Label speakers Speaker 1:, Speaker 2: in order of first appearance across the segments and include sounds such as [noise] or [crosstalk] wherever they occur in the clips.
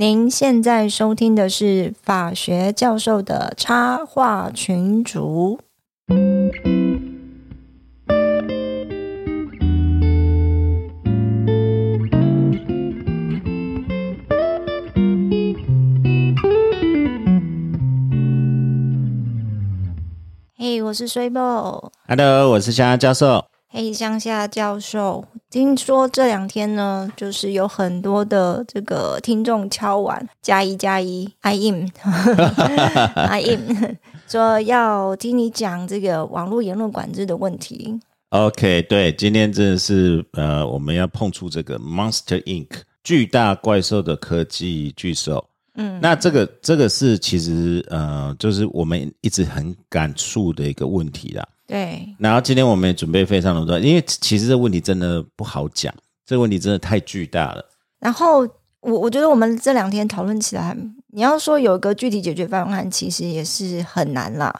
Speaker 1: 您现在收听的是法学教授的插画群组。嘿、我是水某。
Speaker 2: Hello，我是夏教授。
Speaker 1: 嘿，乡下教授，听说这两天呢，就是有很多的这个听众敲完加一加一，I [laughs] am，I am，说要听你讲这个网络言论管制的问题。
Speaker 2: OK，对，今天真的是呃，我们要碰触这个 Monster Inc 巨大怪兽的科技巨兽。
Speaker 1: 嗯，
Speaker 2: 那这个这个是其实呃，就是我们一直很感触的一个问题啦。
Speaker 1: 对，
Speaker 2: 然后今天我们也准备非常的多，因为其实这问题真的不好讲，这个问题真的太巨大了。
Speaker 1: 然后我我觉得我们这两天讨论起来，你要说有一个具体解决方案，其实也是很难啦。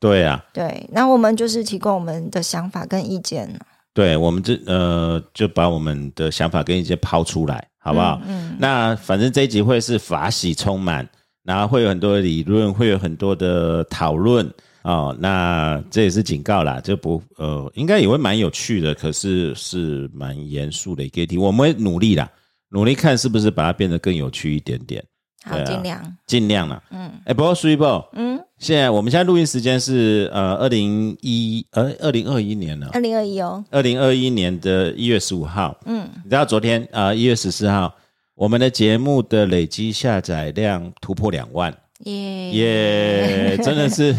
Speaker 2: 对啊，
Speaker 1: 对，那我们就是提供我们的想法跟意见，
Speaker 2: 对，我们这呃，就把我们的想法跟意见抛出来，好不好？
Speaker 1: 嗯，嗯
Speaker 2: 那反正这一集会是法喜充满，然后会有很多的理论，会有很多的讨论哦。那这也是警告啦，这不呃，应该也会蛮有趣的，可是是蛮严肃的一个议题。我们会努力啦，努力看是不是把它变得更有趣一点点，
Speaker 1: 好，
Speaker 2: 对啊
Speaker 1: 尽量，
Speaker 2: 尽量啦。
Speaker 1: 嗯
Speaker 2: 哎，不过 s u i b o
Speaker 1: 嗯，
Speaker 2: 现在我们现在录音时间是呃二零一呃二零二一年了，
Speaker 1: 二零二一哦，
Speaker 2: 二零二一年的一月十五号。
Speaker 1: 嗯。
Speaker 2: 你知道昨天啊，一、1月十四号，我们的节目的累积下载量突破两万，
Speaker 1: 耶
Speaker 2: 耶、真的是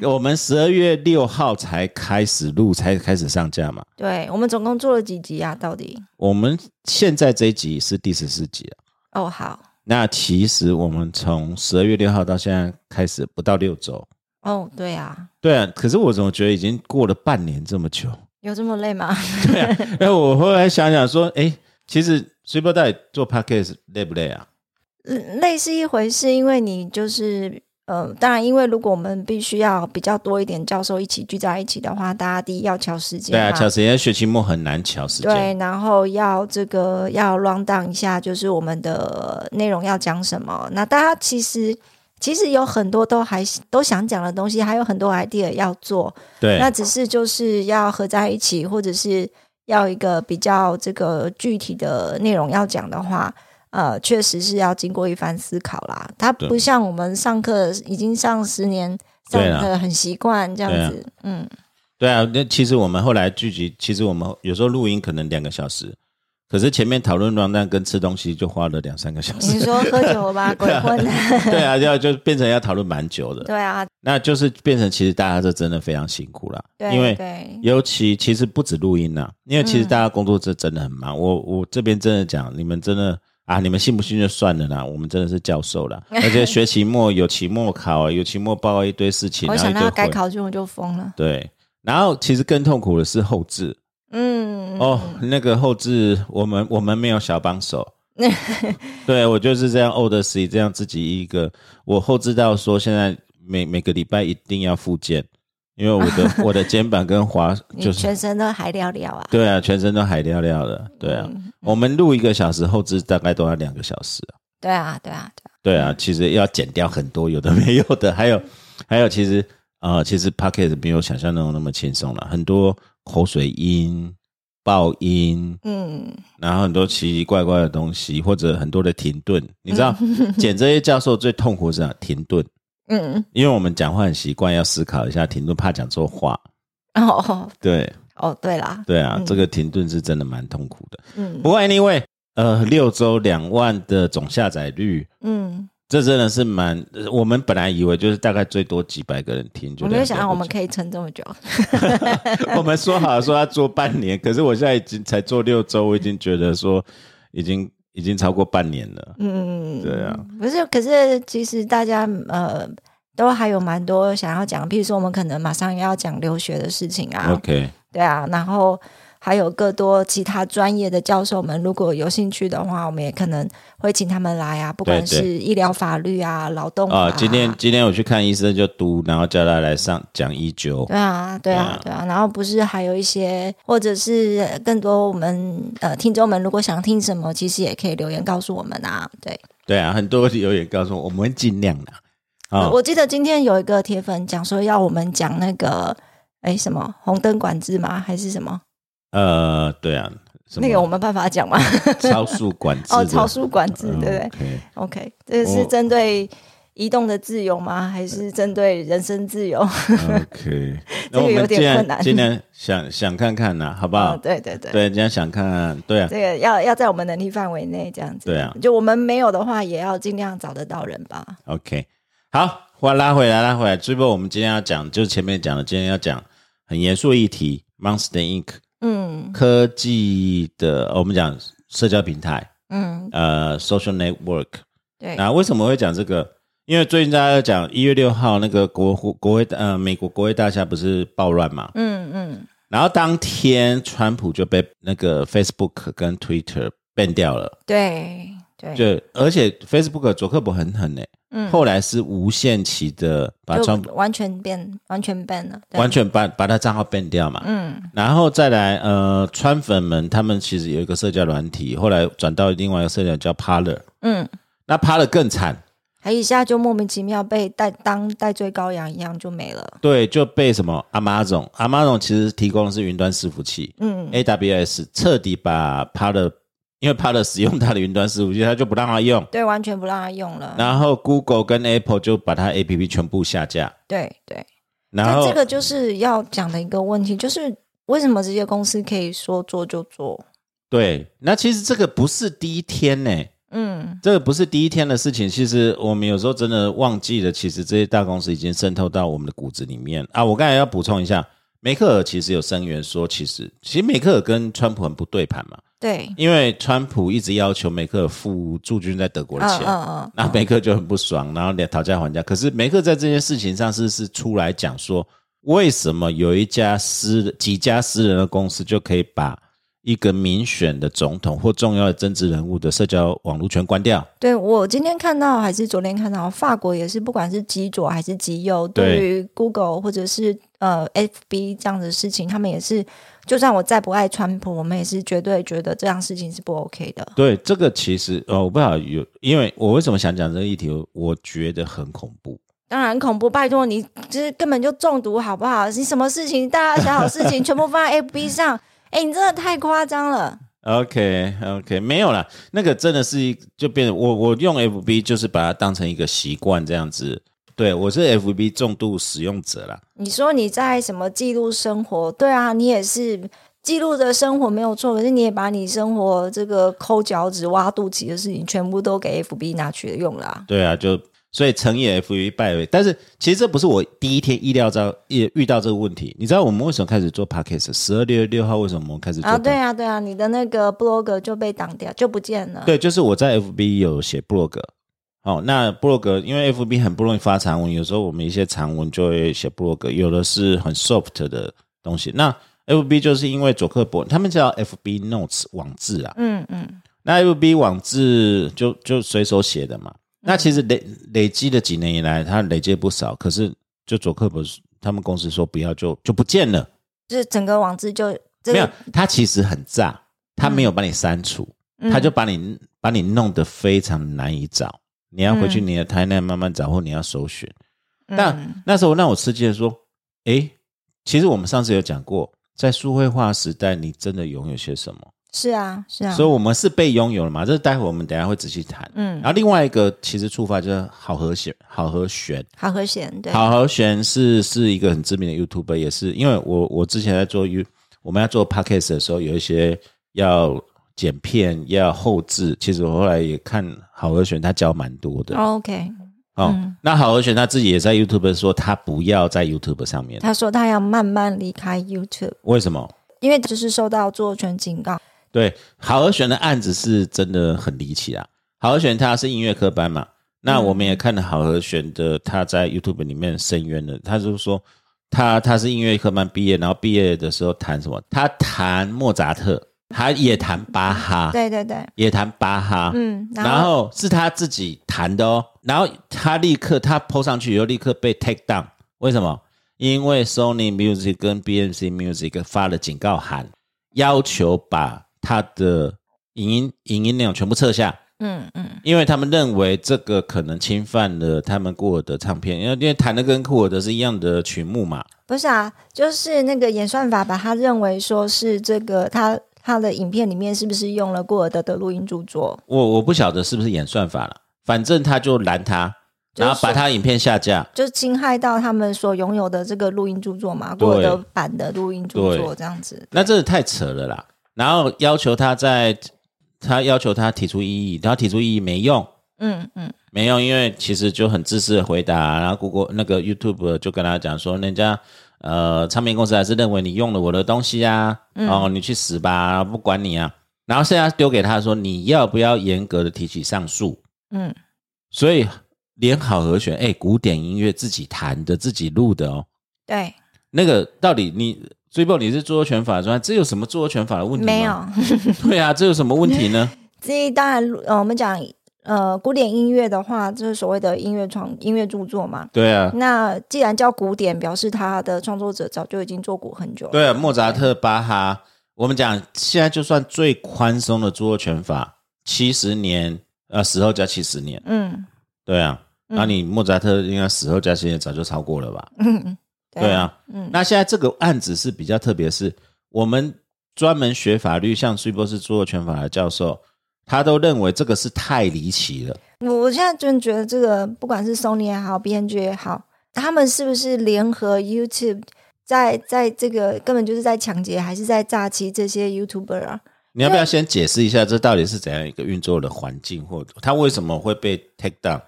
Speaker 2: 我们十二月六号才开始录，才开始上架嘛。
Speaker 1: 对我们总共做了几集啊？到底？
Speaker 2: 我们现在这一集是第十四集了。
Speaker 1: 哦，好，
Speaker 2: 那其实我们从十二月六号到现在开始不到六周，
Speaker 1: 哦，对啊，
Speaker 2: 对啊。可是我怎么觉得已经过了半年这么久？
Speaker 1: 有这么累吗？ [laughs]
Speaker 2: 哎，我后来想想说，哎，其实 Super 到底做 Podcast 累不累啊？
Speaker 1: 嗯累是一回事，因为你就是。呃，当然，因为如果我们必须要比较多一点教授一起聚在一起的话，大家第一要调时间
Speaker 2: 对
Speaker 1: 嘛，
Speaker 2: 啊，巧时间学期末很难巧时间。
Speaker 1: 对，然后要这个要 round down 一下，就是我们的内容要讲什么。那大家其实其实有很多都还都想讲的东西，还有很多 idea 要做，
Speaker 2: 对，
Speaker 1: 那只是就是要合在一起，或者是要一个比较这个具体的内容要讲的话，呃，确实是要经过一番思考啦。它
Speaker 2: 对
Speaker 1: 不像我们上课已经上十年，上
Speaker 2: 对啊
Speaker 1: 课很习惯这样
Speaker 2: 对啊
Speaker 1: 子，嗯，
Speaker 2: 对啊，那其实我们后来聚集，其实我们有时候录音可能两个小时，可是前面讨论软蛋跟吃东西就花了两三个小
Speaker 1: [laughs] 你
Speaker 2: 时。
Speaker 1: [laughs] 说喝酒
Speaker 2: [laughs]
Speaker 1: 吧，鬼混，
Speaker 2: 对啊，要就变成要讨论蛮久的，
Speaker 1: 对啊，
Speaker 2: 那就是变成其实大家这真的非常辛苦啦，
Speaker 1: 对，
Speaker 2: 因为
Speaker 1: 对，
Speaker 2: 尤其其实不止录音啦，因为其实
Speaker 1: 嗯
Speaker 2: 大家工作这真的很忙。我我这边真的讲，你们真的啊，你们信不信就算了啦，我们真的是教授
Speaker 1: [laughs]
Speaker 2: 啦，而且学期末有期末考，啊有期末报告一堆事情，
Speaker 1: 我
Speaker 2: 然
Speaker 1: 想
Speaker 2: 后一堆
Speaker 1: 到改
Speaker 2: 会。
Speaker 1: 考卷我就疯了，
Speaker 2: 对，然后其实更痛苦的是后置。
Speaker 1: 嗯，
Speaker 2: 哦，那个后置，我们我们没有小
Speaker 1: [laughs]
Speaker 2: 帮手。对我就是这样 o d C 这样自己一个，我后置到说现在每每个礼拜一定要复健，因为我
Speaker 1: [laughs]
Speaker 2: 的我的肩膀跟滑
Speaker 1: 你
Speaker 2: 就是
Speaker 1: 全身都还聊聊啊，
Speaker 2: 对啊，全身都海尿尿的，对啊，
Speaker 1: 嗯
Speaker 2: 我们录一个小时，后置大概都要两个小时啊
Speaker 1: 对啊，对啊，对啊，
Speaker 2: 对啊，其实要剪掉很多有的没有的， [laughs] 还有还有其实呃，其实 Pocket 没有想象中那么轻松了，很多口水音、爆音，
Speaker 1: 嗯，
Speaker 2: 然后很多奇奇怪怪的东西，或者很多的停顿。你知道，剪这些教授最痛苦是啥？停顿，
Speaker 1: 嗯，
Speaker 2: 因为我们讲话很习惯，要思考一下停顿，怕讲错话。
Speaker 1: 哦
Speaker 2: 对
Speaker 1: 哦，对啦，
Speaker 2: 对啊，
Speaker 1: 嗯
Speaker 2: 这个停顿是真的蛮痛苦的。
Speaker 1: 嗯
Speaker 2: 不过 anyway，呃，六周两万的总下载率，
Speaker 1: 嗯。
Speaker 2: 这真的是蛮……呃我们本来以为就是大概最多几百个人听， [laughs] 觉
Speaker 1: 我
Speaker 2: 得
Speaker 1: 没有想到我
Speaker 2: 很了
Speaker 1: 们
Speaker 2: 不
Speaker 1: 可以撑这么久，
Speaker 2: 起我们说好说要做半年，可是我现在已经才做六周，我已经觉得说已经已经超过半年了。
Speaker 1: 嗯，
Speaker 2: 对啊，
Speaker 1: 不是，可是其实大家呃都还有蛮多想要讲，譬如说我们可能马上要讲留学的事情啊，
Speaker 2: OK，
Speaker 1: 对啊，然后还有更多其他专业的教授们，如果有兴趣的话，我们也可能会请他们来啊，不管
Speaker 2: 对
Speaker 1: 是
Speaker 2: 对
Speaker 1: 医疗法律啊、劳动法、
Speaker 2: 啊、今天今天我去看医生就读，然后叫他来上讲医灸，
Speaker 1: 对啊，对啊，对啊。然后不是还有一些，或者是更多我们呃听众们，如果想听什么，其实也可以留言告诉我们啊。对，
Speaker 2: 对啊，很多留言告诉我，我们会尽量的。啊、
Speaker 1: 呃我记得今天有一个铁粉讲说要我们讲那个。哎，什么红灯管制吗？还是什么？
Speaker 2: 呃，对啊，什么
Speaker 1: 那个我们办法
Speaker 2: [laughs]
Speaker 1: 讲吗？
Speaker 2: 超速管制的
Speaker 1: [laughs] 哦，超速管制，对不对
Speaker 2: 嗯？OK，
Speaker 1: ？OK，这是
Speaker 2: 我
Speaker 1: 针对移动的自由吗？还是针对人身自由？
Speaker 2: OK，那
Speaker 1: [laughs]
Speaker 2: 我
Speaker 1: 这个有
Speaker 2: 们
Speaker 1: 点
Speaker 2: 尽
Speaker 1: 困
Speaker 2: 量
Speaker 1: 难
Speaker 2: 尽量想想看看呐、好不
Speaker 1: [laughs]
Speaker 2: 好？
Speaker 1: 啊，对对对，
Speaker 2: 对，尽量想看看，对啊，
Speaker 1: 这个要要在我们能力范围内这样子。
Speaker 2: 对啊
Speaker 1: 就我们没有的话，也要尽量找得到人吧。
Speaker 2: OK，好，话拉回来，拉回来。最后我们今天要讲，就是前面讲的，今天要讲很严肃议题，Monster Inc.
Speaker 1: 嗯
Speaker 2: 科技的，呃我们讲社交平台，
Speaker 1: 嗯，
Speaker 2: 呃，social network。
Speaker 1: 对，
Speaker 2: 那、为什么会讲这个？因为最近大家在讲一月六号那个国会国会呃美国国会大厦不是暴乱嘛，
Speaker 1: 嗯嗯，
Speaker 2: 然后当天川普就被那个 Facebook 跟 Twitter ban 掉了。
Speaker 1: 对对，
Speaker 2: 就而且 Facebook 佐克伯很狠呢、
Speaker 1: 嗯
Speaker 2: 后来是无限期的把川普
Speaker 1: 就完全变完全 ban 了，对
Speaker 2: 完全把把他账号 ban 掉嘛，
Speaker 1: 嗯
Speaker 2: 然后再来呃川粉们他们其实有一个社交软体，后来转到另外一个社交叫 Parler，
Speaker 1: 嗯，
Speaker 2: 那 Parler 更惨，
Speaker 1: 还一下就莫名其妙被带当戴罪羔羊一样就没了，
Speaker 2: 对，就被什么 Amazon，Amazon 其实提供的是云端伺服器，
Speaker 1: 嗯
Speaker 2: ，AWS 彻底把 Parler，因为 Parler 使用它的云端伺服器，它就不让它用，
Speaker 1: 对，完全不让他用了，
Speaker 2: 然后 Google 跟 Apple 就把它 APP 全部下架，
Speaker 1: 对对，
Speaker 2: 然
Speaker 1: 那
Speaker 2: 后
Speaker 1: 这个就是要讲的一个问题，就是为什么这些公司可以说做就做？
Speaker 2: 对，那其实这个不是第一天呢、
Speaker 1: 嗯，
Speaker 2: 这个不是第一天的事情。其实我们有时候真的忘记了，其实这些大公司已经渗透到我们的骨子里面啊。我刚才要补充一下，梅克尔其实有声援说，其实其实梅克尔跟川普很不对盘嘛，
Speaker 1: 对，
Speaker 2: 因为川普一直要求梅克尔付驻军在德国的
Speaker 1: 嗯
Speaker 2: 钱。
Speaker 1: 嗯嗯，
Speaker 2: 那梅克就很不爽，然后连讨价还价。可是梅克在这件事情上是是出来讲说，为什么有一家私几家私人的公司就可以把一个民选的总统或重要的政治人物的社交网络全关掉？
Speaker 1: 对我今天看到还是昨天看到，法国也是不管是极左还是极右，
Speaker 2: 对
Speaker 1: 对于 Google 或者是呃 FB 这样的事情，他们也是，就算我再不爱川普，我们也是绝对觉得这样事情是不 OK 的。
Speaker 2: 对，这个其实呃，我不好有，因为我为什么想讲这个议题，我觉得很恐怖。
Speaker 1: 当然恐怖，拜托你，就是根本就中毒好不好？你什么事情，大大小小事情全部放在 FB 上，哎，你真的太夸张了。
Speaker 2: OK OK，没有啦，那个真的是一就变得我我用 FB 就是把它当成一个习惯这样子。对我是 FB 重度使用者啦。
Speaker 1: 你说你在什么记录生活？对啊，你也是记录着生活没有错，可是你也把你生活这个抠脚趾、挖肚脐的事情，全部都给 FB 拿去用了、啊。
Speaker 2: 对啊，就所以成也 F 于败也，但是其实这不是我第一天意料到也遇到这个问题。你知道我们为什么开始做 podcast？十二月六号为什么我们开始做？
Speaker 1: 啊，对啊，对啊，你的那个 blog 就被挡掉，就不见了。
Speaker 2: 对，就是我在 FB 有写 blog。哦，那 blog 因为 FB 很不容易发长文，有时候我们一些长文就会写 blog，有的是很 soft 的东西。那 FB 就是因为佐克伯他们叫 FB Notes 网志啊，
Speaker 1: 嗯嗯，
Speaker 2: 那 FB 网志就就随手写的
Speaker 1: 嗯
Speaker 2: 嘛。那其实累累积了几年以来，它累积了不少，可是就佐克伯他们公司说不要就就不见了，
Speaker 1: 就是整个网址就这嗯
Speaker 2: 没有
Speaker 1: 个，。
Speaker 2: 他其实很炸，他没有把你删除，
Speaker 1: 嗯
Speaker 2: 他就把你把你弄得非常难以找。你要回去你的 timeline 慢慢找，或你要搜寻。
Speaker 1: 嗯
Speaker 2: 但那时候让我吃惊的说，诶，其实我们上次有讲过，在数位化时代，你真的拥有些什么？
Speaker 1: 是啊是啊，
Speaker 2: 所以我们是被拥有了嘛？这待会我们等一下会仔细谈。
Speaker 1: 嗯
Speaker 2: 然后另外一个其实触发就是好和弦，好和弦，
Speaker 1: 好和弦对，
Speaker 2: 好和弦是是一个很知名的 YouTuber，也是因为我我之前在做 U，我们要做 Podcast 的时候，有一些要剪片要后置，其实我后来也看好和弦，他教蛮多的哦。哦
Speaker 1: OK。嗯
Speaker 2: 那好和弦他自己也在 YouTube 说他不要在 YouTube 上面，
Speaker 1: 他说他要慢慢离开 YouTube，
Speaker 2: 为什么？
Speaker 1: 因为就是受到做权警告。
Speaker 2: 对，好和弦的案子是真的很离奇啊。好和弦他是音乐科班嘛，那我们也看了好和弦的他在 YouTube 里面申冤了，他就说他他是音乐科班毕业，然后毕业的时候弹什么？他弹莫扎特，他也弹巴哈，
Speaker 1: 对对对，
Speaker 2: 也弹巴哈，
Speaker 1: 嗯，然后
Speaker 2: 啊然后是他自己弹的哦，然后他立刻他 PO 上去以后立刻被 take down，为什么？因为 Sony Music 跟 BMC Music 发了警告函，要求把他的影音影音内容全部撤下，
Speaker 1: 嗯嗯，
Speaker 2: 因为他们认为这个可能侵犯了他们库尔德唱片，因为因为弹的跟库尔德是一样的曲目嘛，
Speaker 1: 不是啊，就是那个演算法把他认为说是这个他他的影片里面是不是用了郭尔德的录音著作？
Speaker 2: 我我不晓得是不是演算法了，反正他就拦他，
Speaker 1: 就是
Speaker 2: 然后把他影片下架，
Speaker 1: 就侵害到他们所拥有的这个录音著作嘛，
Speaker 2: 对
Speaker 1: 郭尔德版的录音著
Speaker 2: 对
Speaker 1: 作这样子。
Speaker 2: 那这太扯了啦。然后要求他在，他要求他提出异议，然后提出异议没用，
Speaker 1: 嗯嗯，
Speaker 2: 没用，因为其实就很自私的回答。啊然后 Google 那个 YouTube 就跟他讲说，人家呃唱片公司还是认为你用了我的东西啊，
Speaker 1: 嗯
Speaker 2: 哦你去死吧，不管你啊。然后现在丢给他说，你要不要严格的提起上诉？
Speaker 1: 嗯，
Speaker 2: 所以联好和弦，哎，古典音乐自己弹的，自己录的哦。
Speaker 1: 对，
Speaker 2: 那个到底你追报你是著作权法专，这有什么著作权法的问题吗
Speaker 1: 没有。 [laughs]
Speaker 2: 对啊，这有什么问题呢？
Speaker 1: 这当然，呃，我们讲呃古典音乐的话，就是所谓的音乐创音乐著作嘛。
Speaker 2: [laughs] 对啊，
Speaker 1: 那既然叫古典，表示他的创作者早就已经做古很久了。
Speaker 2: 对啊，莫扎特、巴哈，我们讲现在就算最宽松的著作权法，七十年，呃，死后加七十年，
Speaker 1: 嗯 [laughs]
Speaker 2: 对啊，那、你莫扎特应该死后加七十年早就超过了吧？
Speaker 1: 嗯，
Speaker 2: 对，啊，
Speaker 1: 嗯
Speaker 2: 那现在这个案子是比较特别，是我们专门学法律，像苏博士著作权法的教授，他都认为这个是太离奇了。
Speaker 1: 我我现在真的觉得这个，不管是 Sony 也好，B N G 也好，他们是不是联合 YouTube 在在这个根本就是在抢劫，还是在诈欺这些 YouTuber 啊？
Speaker 2: 你要不要先解释一下，这到底是怎样一个运作的环境，或它为什么会被 take down，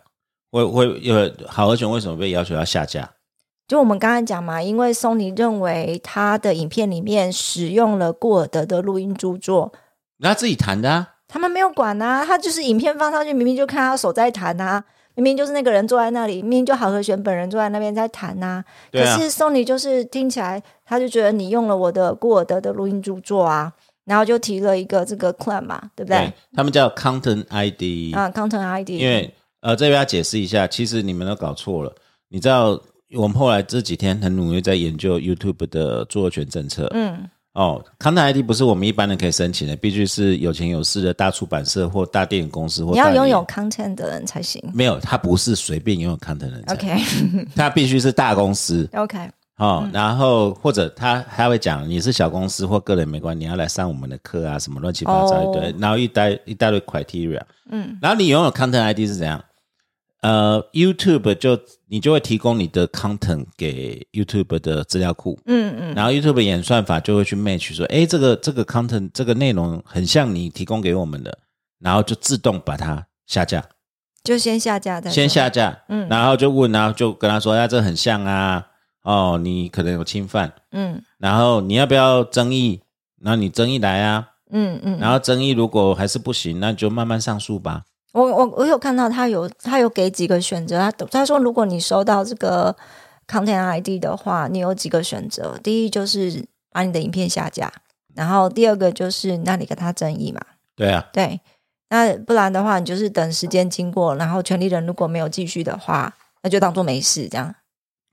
Speaker 2: 会会呃，好和弦为什么被要求要下架？
Speaker 1: 就我们刚才讲嘛，因为 Sony 认为他的影片里面使用了顾尔德的录音著作，
Speaker 2: 他自己弹的、啊，
Speaker 1: 他们没有管啊，他就是影片放上去，明明就看他手在弹啊，明明就是那个人坐在那里，明明就郝和弦本人坐在那边在弹啊。
Speaker 2: 对啊
Speaker 1: 可是 Sony 就是听起来，他就觉得你用了我的顾尔德的录音著作啊，然后就提了一个这个 claim 嘛，对不对？
Speaker 2: 他们叫 content ID，、
Speaker 1: 啊，content ID，
Speaker 2: 因为呃，这边要解释一下，其实你们都搞错了。你知道，我们后来这几天很努力在研究 YouTube 的著作权政策，
Speaker 1: 嗯
Speaker 2: 哦，content ID 不是我们一般人可以申请的，必须是有钱有势的大出版社或大电影公司或
Speaker 1: 你要
Speaker 2: 大
Speaker 1: 拥
Speaker 2: 影
Speaker 1: 有 content 的人才行。
Speaker 2: 没有，他不是随便拥有 content 人才
Speaker 1: OK
Speaker 2: 他必须是大公司
Speaker 1: OK，
Speaker 2: 哦，
Speaker 1: 嗯
Speaker 2: 然后或者他他会讲你是小公司或个人没关系，你要来上我们的课啊，什么乱七八糟一堆，
Speaker 1: 哦
Speaker 2: 然后一大一大堆 criteria，
Speaker 1: 嗯
Speaker 2: 然后你拥有 content ID 是怎样？呃，YouTube 就你就会提供你的 content 给 YouTube 的资料库，
Speaker 1: 嗯嗯，
Speaker 2: 然后 YouTube 演算法就会去 match 说，诶，这个这个 content 这个内容很像你提供给我们的，然后就自动把它下架，
Speaker 1: 就先下架再说
Speaker 2: 先下架，
Speaker 1: 嗯
Speaker 2: 然后就问，然后就跟他说，那、哎这很像啊，哦，你可能有侵犯，
Speaker 1: 嗯
Speaker 2: 然后你要不要争议？然后你争议来啊，
Speaker 1: 嗯嗯，
Speaker 2: 然后争议如果还是不行，那就慢慢上诉吧。
Speaker 1: 我我我有看到他有他有给几个选择，他他说如果你收到这个 content ID 的话，你有几个选择？第一就是把你的影片下架，然后第二个就是那你跟他争议嘛，
Speaker 2: 对啊，
Speaker 1: 对，那不然的话你就是等时间经过，然后权利人如果没有继续的话，那就当做没事这样。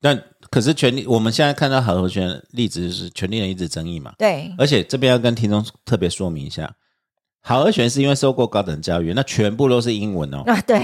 Speaker 2: 但可是权利，我们现在看到好和权的例子就是权利人一直争议嘛，
Speaker 1: 对，
Speaker 2: 而且这边要跟听众特别说明一下，好和弦是因为受过高等教育，那全部都是英文哦，
Speaker 1: 啊对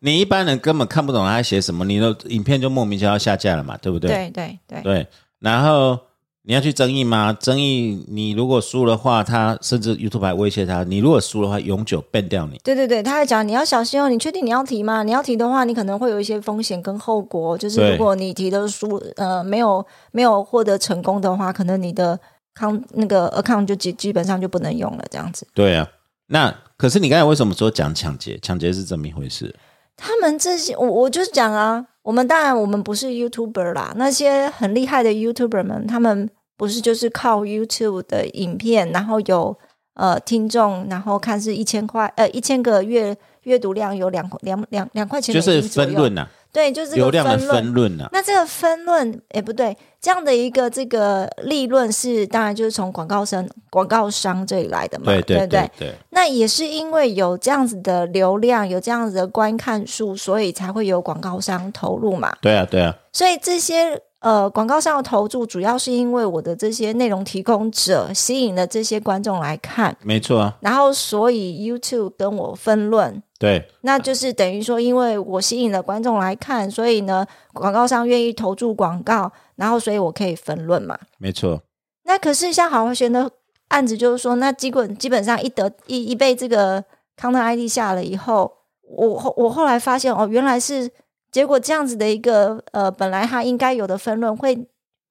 Speaker 2: 你一般人根本看不懂他在写什么，你的影片就莫名其妙下架了嘛，对不对？
Speaker 1: 对对对，
Speaker 2: 对，然后你要去争议吗？争议你如果输的话，他甚至 YouTube 还威胁他，你如果输的话，永久 ban 掉你。
Speaker 1: 对对对，他还讲你要小心哦，你确定你要提吗？你要提的话，你可能会有一些风险跟后果，就是
Speaker 2: 对
Speaker 1: 如果你提的输呃没有没有获得成功的话，可能你的康那个 account 就基基本上就不能用了，这样子。
Speaker 2: 对啊，那可是你刚才为什么说讲抢劫？抢劫是怎么一回事？
Speaker 1: 他们这些，我我就是讲啊，我们当然我们不是 YouTuber 啦，那些很厉害的 YouTuber 们，他们不是就是靠 YouTube 的影片，然后有呃听众，然后看是一千块呃一千个月阅读量有两两两两块钱
Speaker 2: 就
Speaker 1: 美金左
Speaker 2: 是
Speaker 1: 右，
Speaker 2: 分论呐、啊
Speaker 1: 对，就是这个
Speaker 2: 流量的
Speaker 1: 分
Speaker 2: 分论啊，
Speaker 1: 那这个分论，哎，不对，这样的一个这个利润是，当然就是从广告商、广告商这里来的嘛，
Speaker 2: 对
Speaker 1: 不
Speaker 2: 对
Speaker 1: 对
Speaker 2: 对？对
Speaker 1: 那也是因为有这样子的流量，有这样子的观看数，所以才会有广告商投入嘛。
Speaker 2: 对啊对啊，
Speaker 1: 所以这些呃广告商的投注，主要是因为我的这些内容提供者吸引了这些观众来看，
Speaker 2: 没错啊，
Speaker 1: 然后所以 YouTube 跟我分论，
Speaker 2: 对
Speaker 1: 那就是等于说，因为我吸引了观众来看，所以呢，广告商愿意投注广告，然后所以我可以分论嘛。
Speaker 2: 没错，
Speaker 1: 那可是像好华轩的案子，就是说，那基本基本上一得一一被这个康特 ID 下了以后，我后我后来发现哦，原来是结果这样子的一个呃，本来他应该有的分论会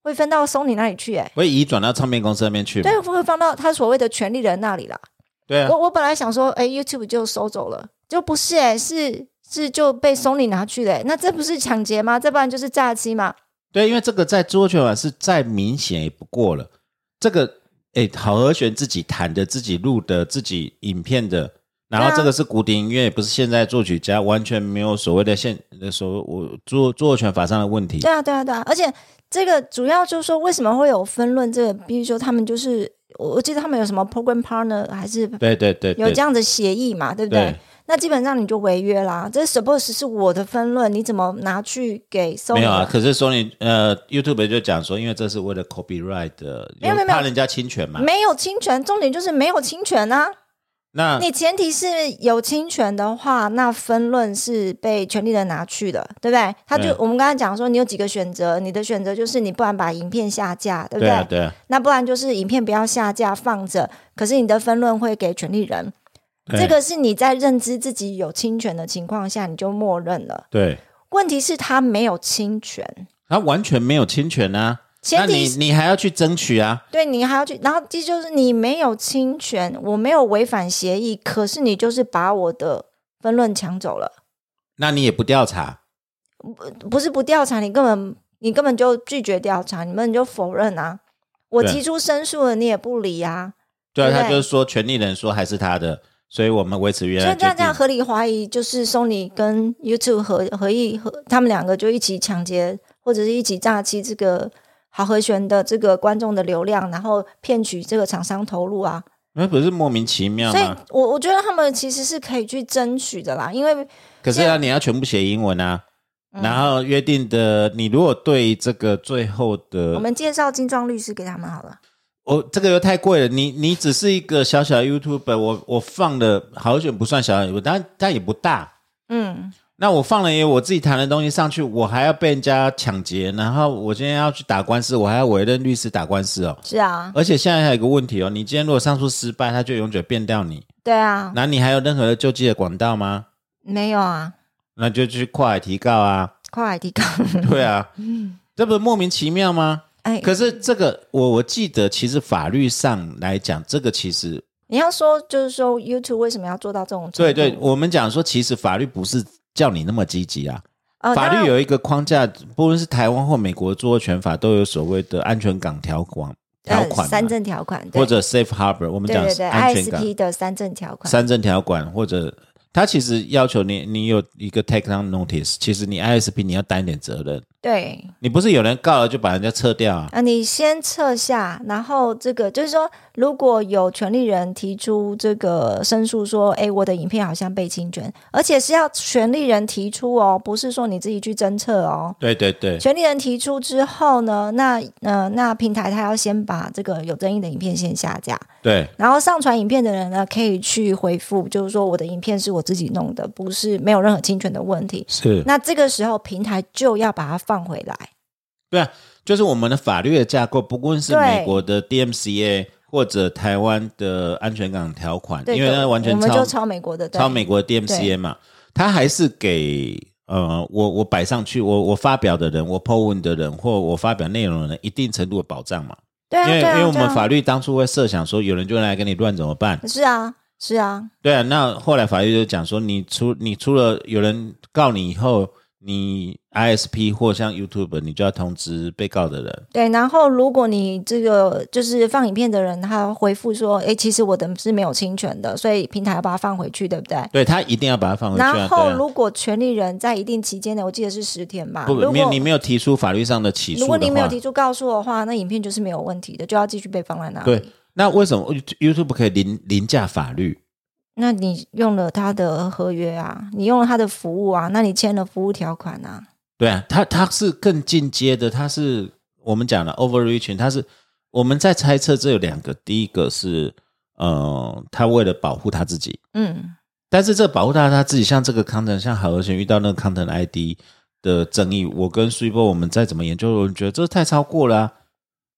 Speaker 1: 会分到松你那里去、欸，哎，
Speaker 2: 会移转到唱片公司那边去嘛，
Speaker 1: 对，会放到他所谓的权利人那里啦。
Speaker 2: 对啊 [laughs]
Speaker 1: 我，我本来想说，哎、y o u t u b e 就收走了，就不是哎、是是就被 Sony 拿去了、哎那这不是抢劫吗？这不然就是诈欺吗？
Speaker 2: 对，因为这个在桌球啊法是再明显也不过了。这个哎，好和弦自己弹的、自己录的、自己影片的，然
Speaker 1: 对
Speaker 2: 后
Speaker 1: 啊
Speaker 2: 这个是古典音乐，也不是现在作曲家，完全没有所谓的现呃所谓我著作权法上的问题。
Speaker 1: 对啊，对啊，对啊，而且这个主要就是说，为什么会有分论？这个比如说他们就是，我我记得他们有什么 program partner 还是
Speaker 2: 对对对
Speaker 1: 有
Speaker 2: 对
Speaker 1: 这样的协议嘛，对不对？
Speaker 2: 对
Speaker 1: 那基本上你就违约啦。这 suppose 是我的分论，你怎么拿去给 Sony？
Speaker 2: 没有啊，
Speaker 1: 了
Speaker 2: 可是索尼呃 YouTube 就讲说，因为这是为了 copyright 的，
Speaker 1: 没有没有没有
Speaker 2: 怕人家侵权嘛。
Speaker 1: 没有侵权，重点就是没有侵权啊！
Speaker 2: 那
Speaker 1: 你前提是有侵权的话，那分论是被权利人拿去的，对不对？他就、
Speaker 2: 对
Speaker 1: 我们刚才讲说，你有几个选择，你的选择就是你不然把影片下架，对不
Speaker 2: 对啊对啊，
Speaker 1: 那不然就是影片不要下架放着，可是你的分论会给权利人，
Speaker 2: 对
Speaker 1: 这个是你在认知自己有侵权的情况下你就默认了。
Speaker 2: 对，
Speaker 1: 问题是他没有侵权，
Speaker 2: 他完全没有侵权啊。那
Speaker 1: 前提
Speaker 2: 你
Speaker 1: 是
Speaker 2: 你还要去争取啊？
Speaker 1: 对你还要去，然后这就是你没有侵权，我没有违反协议，可是你就是把我的分论抢走了。
Speaker 2: 那你也不调查，
Speaker 1: 不是不调查，你根本你根本就拒绝调查，你们就否认啊！我
Speaker 2: 对
Speaker 1: 提出申诉了，你也不理啊！
Speaker 2: 对啊，
Speaker 1: 对不对
Speaker 2: 他就是说权利人说还是他的，所以我们维持原
Speaker 1: 所
Speaker 2: 来
Speaker 1: 以
Speaker 2: 决
Speaker 1: 这样这
Speaker 2: 定
Speaker 1: 样。合理怀疑，就是索尼跟 YouTube 合合意合他们两个就一起抢劫或者是一起诈欺这个好和弦的这个观众的流量，然后骗取这个厂商投入啊！
Speaker 2: 那不是莫名其妙
Speaker 1: 所以
Speaker 2: 吗？
Speaker 1: 我我觉得他们其实是可以去争取的啦，因为
Speaker 2: 可是啊，你要全部写英文啊。
Speaker 1: 嗯
Speaker 2: 然后约定的，你如果对这个最后
Speaker 1: 我
Speaker 2: 的，
Speaker 1: 们介绍精装律师给他们好了。
Speaker 2: 哦，这个又太贵了。你你只是一个小小的 YouTuber，我我放的好久不算小，我但但也不大。
Speaker 1: 嗯，
Speaker 2: 那我放了也我自己谈的东西上去，我还要被人家抢劫，然后我今天要去打官司，我还要委任律师打官司哦。
Speaker 1: 是啊，
Speaker 2: 而且现在还有一个问题哦，你今天如果上诉失败，他就永久变掉你。
Speaker 1: 对啊，
Speaker 2: 那你还有任何的救济的管道吗？
Speaker 1: 没有啊，
Speaker 2: 那就去跨海提告啊，
Speaker 1: 快来提高。
Speaker 2: 对啊，
Speaker 1: 嗯
Speaker 2: 这不是莫名其妙吗？
Speaker 1: [laughs] 哎，
Speaker 2: 可是这个，我我记得，其实法律上来讲，这个其实
Speaker 1: 你要说就是说 YouTube 为什么要做到这种程度？
Speaker 2: 对对，我们讲说，其实法律不是叫你那么积极啊。
Speaker 1: 呃，
Speaker 2: 法
Speaker 1: 当然
Speaker 2: 律有一个框架，不论是台湾或美国著作权法，都有所谓的安全港条款条款
Speaker 1: 呃、
Speaker 2: 嘛、
Speaker 1: 三证条款，对
Speaker 2: 或者 safe harbor，我们
Speaker 1: 对
Speaker 2: 讲
Speaker 1: 对对
Speaker 2: 安全港。
Speaker 1: ISP 的三证条款，
Speaker 2: 三证条款，或者他其实要求你，你有一个 take down notice，其实你 ISP 你要担一点责任，
Speaker 1: 对，
Speaker 2: 你不是有人告了就把人家撤掉啊？
Speaker 1: 啊，你先撤下，然后这个就是说，如果有权利人提出这个申诉，说，哎，我的影片好像被侵权，而且是要权利人提出哦，不是说你自己去侦测哦。
Speaker 2: 对对对，
Speaker 1: 权利人提出之后呢，那呃，那平台他要先把这个有争议的影片先下架，
Speaker 2: 对
Speaker 1: 然后上传影片的人呢，可以去回复，就是说我的影片是我自己弄的，不是没有任何侵权的问题。
Speaker 2: 是，
Speaker 1: 那这个时候平台就要把它放回来。
Speaker 2: 对啊，就是我们的法律的架构，不论是
Speaker 1: 对
Speaker 2: 美国的 DMCA 或者台湾的安全港条款，
Speaker 1: 对
Speaker 2: 因为
Speaker 1: 对
Speaker 2: 它完全
Speaker 1: 我们
Speaker 2: 超
Speaker 1: 就抄美国的，对
Speaker 2: 超美国的
Speaker 1: 对
Speaker 2: DMCA 嘛，它还是给。呃，我我摆上去，我我发表的人，我 po 文的人，或我发表内容的人，一定程度的保障嘛。
Speaker 1: 对啊，
Speaker 2: 因为、
Speaker 1: 对啊，
Speaker 2: 因为我们
Speaker 1: 对啊
Speaker 2: 法律当初会设想说，有人就来跟你乱怎么办？
Speaker 1: 是啊是啊，
Speaker 2: 对啊，那后来法律就讲说，你出你出了有人告你以后，你 ISP 或像 YouTube，你就要通知被告的人。
Speaker 1: 对，然后如果你这个就是放影片的人，他回复说：“哎，其实我的是没有侵权的，所以平台要把它放回去，对不对？”
Speaker 2: 对他一定要把它放回去、啊。
Speaker 1: 然后，
Speaker 2: 对啊
Speaker 1: 如果权利人在一定期间内，我记得是十天吧。如
Speaker 2: 不
Speaker 1: 果
Speaker 2: 没有你没有提出法律上的起诉的
Speaker 1: 如
Speaker 2: 话，
Speaker 1: 果你没有提出告诉我的话，那影片就是没有问题的，就要继续被放在那里。
Speaker 2: 对，那为什么 YouTube 可以凌凌驾法律？
Speaker 1: 那你用了他的合约啊，你用了他的服务啊，那你签了服务条款啊，
Speaker 2: 对啊，它它是更进阶的，它是我们讲的 overreaching，它是我们在猜测这有两个，第一个是呃，他为了保护他自己，
Speaker 1: 嗯，
Speaker 2: 但是这保护他他自己，像这个康 o 像海和弦遇到那个康 o ID 的争议，我跟 s u p e 我们再怎么研究，我们觉得这太超过了啊、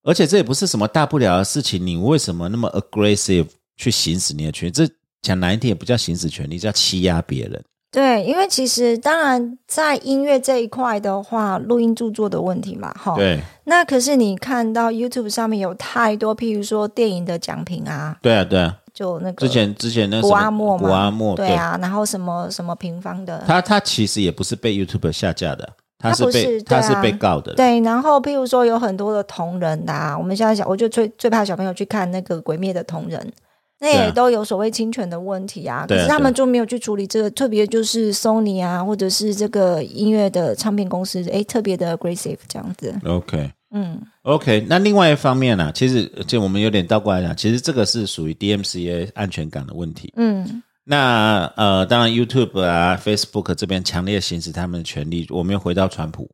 Speaker 2: 而且这也不是什么大不了的事情，你为什么那么 aggressive 去行使你的权利？这讲难一点也不叫行使权利，叫欺压别人。
Speaker 1: 对，因为其实当然在音乐这一块的话，录音著作的问题嘛，哈，
Speaker 2: 对
Speaker 1: 那可是你看到 YouTube 上面有太多，譬如说电影的奖评啊，
Speaker 2: 对啊对啊，
Speaker 1: 就那个
Speaker 2: 之前之前那什
Speaker 1: 古
Speaker 2: 么
Speaker 1: 阿莫嘛，
Speaker 2: 古阿莫
Speaker 1: 对啊，然后什么什么平方的，
Speaker 2: 他他其实也不是被 YouTube 下架的，啊他
Speaker 1: 他
Speaker 2: 是
Speaker 1: 不
Speaker 2: 被
Speaker 1: 是
Speaker 2: 他是
Speaker 1: 对啊
Speaker 2: 被告的。
Speaker 1: 对，然后譬如说有很多的同人的啊，我们现在小我就最最怕小朋友去看那个《鬼灭》的同人，那
Speaker 2: 对啊
Speaker 1: 也都有所谓侵权的问题啊。
Speaker 2: 对啊
Speaker 1: 可是
Speaker 2: 对
Speaker 1: 他
Speaker 2: 啊
Speaker 1: 们就没有去处理这个，特别就是 Sony 啊，或者是这个音乐的唱片公司，诶，特别的 aggressive 这样子。
Speaker 2: OK
Speaker 1: 嗯，
Speaker 2: OK，那另外一方面呢、啊其实就我们有点倒过来讲，其实这个是属于 DMCA 安全感的问题。
Speaker 1: 嗯，
Speaker 2: 那呃，当然 YouTube 啊、Facebook 这边强烈行使他们的权利。我们又回到川普，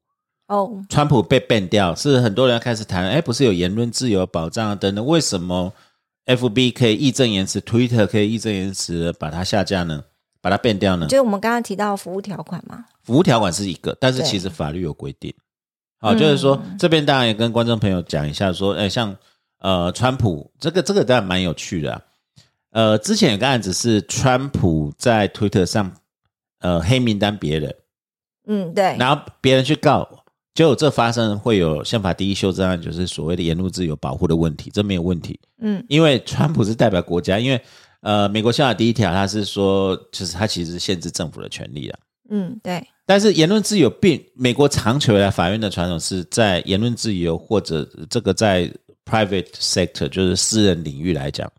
Speaker 1: 哦，
Speaker 2: 川普被 ban 掉，是很多人开始谈，哎，不是有言论自由保障啊等等，为什么 FB 可以义正言辞，Twitter 可以义正言辞地把它下架呢？把它 ban 掉呢？
Speaker 1: 就是我们刚刚提到服务条款嘛。
Speaker 2: 服务条款是一个，但是
Speaker 1: 对嗯
Speaker 2: 其实法律有规定。好、就是说、这边当然也跟观众朋友讲一下说，哎，像呃，川普这个这个当然蛮有趣的啊、呃，之前有个案子是川普在推特上呃黑名单别人，
Speaker 1: 嗯，对，
Speaker 2: 然后别人去告，结果这发生会有宪法第一修正案，就是所谓的言论自由保护的问题，这没有问题。
Speaker 1: 嗯，
Speaker 2: 因为川普是代表国家，因为呃，美国宪法第一条它是说，就是它其实是限制政府的权利啊。
Speaker 1: 嗯，对，
Speaker 2: 但是言论自由并美国长久以来法院的传统是在言论自由或者这个在 private sector 就是私人领域来讲，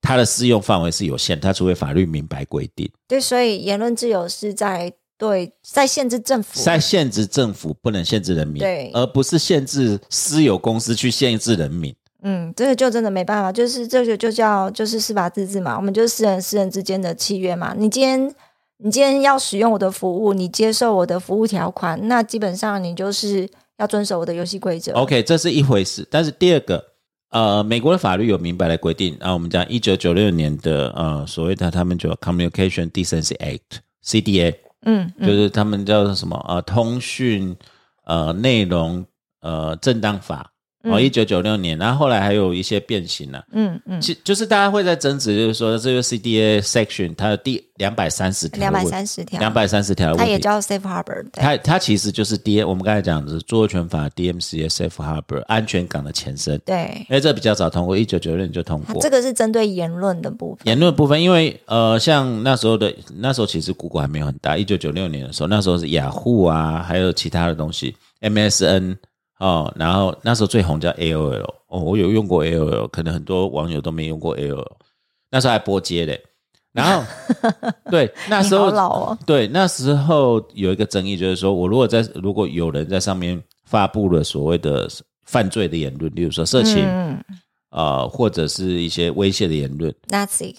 Speaker 2: 它的适用范围是有限，它除非法律明白规定，
Speaker 1: 对，所以言论自由是在对在限制政府，
Speaker 2: 在限制政府不能限制人民
Speaker 1: 对，
Speaker 2: 而不是限制私有公司去限制人民。
Speaker 1: 嗯，这个就真的没办法，就是这个就叫就是司法自治嘛，我们就是私人私人之间的契约嘛。你今天你今天要使用我的服务，你接受我的服务条款，那基本上你就是要遵守我的游戏规则。
Speaker 2: OK，这是一回事。但是第二个，呃，美国的法律有明白的规定啊，我们讲一九九六年的呃所谓的他们叫 Communication Decency Act（CDA），
Speaker 1: 嗯嗯
Speaker 2: 就是他们叫做什么呃通讯呃内容呃正当法哦，一
Speaker 1: 嗯
Speaker 2: 九九六年，然后后来还有一些变形了、
Speaker 1: 嗯嗯，
Speaker 2: 其就是大家会在争执，就是说这个 CDA section 它的第两百三十条
Speaker 1: 两百三十条，
Speaker 2: 两百三十条的
Speaker 1: 它也
Speaker 2: 问题，
Speaker 1: 叫 safe harbor 对。
Speaker 2: 它它其实就是 D 我们刚才讲的是著作权法 DMCA safe harbor 安全港的前身，
Speaker 1: 对，
Speaker 2: 因为这比较早通过，一九九六年就通
Speaker 1: 它
Speaker 2: 过
Speaker 1: 这。个是针对言论的部分。
Speaker 2: 言论部分，因为呃，像那时候的那时候其实 Google 还没有很大，一九九六年的时候，那时候是雅虎啊，还有其他的东西，MSN 哦，然后那时候最红叫 AOL 哦，我有用过 AOL，可能很多网友都没用过 AOL，那时候还拨接嘞，
Speaker 1: [laughs]
Speaker 2: 然后对那
Speaker 1: 你
Speaker 2: 时候
Speaker 1: 好老哦，
Speaker 2: 对，那时候有一个争议，就是说我如果在如果有人在上面发布了所谓的犯罪的言论，例如说色情，
Speaker 1: 嗯
Speaker 2: 呃，或者是一些威胁的言论，
Speaker 1: ，Nazi，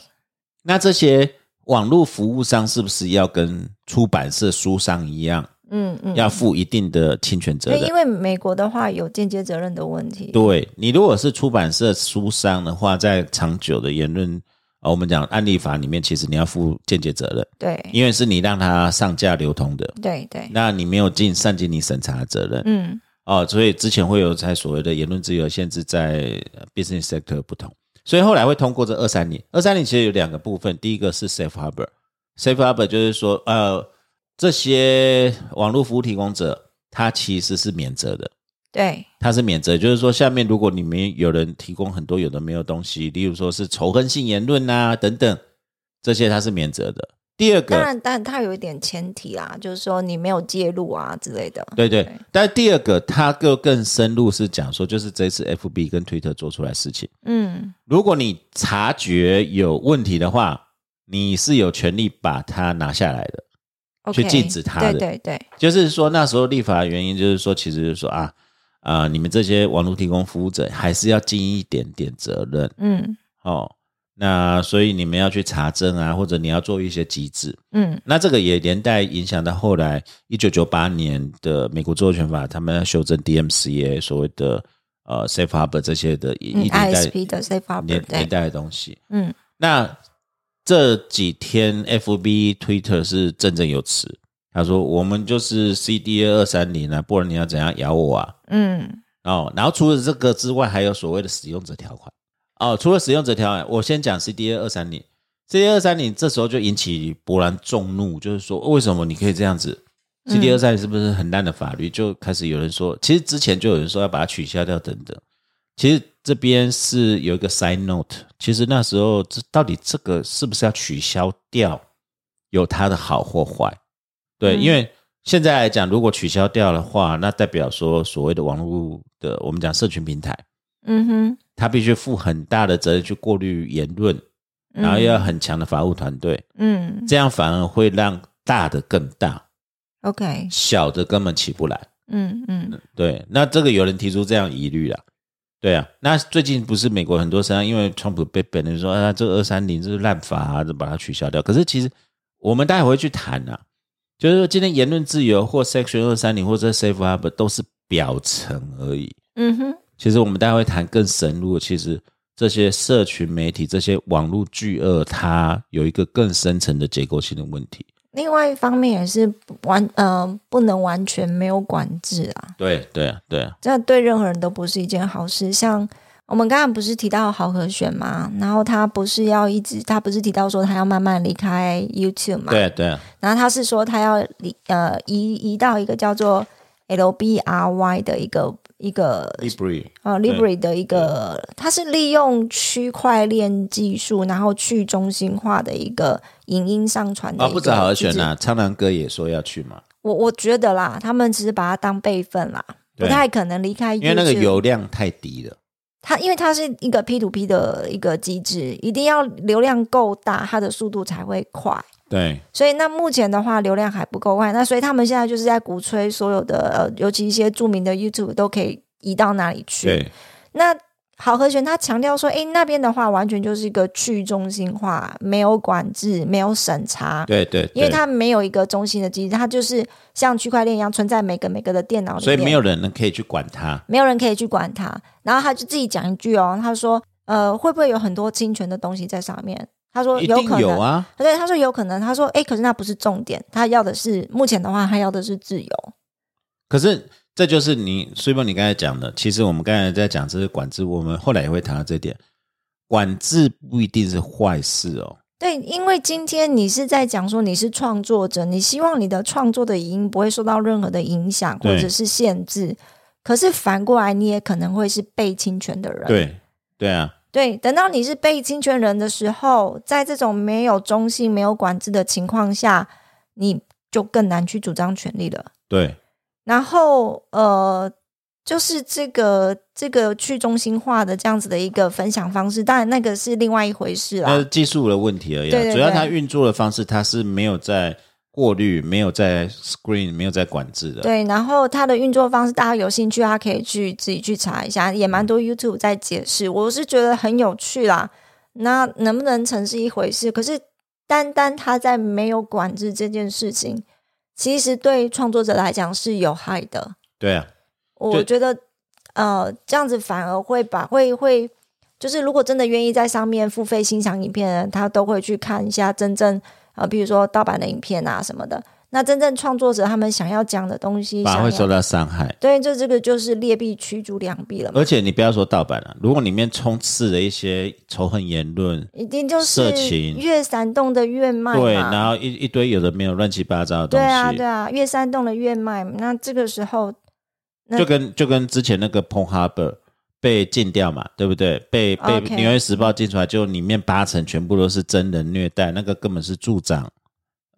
Speaker 2: 那这些网络服务商是不是要跟出版社、书商一样，
Speaker 1: 嗯嗯，
Speaker 2: 要负一定的侵权责
Speaker 1: 对，因
Speaker 2: 任？
Speaker 1: 为美国的话有间接责任的问题。
Speaker 2: 对你，如果是出版社、书商的话，在长久的言论，呃，我们讲案例法里面，其实你要负间接责任，
Speaker 1: 对
Speaker 2: 因为是你让它上架流通的，
Speaker 1: 对对，
Speaker 2: 那你没有尽善尽你审查的责任。
Speaker 1: 嗯
Speaker 2: 哦，所以之前会有在所谓的言论自由限制在呃 business sector 不同，所以后来会通过这二三年。二三年其实有两个部分，第一个是 safe harbor，safe harbor 就是说，呃，这些网络服务提供者他其实是免责的，
Speaker 1: 对，
Speaker 2: 他是免责，就是说下面如果你们有人提供很多有的没有东西，例如说是仇恨性言论啊等等，这些他是免责的。第二个
Speaker 1: 当然，但它有一点前提啦，就是说你没有介入啊之类的。
Speaker 2: 对对
Speaker 1: 对，
Speaker 2: 但第二个，他就更深入是讲说，就是这次 FB 跟 Twitter 做出来的事情，
Speaker 1: 嗯，
Speaker 2: 如果你察觉有问题的话，你是有权利把它拿下来的。去
Speaker 1: OK，
Speaker 2: 禁止它的
Speaker 1: 对对对，
Speaker 2: 就是说那时候立法的原因就是说，其实就是说啊啊、你们这些网络提供服务者还是要尽一点点责任
Speaker 1: 嗯
Speaker 2: 哦。那所以你们要去查证啊，或者你要做一些机制。
Speaker 1: 嗯
Speaker 2: 那这个也连带影响到后来一九九八年的美国著作权法，他们要修正 DMCA 所谓的呃 safe harbor 这些的一
Speaker 1: 嗯
Speaker 2: 一连带
Speaker 1: ，ISP 的 safe harbor
Speaker 2: 连连
Speaker 1: 对，
Speaker 2: 带的东西。
Speaker 1: 嗯
Speaker 2: 那这几天 FB、Twitter 是振振有词，他说我们就是 CDA 二三零啊，不然你要怎样咬我啊？
Speaker 1: 嗯
Speaker 2: 哦，然后除了这个之外，还有所谓的使用者条款。哦，除了使用者条款，我先讲 CDA 二三零，CDA 二三零这时候就引起勃然众怒，就是说为什么你可以这样子？CDA 二三零是不是很烂的法律？就开始有人说，其实之前就有人说要把它取消掉等等。其实这边是有一个 side note，其实那时候这到底这个是不是要取消掉，有它的好或坏。对，
Speaker 1: 嗯
Speaker 2: 因为现在来讲，如果取消掉的话，那代表说所谓的网络的我们讲社群平台，
Speaker 1: 嗯哼，
Speaker 2: 它必须负很大的责任去过滤言论，然后要很强的法务团队，
Speaker 1: 嗯
Speaker 2: 这样反而会让大的更大，
Speaker 1: ，OK，
Speaker 2: 小的根本起不来。
Speaker 1: 嗯嗯
Speaker 2: 对，那这个有人提出这样疑虑啦。对啊，那最近不是美国很多商，因为川普被本人说啊，这二三零这是滥法、啊，就把它取消掉。可是其实我们待会会去谈啊，就是说今天言论自由或 Section 二三零或者 Safe Harbor 都是表层而已。
Speaker 1: 嗯哼，
Speaker 2: 其实我们待会会谈更深入，其实这些社群媒体、这些网络巨鳄，它有一个更深层的结构性的问题。
Speaker 1: 另外一方面也是不完呃不能完全没有管制啊，
Speaker 2: 对对啊，对啊，
Speaker 1: 这对任何人都不是一件好事。像我们刚刚不是提到豪和选嘛，然后他不是要一直，他不是提到说他要慢慢离开 YouTube 嘛，
Speaker 2: 对啊对啊，
Speaker 1: 然后他是说他要离呃移移到一个叫做 LBRY 的一个一个
Speaker 2: l i b r
Speaker 1: 呃 Libre 的一个，它是利用区块链技术，然后去中心化的一个影音上传的
Speaker 2: 啊，
Speaker 1: 一个
Speaker 2: 不止好好选
Speaker 1: 机制
Speaker 2: 啦、苍狼哥也说要去嘛，
Speaker 1: 我我觉得啦，他们只是把它当备份啦，不
Speaker 2: 对
Speaker 1: 太可能离开 YouTube，
Speaker 2: 因为那个流量太低了。
Speaker 1: 它因为它是一个 P to P 的一个机制，一定要流量够大，它的速度才会快。
Speaker 2: 对，
Speaker 1: 所以那目前的话，流量还不够快，那所以他们现在就是在鼓吹所有的呃，尤其一些著名的 YouTube 都可以移到哪里去。
Speaker 2: 对，
Speaker 1: 那好和弦他强调说，诶，那边的话完全就是一个去中心化，没有管制，没有审查。
Speaker 2: 对对，
Speaker 1: 因为它没有一个中心的机制，它就是像区块链一样存在每个每个的电脑里面，
Speaker 2: 所以没有人能可以去管它。
Speaker 1: 没有人可以去管他。然后他就自己讲一句哦，他说：“呃，会不会有很多侵权的东西在上面？”他说：“
Speaker 2: 一
Speaker 1: 有
Speaker 2: 定
Speaker 1: 可能。
Speaker 2: 有啊，
Speaker 1: 对，他说有可能。他说：“哎，可是那不是重点，他要的是目前的话，他要的是自由。
Speaker 2: 可是这就是你，所以你刚才讲的，其实我们刚才在讲这是管制，我们后来也会谈到这点。管制不一定是坏事哦，
Speaker 1: 对，因为今天你是在讲说你是创作者，你希望你的创作的影音不会受到任何的影响
Speaker 2: 对
Speaker 1: 或者是限制。可是反过来，你也可能会是被侵权的人。
Speaker 2: 对对啊，
Speaker 1: 对，等到你是被侵权人的时候，在这种没有中性、没有管制的情况下，你就更难去主张权利了。
Speaker 2: 对啊
Speaker 1: 然后，呃，就是这个这个去中心化的这样子的一个分享方式，当然那个是另外一回事
Speaker 2: 那
Speaker 1: 啦
Speaker 2: 是。技术的问题而已啊、
Speaker 1: 对对对
Speaker 2: 主要它运作的方式，它是没有在过滤、没有在 screen、没有在管制的。
Speaker 1: 对，然后它的运作方式，大家有兴趣，他可以去自己去查一下，也
Speaker 2: 嗯
Speaker 1: 蛮多 YouTube 在解释，我是觉得很有趣啦。那能不能成是一回事，可是单单他在没有管制这件事情，其实对创作者来讲是有害的。
Speaker 2: 对啊，
Speaker 1: 我觉得，呃，这样子反而会把会会，就是如果真的愿意在上面付费欣赏影片的人，他都会去看一下真正呃，比如说盗版的影片啊什么的。那真正创作者他们想要讲的东西，
Speaker 2: 反而
Speaker 1: 想
Speaker 2: 会
Speaker 1: 要
Speaker 2: 受到伤害。
Speaker 1: 对，这这个就是劣币驱逐良币了嘛，
Speaker 2: 而且你不要说盗版了、啊如果里面充斥了一些仇恨言论，
Speaker 1: 一定就
Speaker 2: 色
Speaker 1: 是
Speaker 2: 情
Speaker 1: 越煽动的越卖
Speaker 2: 对，
Speaker 1: 嘛。
Speaker 2: 然后一一堆有的没有乱七八糟的东
Speaker 1: 对
Speaker 2: 西，
Speaker 1: 啊，对啊，越煽动的越卖。那这个时候，那
Speaker 2: 就跟就跟之前那个 Pornhub 被禁掉嘛，对不对？被被
Speaker 1: OK
Speaker 2: 《纽约时报》禁出来，就里面八成全部都是真人虐待，那个根本是助长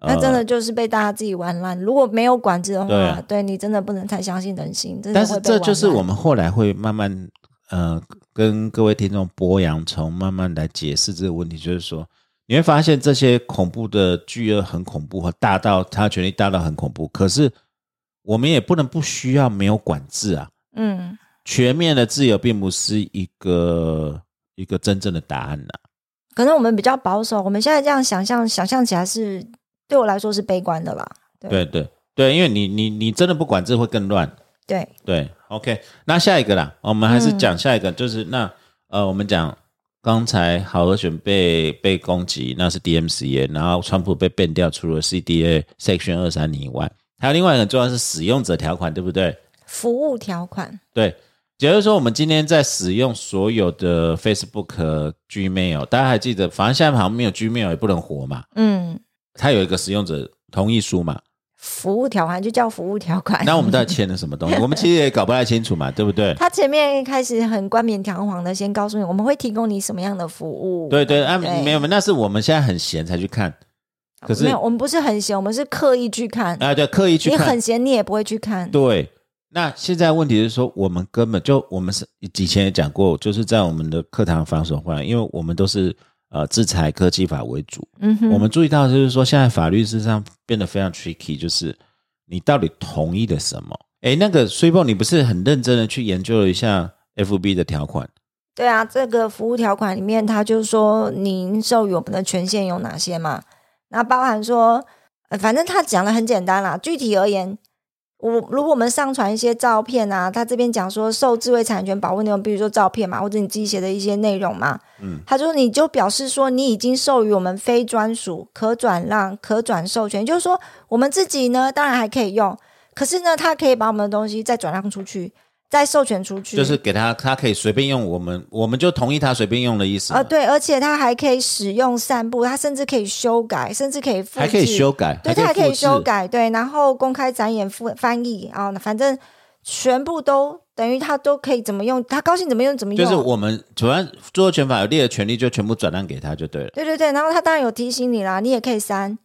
Speaker 1: 那真的就是被大家自己玩烂。如果没有管制的话，
Speaker 2: 呃对啊
Speaker 1: 对你真的不能太相信人性，真的
Speaker 2: 但
Speaker 1: 会
Speaker 2: 是
Speaker 1: 被
Speaker 2: 这
Speaker 1: 玩烂
Speaker 2: 就是我们后来会慢慢呃跟各位听众剥洋葱，慢慢来解释这个问题，就是说你会发现这些恐怖的巨鳄很恐怖，和大到它的权力大到很恐怖，可是我们也不能不需要没有管制啊，
Speaker 1: 嗯，
Speaker 2: 全面的自由并不是一个一个真正的答案呐、
Speaker 1: 可能我们比较保守，我们现在这样想象想象起来是对我来说是悲观的啦。
Speaker 2: 对对对，因为你你你真的不管制会更乱。
Speaker 1: 对，
Speaker 2: 对，OK，那下一个啦，我们还是讲下一个，就是那呃，我们讲刚才好和选被被攻击，那是 DMCA，然后川普被变掉，除了 CDA Section 二三零以外，还有另外一个很重要是使用者条款，对不对？
Speaker 1: 服务条款，
Speaker 2: 对，也就是说，我们今天在使用所有的 Facebook、呃 Gmail，大家还记得，反正现在好像没有 Gmail 也不能活嘛，
Speaker 1: 嗯，
Speaker 2: 它有一个使用者同意书嘛，
Speaker 1: 服务条款就叫服务条款。
Speaker 2: 那我们到底签了什么东西？我们其实也搞不太清楚嘛，对不对？
Speaker 1: [laughs] 他前面开始很冠冕堂皇的先告诉你，我们会提供你什么样的服务。
Speaker 2: 对对，啊，
Speaker 1: 对
Speaker 2: 没有，那是我们现在很闲才去看，可是
Speaker 1: 啊没有，我们不是很闲，我们是刻意去看。
Speaker 2: 啊，对，刻意去
Speaker 1: 你
Speaker 2: 看
Speaker 1: 很，闲，你也不会去看。
Speaker 2: 对。那现在问题是说，我们根本就我们是以前也讲过，就是在我们的课堂防守范围，因为我们都是呃制裁科技法为主，
Speaker 1: 嗯哼，
Speaker 2: 我们注意到就是说，现在法律事实上变得非常 tricky，就是你到底同意了什么？诶，那个虽梦，你不是很认真的去研究了一下 FB 的条款？
Speaker 1: 对啊，这个服务条款里面，他就说您授予我们的权限有哪些嘛？那包含说，呃、反正他讲的很简单啦。具体而言，我如果我们上传一些照片啊，他这边讲说受智慧产权保护内容，比如说照片嘛，或者你自己写的一些内容嘛，
Speaker 2: 嗯，
Speaker 1: 他说你就表示说你已经授予我们非专属、可转让、可转授权，就是说我们自己呢，当然还可以用，可是呢，他可以把我们的东西再转让出去，再授权出去，
Speaker 2: 就是给他，他可以随便用，我们我们就同意他随便用的意思嘛
Speaker 1: 啊，对，而且它还可以使用、散布，它甚至可以修改，甚至可以复制，
Speaker 2: 还可以修，改，
Speaker 1: 对，它还可以
Speaker 2: 复制
Speaker 1: 修。改，对，然后公开展演、复翻译啊，反正全部都等于它都可以怎么用，它高兴怎么用怎么用。
Speaker 2: 就是我们主要著作权法有列的权利，就全部转让给他就对了。
Speaker 1: 对对对，然后它当然有提醒你啦，你也可以删，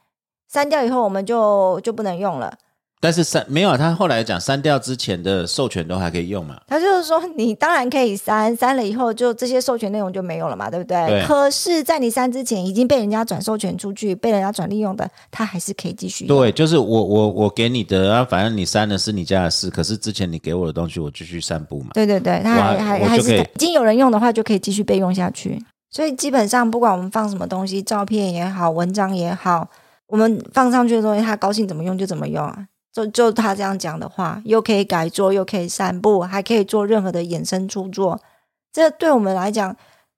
Speaker 1: 删掉以后我们就就不能用了。
Speaker 2: 但是删没有，啊他后来讲删掉之前的授权都还可以用嘛？
Speaker 1: 他就是说，你当然可以删，删了以后就这些授权内容就没有了嘛，对不对？
Speaker 2: 对
Speaker 1: 可是，在你删之前，已经被人家转授权出去，被人家转利用的，它还是可以继续用。
Speaker 2: 对，就是我我我给你的啊，反正你删了是你家的事，可是之前你给我的东西，我继续散步嘛。
Speaker 1: 对对对，它
Speaker 2: 我
Speaker 1: 还
Speaker 2: 还
Speaker 1: 还
Speaker 2: 我
Speaker 1: 还
Speaker 2: 就可
Speaker 1: 是
Speaker 2: 以
Speaker 1: 已经有人用的话，就可以继续备用下去。所以基本上，不管我们放什么东西，照片也好，文章也好，我们放上去的东西，他高兴怎么用就怎么用啊。就就他这样讲的话，又可以改作，又可以散布，还可以做任何的衍生著作。这对我们来讲，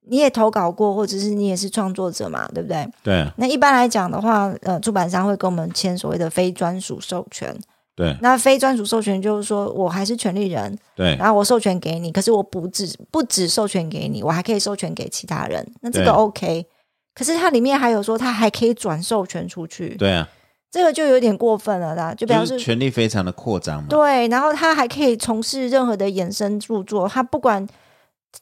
Speaker 1: 你也投稿过，或者是你也是创作者嘛，对不对？
Speaker 2: 对啊
Speaker 1: 那一般来讲的话，呃，出版商会跟我们签所谓的非专属授权。
Speaker 2: 对啊
Speaker 1: 那非专属授权就是说我还是权利人，
Speaker 2: 对啊
Speaker 1: 然后我授权给你，可是我不只不只授权给你，我还可以授权给其他人，那这个
Speaker 2: 对
Speaker 1: OK。可是它里面还有说，它还可以转授权出去，
Speaker 2: 对啊，
Speaker 1: 这个就有点过分了啦，就表
Speaker 2: 就
Speaker 1: 示
Speaker 2: 是权力非常的扩张嘛。
Speaker 1: 啊对，然后它还可以从事任何的衍生著作，它不管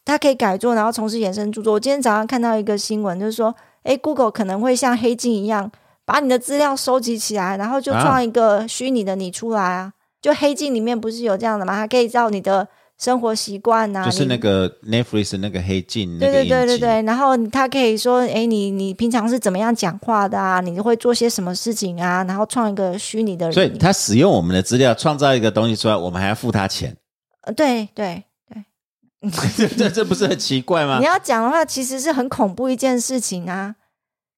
Speaker 1: 它可以改作，然后从事衍生著作。我今天早上看到一个新闻，就是说，诶 g o o g l e 可能会像黑镜一样，把你的资料收集起来，然后就
Speaker 2: 啊
Speaker 1: 创一个虚拟的你出来啊。就黑镜里面不是有这样的吗？它可以照你的生活习惯啊，
Speaker 2: 就是
Speaker 1: 你
Speaker 2: 那个 Netflix 那个黑镜那
Speaker 1: 对
Speaker 2: 个
Speaker 1: 对
Speaker 2: 影集，
Speaker 1: 对对对，然后他可以说，哎，你你平常是怎么样讲话的啊？你会做些什么事情啊？然后创一个虚拟的人，
Speaker 2: 所以他使用我们的资料创造一个东西出来，我们还要付他钱， [laughs]
Speaker 1: 呃对对，
Speaker 2: 这这这不是很奇怪吗
Speaker 1: 你？要讲的话，其实是很恐怖一件事情啊。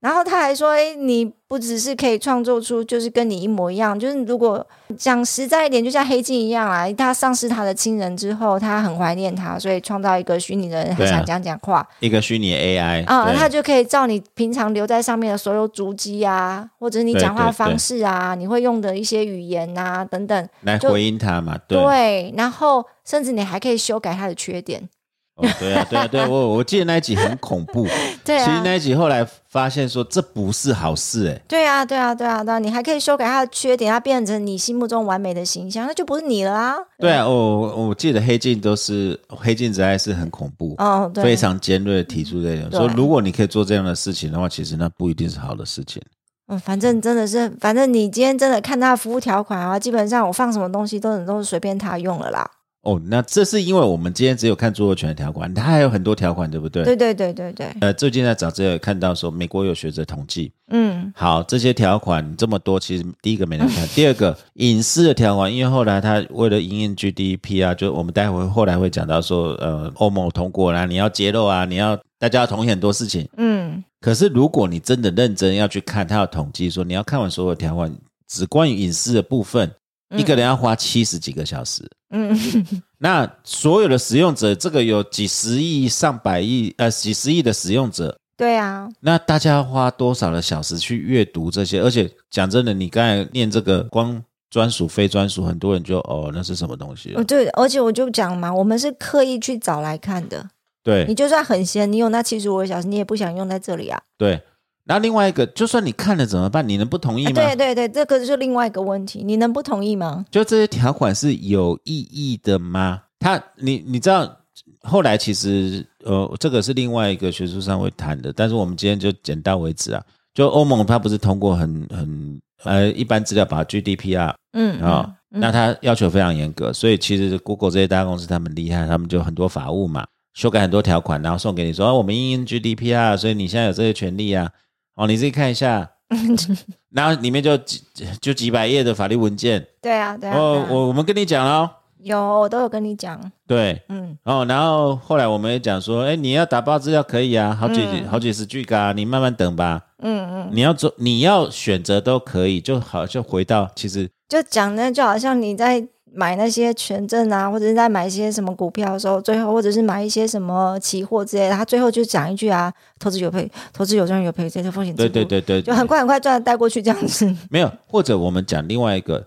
Speaker 1: 然后他还说，哎，你不只是可以创作出，就是跟你一模一样，就是如果讲实在一点，就像黑镜一样啊，他丧失他的亲人之后，他很怀念他，所以创造一个虚拟的人，他
Speaker 2: 对啊
Speaker 1: 想讲讲话。
Speaker 2: 一个虚拟 AI
Speaker 1: 啊、
Speaker 2: 对
Speaker 1: 它就可以照你平常留在上面的所有足迹啊，或者你
Speaker 2: 对
Speaker 1: 讲话
Speaker 2: 对
Speaker 1: 方
Speaker 2: 对
Speaker 1: 式啊，你会用的一些语言啊等等，
Speaker 2: 来
Speaker 1: 就
Speaker 2: 回应他嘛，对，
Speaker 1: 对然后甚至你还可以修改它的缺点，
Speaker 2: 哦对啊，对啊，对啊我我记得那一集很恐怖，
Speaker 1: [laughs] 对
Speaker 2: 其实
Speaker 1: 啊，
Speaker 2: 那一集后来发现说这不是好事、欸，
Speaker 1: 对啊，对啊，对啊，对啊，你还可以修改它的缺点，它变成你心目中完美的形象，那就不是你了啊，
Speaker 2: 对啊，我我我记得黑镜都是黑镜之爱是很恐怖，
Speaker 1: 哦，对，
Speaker 2: 非常尖锐的提出这种
Speaker 1: 对
Speaker 2: 说，如果你可以做这样的事情的话，其实那不一定是好的事情，
Speaker 1: 嗯，反正真的是，反正你今天真的看他的服务条款啊，基本上我放什么东西都都是随便他用了啦。
Speaker 2: 哦，那这是因为我们今天只有看著作权的条款，它还有很多条款，对不对？
Speaker 1: 对对对对对，
Speaker 2: 呃，最近在早知有看到说，美国有学者统计，
Speaker 1: 嗯
Speaker 2: 好，这些条款这么多，其实第一个没人看，第二个隐私的条款，因为后来他为了营运 GDP 啊，就我们待会后来会讲到说，呃，欧盟通过啦、你要揭露啊，你要大家要同意很多事情。
Speaker 1: 嗯，
Speaker 2: 可是如果你真的认真要去看，他要统计说，你要看完所有条款，只关于隐私的部分，
Speaker 1: 嗯
Speaker 2: 一个人要花七十几个小时。
Speaker 1: 嗯
Speaker 2: 那所有的使用者，这个有几十亿、上百亿，呃，几十亿的使用者，
Speaker 1: 对啊，
Speaker 2: 那大家要花多少的小时去阅读这些？而且讲真的，你刚才念这个光专属、非专属，很多人就哦，那是什么东西
Speaker 1: 哦？对，而且我就讲嘛，我们是刻意去找来看的。你
Speaker 2: 对
Speaker 1: 就算很闲，你有那七十五个小时，你也不想用在这里啊。
Speaker 2: 对。然后另外一个，就算你看了怎么办？你能不同意
Speaker 1: 啊
Speaker 2: 吗？
Speaker 1: 对对对，这个是另外一个问题，你能不同意吗？
Speaker 2: 就这些条款是有意义的吗？他，你你知道，后来其实呃，这个是另外一个学术上会谈的，但是我们今天就简到为止啊。就欧盟它不是通过很很呃一般资料把 GDPR
Speaker 1: 嗯
Speaker 2: 啊、那它要求非常严格，所以其实 Google 这些大公司他们厉害，他们就很多法务嘛，修改很多条款，然后送给你说，啊、我们因应 GDPR，所以啊你现在有这些权利啊，哦，你自己看
Speaker 1: [laughs]
Speaker 2: 一下，然后里面就几就几百页的法律文件，
Speaker 1: 对啊对啊，
Speaker 2: 哦，
Speaker 1: 对啊
Speaker 2: 我我们跟你讲了哦，
Speaker 1: 有我都有跟你讲，
Speaker 2: 对，
Speaker 1: 嗯
Speaker 2: 哦，然后后来我们也讲说，哎，你要打包资料可以啊，好几、
Speaker 1: 嗯
Speaker 2: 好几十句噶、你慢慢等吧，
Speaker 1: 嗯嗯，
Speaker 2: 你要做你要选择都可以，就好就回到其实
Speaker 1: 就讲呢，就好像你在。买那些权证啊，或者是在买一些什么股票的时候，最后或者是买一些什么期货之类的，他最后就讲一句啊，投资有赔，投资有赚有赔，这些风险
Speaker 2: 对
Speaker 1: 自
Speaker 2: 对
Speaker 1: 负，
Speaker 2: 对对，
Speaker 1: 就很快很快赚的带过去这样子。
Speaker 2: 没有，或者我们讲另外一个，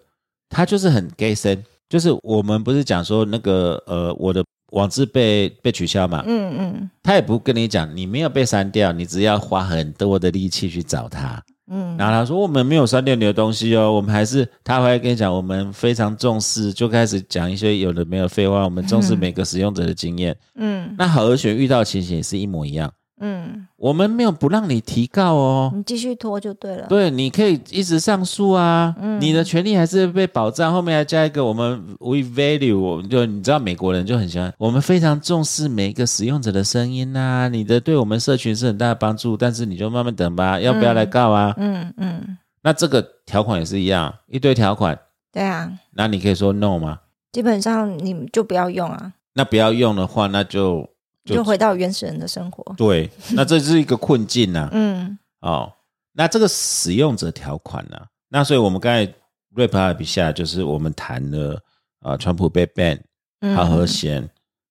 Speaker 2: 他就是很 gay 森，就是我们不是讲说那个呃，我的网志被被取消嘛，
Speaker 1: 嗯嗯
Speaker 2: 他也不跟你讲，你没有被删掉，你只要花很多的力气去找他。
Speaker 1: 嗯，
Speaker 2: 然后他说我们没有删掉你的东西哦，我们还是他还会跟你讲，我们非常重视，就开始讲一些有的没有废话，我们重视每个使用者的经验。
Speaker 1: 嗯
Speaker 2: 那好和弦遇到的情形也是一模一样，
Speaker 1: 嗯，
Speaker 2: 我们没有不让你提告哦，
Speaker 1: 你继续拖就对了。
Speaker 2: 对，你可以一直上诉啊，你的权利还是被保障。后面还加一个，我们 we value，我们就你知道美国人就很喜欢，我们非常重视每一个使用者的声音呐、你的对我们社群是很大的帮助，但是你就慢慢等吧，要不要来告啊？
Speaker 1: 嗯嗯，
Speaker 2: 那这个条款也是一样，一堆条款，
Speaker 1: 对啊，
Speaker 2: 那你可以说 no 吗？
Speaker 1: 基本上你们就不要用啊，
Speaker 2: 那不要用的话，那就就
Speaker 1: 就回到原始人的生活。
Speaker 2: 对，那这是一个困境啊呐、
Speaker 1: 嗯
Speaker 2: 哦，那这个使用者条款呢、那所以我们刚才 rap 阿比下，就是我们谈了啊、呃川普被 ban，
Speaker 1: 嗯，
Speaker 2: 好和弦，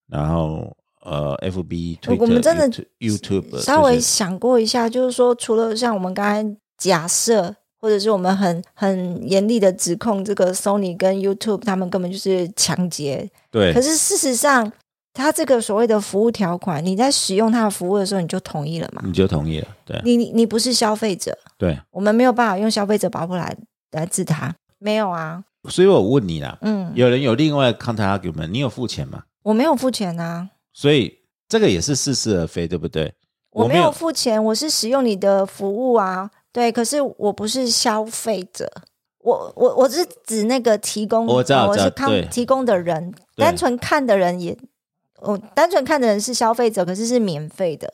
Speaker 2: 然后呃，FB、Twitter、
Speaker 1: 我们真的
Speaker 2: YouTube
Speaker 1: 稍微
Speaker 2: 这些
Speaker 1: 想过一下，就是说，除了像我们刚才假设，或者是我们很很严厉的指控这个 Sony 跟 YouTube 他们根本就是抢劫，可
Speaker 2: 对
Speaker 1: 是事实上，它这个所谓的服务条款，你在使用它的服务的时候，你就同意了嘛？
Speaker 2: 你就同意了，嗯对
Speaker 1: 你你你不是消费者，
Speaker 2: 对，
Speaker 1: 我们没有办法用消费者保护来来治它，没有啊，
Speaker 2: 所以我问你啦，
Speaker 1: 嗯，
Speaker 2: 有人有另外 counter argument，你有付钱吗？
Speaker 1: 我没有付钱啊，
Speaker 2: 所以这个也是似是而非，对不对？
Speaker 1: 我
Speaker 2: 没
Speaker 1: 没有付钱，我是使用你的服务啊，对，可是我不是消费者，我我我是指那个提供，呃
Speaker 2: 我知道我知道
Speaker 1: 是看
Speaker 2: 对
Speaker 1: 提供的人，
Speaker 2: 对
Speaker 1: 单纯看的人也，我单纯看的人是消费者，可是是免费的，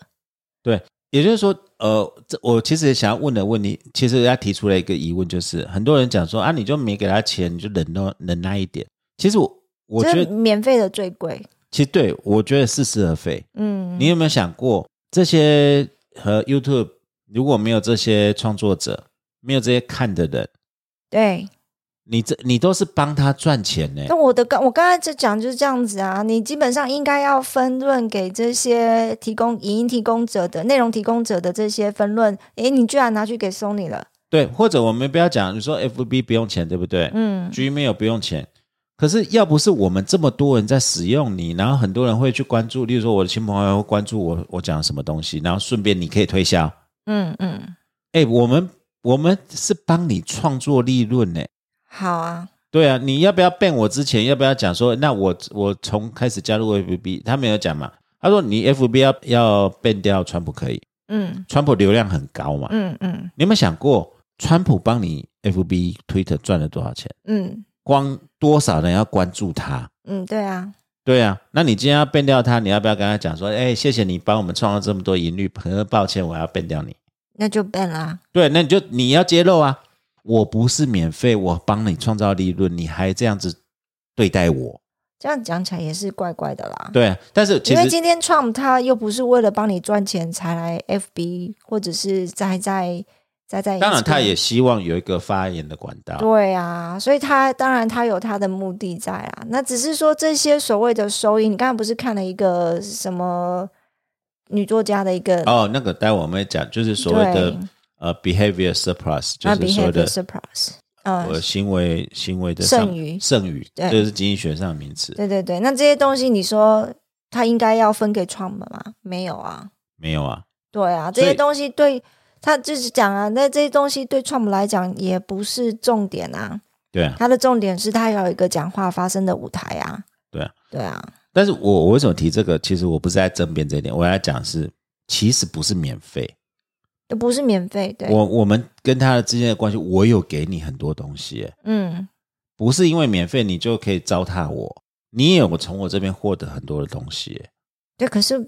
Speaker 2: 也就是说，呃，这我其实也想要问的问题，其实他提出了一个疑问，就是很多人讲说啊，你就没给他钱，你就忍耐忍耐一点。其实我我觉
Speaker 1: 就是
Speaker 2: 得，
Speaker 1: 免费的最贵，
Speaker 2: 其实对我觉得似是而非。
Speaker 1: 嗯，
Speaker 2: 你有没有想过，这些和 YouTube 如果没有这些创作者，没有这些看的人，
Speaker 1: 对，
Speaker 2: 你这你都是帮他赚钱呢、
Speaker 1: 那我的刚我刚才就讲就是这样子啊，你基本上应该要分论给这些提供影音提供者的内容提供者的这些分论，诶，你居然拿去给 Sony 了，
Speaker 2: 对，或者我们不要讲，你说 FB 不用钱，对不对？
Speaker 1: 嗯
Speaker 2: Gmail 不用钱。可是要不是我们这么多人在使用你，然后很多人会去关注，例如说我的亲朋好友会关注我我讲什么东西，然后顺便你可以推销。
Speaker 1: 嗯嗯，
Speaker 2: 哎，我们我们是帮你创作利润呢。
Speaker 1: 好啊，
Speaker 2: 对啊，你要不要变我之前要不要讲说，那我我从开始加入 FB，他没有讲嘛？他说你 FB 要要变掉川普可以，
Speaker 1: 嗯
Speaker 2: 川普流量很高嘛？
Speaker 1: 嗯嗯，
Speaker 2: 你有没有想过，川普帮你 FB、Twitter 赚了多少钱？
Speaker 1: 嗯
Speaker 2: 光多少人要关注他？
Speaker 1: 嗯，对啊，
Speaker 2: 对啊，那你今天要变掉他，你要不要跟他讲说，哎、谢谢你帮我们创造这么多盈利，很抱歉，我要变掉你。
Speaker 1: 那就变啦。
Speaker 2: 对，那你就你要揭露啊，我不是免费，我帮你创造利润，你还这样子对待我，
Speaker 1: 这样讲起来也是怪怪的啦。
Speaker 2: 对啊。但是其
Speaker 1: 因为
Speaker 2: 实
Speaker 1: 今天 Trump 他又不是为了帮你赚钱才来 FB，或者是栽在栽在，
Speaker 2: 当然他也希望有一个发言的管道，
Speaker 1: 对啊，所以他当然他有他的目的在啊。那只是说这些所谓的收益，你刚才不是看了一个什么女作家的一个
Speaker 2: 哦，那个待会我们会讲，就是所谓的呃 behavior surplus，就
Speaker 1: 啊
Speaker 2: 是所谓的
Speaker 1: ，behavior surprise，嗯、
Speaker 2: 呃行为行为的
Speaker 1: 剩
Speaker 2: 上
Speaker 1: 余
Speaker 2: 剩余，
Speaker 1: 对
Speaker 2: 这是经济学上的名词。
Speaker 1: 对对对。那这些东西，你说他应该要分给 Trump 吗？没有啊，
Speaker 2: 没有啊，
Speaker 1: 对啊，这
Speaker 2: 所以
Speaker 1: 些东西对他就是讲啊，那这些东西对 Trump 来讲也不是重点啊，
Speaker 2: 对啊，
Speaker 1: 他的重点是他要有一个讲话发声的舞台啊，
Speaker 2: 对啊，
Speaker 1: 对啊，
Speaker 2: 但是我我为什么提这个？其实我不是在争辩这一点，我要讲是，其实不是免费。
Speaker 1: 都不是免费，对，
Speaker 2: 我我们跟他的之间的关系，我有给你很多东西耶，
Speaker 1: 嗯。
Speaker 2: 不是因为免费你就可以糟蹋我，你也有从我这边获得很多的东西耶。
Speaker 1: 对，可是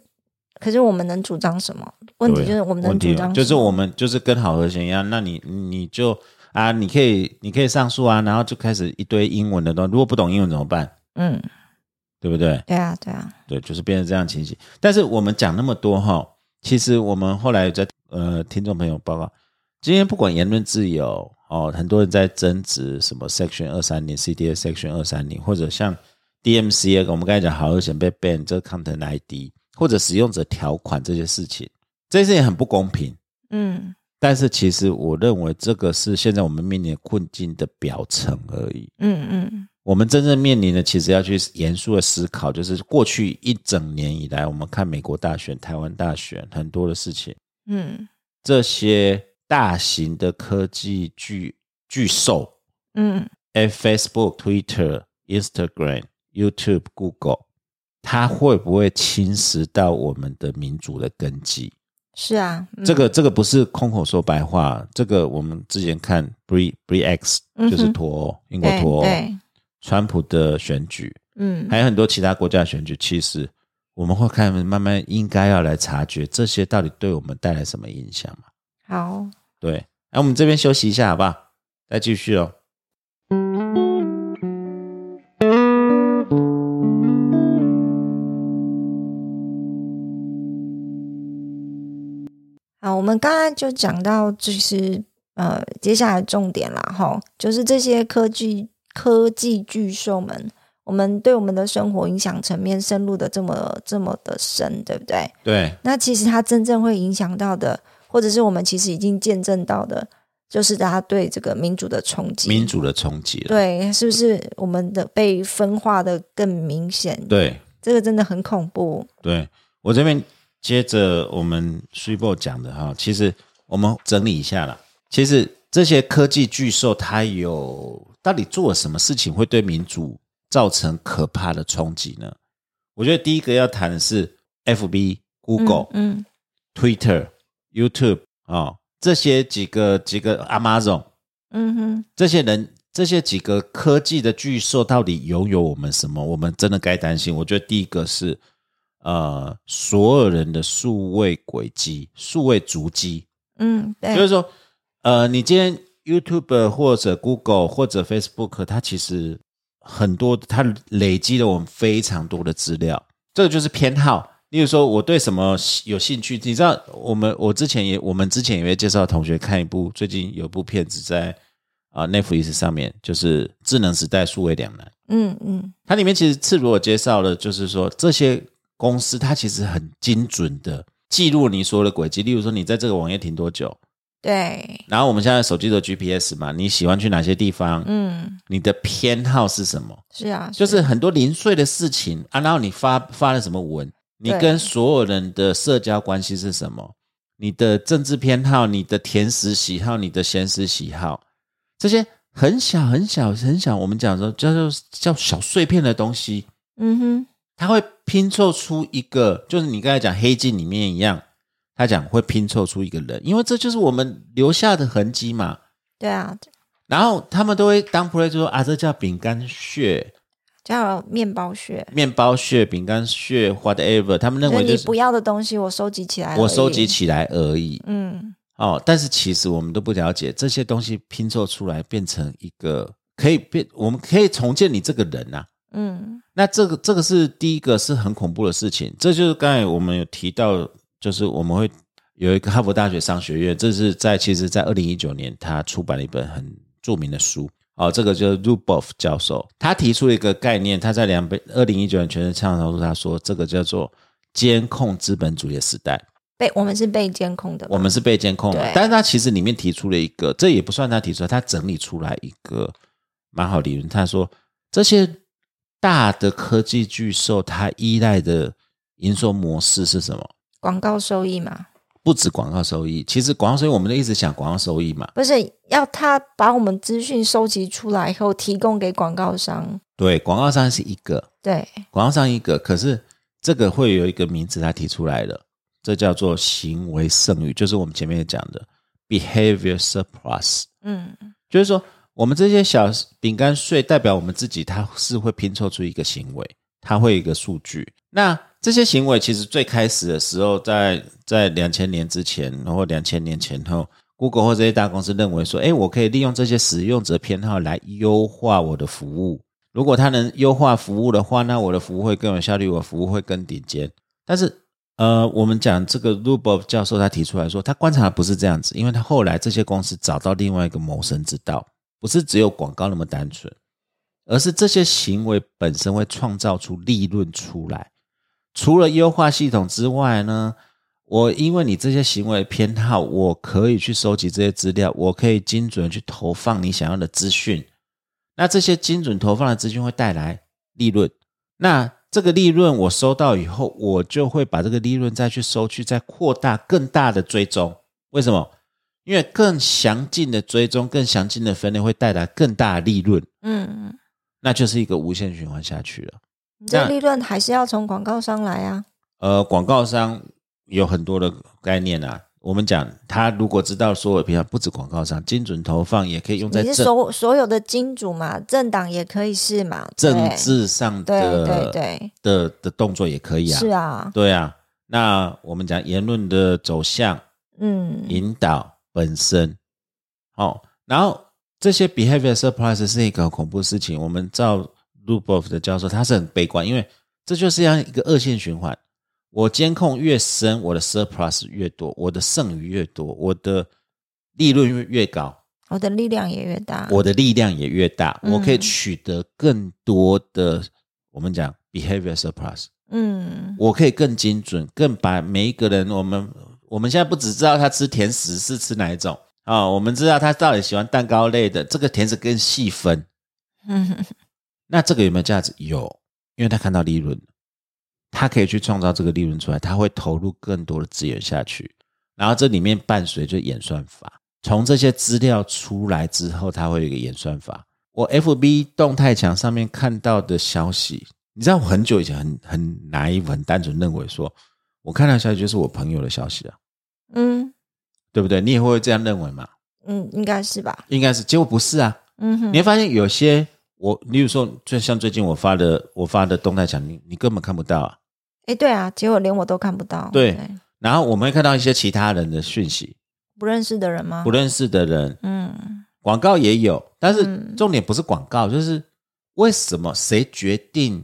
Speaker 1: 可是我们能主张什么？问题
Speaker 2: 对啊
Speaker 1: 就是我们能
Speaker 2: 问
Speaker 1: 主
Speaker 2: 题
Speaker 1: 张什么
Speaker 2: 就是我们就是跟好和弦一样，那你你就啊，你可以你可以上诉啊，然后就开始一堆英文的东西，如果不懂英文怎么办？
Speaker 1: 嗯，
Speaker 2: 对不对？
Speaker 1: 对啊，对啊，
Speaker 2: 对，就是变成这样情形。但是我们讲那么多哈，其实我们后来有在呃，听众朋友报告，今天不管言论自由哦，很多人在争执什么 Section 二三零、CDA Section 二三零，或者像 DMCA，我们刚才讲好友险被 ban 这个 Content ID，或者使用者条款这些事情，这些事情很不公平。
Speaker 1: 嗯
Speaker 2: 但是其实我认为这个是现在我们面临的困境的表层而已。
Speaker 1: 嗯嗯，
Speaker 2: 我们真正面临的，其实要去严肃的思考，就是过去一整年以来，我们看美国大选、台湾大选很多的事情，
Speaker 1: 嗯
Speaker 2: 这些大型的科技巨巨兽，
Speaker 1: 嗯
Speaker 2: 哎，Facebook、Twitter、Instagram、YouTube、Google，它会不会侵蚀到我们的民主的根基？
Speaker 1: 是啊，嗯
Speaker 2: 这个这个不是空口说白话，这个我们之前看 Bre Bre X
Speaker 1: 嗯哼
Speaker 2: 就是脱欧，英国
Speaker 1: 对
Speaker 2: 脱欧，
Speaker 1: 对，
Speaker 2: 川普的选举。
Speaker 1: 嗯
Speaker 2: 还有很多其他国家的选举，其实我们会看慢慢应该要来察觉这些到底对我们带来什么影响嘛？
Speaker 1: 好，
Speaker 2: 对，那、我们这边休息一下好不好？再继续哦。
Speaker 1: 好，我们刚刚就讲到，就是呃，接下来重点啦，哈，就是这些科技科技巨兽们，我们对我们的生活影响层面深入的这么这么的深，对不对？
Speaker 2: 对
Speaker 1: 那其实它真正会影响到的，或者是我们其实已经见证到的，就是大家对这个民主的冲击。
Speaker 2: 民主的冲击了，
Speaker 1: 对，是不是我们的被分化的更明显？，
Speaker 2: 对
Speaker 1: 这个真的很恐怖。
Speaker 2: 对，我这边接着我们 s u p e 讲的哈，其实我们整理一下啦。其实这些科技巨兽，它有到底做了什么事情会对民主造成可怕的冲击呢？我觉得第一个要谈的是 FB、Google、
Speaker 1: 嗯
Speaker 2: Twitter、YouTube 啊、哦，这些几个几个 Amazon
Speaker 1: 嗯哼，
Speaker 2: 这些人，这些几个科技的巨兽到底拥有我们什么？我们真的该担心。我觉得第一个是呃，所有人的数位轨迹、数位足迹，
Speaker 1: 嗯，对，
Speaker 2: 就是说，呃，你今天 YouTube 或者 Google 或者 Facebook，它其实很多，它累积了我们非常多的资料。这个就是偏好。例如说，我对什么有兴趣，你知道，我们我之前也我们之前也会介绍同学看一部最近有部片子在啊、呃 Netflix 上面，就是《智能时代数位两难》。
Speaker 1: 嗯嗯
Speaker 2: 它里面其实赤裸裸介绍了，就是说这些公司它其实很精准的记录你所有的轨迹。例如说，你在这个网页停多久，
Speaker 1: 对，
Speaker 2: 然后我们现在手机的 GPS 嘛，你喜欢去哪些地方？
Speaker 1: 嗯，
Speaker 2: 你的偏好是什么？
Speaker 1: 是啊，
Speaker 2: 就是很多零碎的事情啊，然后你发发了什么文？你
Speaker 1: 对
Speaker 2: 跟所有人的社交关系是什么？你的政治偏好、你的甜食喜好、你的咸食喜好，这些很小很小很小，我们讲说叫做叫小碎片的东西，
Speaker 1: 嗯哼，
Speaker 2: 它会拼凑出一个，就是你刚才讲《黑镜》里面一样，他讲会拼凑出一个人，因为这就是我们留下的痕迹嘛。
Speaker 1: 对啊，
Speaker 2: 然后他们都会当 play 就说啊，这叫饼干屑、
Speaker 1: 叫面包屑，
Speaker 2: 面包屑、饼干屑，whatever，他们认
Speaker 1: 就是
Speaker 2: 为
Speaker 1: 你
Speaker 2: 就是
Speaker 1: 不要的东西，我收集起来，
Speaker 2: 我收集，起来而已。
Speaker 1: 嗯，
Speaker 2: 哦，但是其实我们都不了解这些东西拼凑出来变成一个可以变，我们可以重建你这个人呐、啊
Speaker 1: 嗯，
Speaker 2: 那这个这个是第一个是很恐怖的事情，这就是刚才我们有提到，就是我们会有一个哈佛大学商学院，这是在其实在二零一九年他出版了一本很著名的书。哦，这个就是 Ruboff 教授，他提出了一个概念，他在两本二零一九年全球畅销书，他说这个叫做监控资本主义的时代。
Speaker 1: 被我们是被监控的嘛，
Speaker 2: 我们是被监控嘛
Speaker 1: 对，
Speaker 2: 但是他其实里面提出了一个，这也不算他提出来，他整理出来一个蛮好理论。他说这些大的科技巨兽，它依赖的营收模式是什么？
Speaker 1: 广告收益嘛，
Speaker 2: 不止广告收益，其实广告收益我们都一直讲广告收益嘛，
Speaker 1: 不是要他把我们资讯收集出来以后提供给广告商，
Speaker 2: 对，广告商是一个，
Speaker 1: 对，
Speaker 2: 广告商一个，可是这个会有一个名词他提出来了，这叫做行为剩余，就是我们前面讲的 behavior surplus。
Speaker 1: 嗯，
Speaker 2: 就是说，我们这些小饼干碎代表我们自己，它是会拼凑出一个行为，它会有一个数据。那这些行为其实最开始的时候在，在两千年之前，然后两千年前后，Google 或这些大公司认为说，哎，我可以利用这些使用者偏好来优化我的服务。如果它能优化服务的话，那我的服务会更有效率，我的服务会更顶尖。但是呃，我们讲这个 Rubov 教授他提出来说，他观察的不是这样子，因为他后来这些公司找到另外一个谋生之道，不是只有广告那么单纯，而是这些行为本身会创造出利润出来。除了优化系统之外呢，我因为你这些行为偏好，我可以去收集这些资料，我可以精准地去投放你想要的资讯。那这些精准投放的资讯会带来利润，那这个利润我收到以后，我就会把这个利润再去收去，再扩大更大的追踪。为什么？因为更详尽的追踪、更详尽的分类会带来更大的利润，
Speaker 1: 嗯，
Speaker 2: 那就是一个无限循环下去了。
Speaker 1: 你这
Speaker 2: 那
Speaker 1: 利润还是要从广告商来啊，
Speaker 2: 呃，广告商有很多的概念啊。我们讲，他如果知道所有平常不止广告商，精准投放也可以用在
Speaker 1: 你是
Speaker 2: 政
Speaker 1: 所所有的金主嘛，政党也可以是嘛，对
Speaker 2: 政，治上
Speaker 1: 对
Speaker 2: 的
Speaker 1: 对对，
Speaker 2: 的的动作也可以啊。
Speaker 1: 是啊，
Speaker 2: 对啊。那我们讲言论的走向，
Speaker 1: 嗯，
Speaker 2: 引导本身。哦，然后这些 behavior surprise 是一个很恐怖的事情。我们照 Luboff 的教授，他是很悲观，因为这就是这样一个恶性循环。我监控越深，我的 surplus 越多，我的剩余越多，我的利润越越高，
Speaker 1: 我的力量也越大，
Speaker 2: 我的力量也越大，
Speaker 1: 嗯
Speaker 2: 我可以取得更多的我们讲 behavior surplus。
Speaker 1: 嗯，
Speaker 2: 我可以更精准，更把每一个人，我们我们现在不只知道他吃甜食是吃哪一种啊、我们知道他到底喜欢蛋糕类的，这个甜食更细分。
Speaker 1: 嗯，
Speaker 2: 那这个有没有价值？有，因为他看到利润，他可以去创造这个利润出来，他会投入更多的资源下去，然后这里面伴随着演算法，从这些资料出来之后，它会有一个演算法。我 FB 动态墙上面看到的消息，你知道，我很久以前很很 naive 很单纯认为说，我看到的消息就是我朋友的消息啊，
Speaker 1: 嗯，
Speaker 2: 对不对？你也会这样认为嘛？
Speaker 1: 嗯，应该是吧，
Speaker 2: 应该是，结果不是啊。
Speaker 1: 嗯
Speaker 2: 你
Speaker 1: 哼，
Speaker 2: 会发现有些我，例如说，就像最近我发的我发的动态墙，你你根本看不到啊。
Speaker 1: 哎，对啊，结果连我都看不到，
Speaker 2: 对然后我们会看到一些其他人的讯
Speaker 1: 嗯
Speaker 2: 息，
Speaker 1: 不认识的人吗
Speaker 2: 不？认识的人，
Speaker 1: 嗯，
Speaker 2: 广告也有，但是
Speaker 1: 嗯
Speaker 2: 重点不是广告，就是为什么谁决定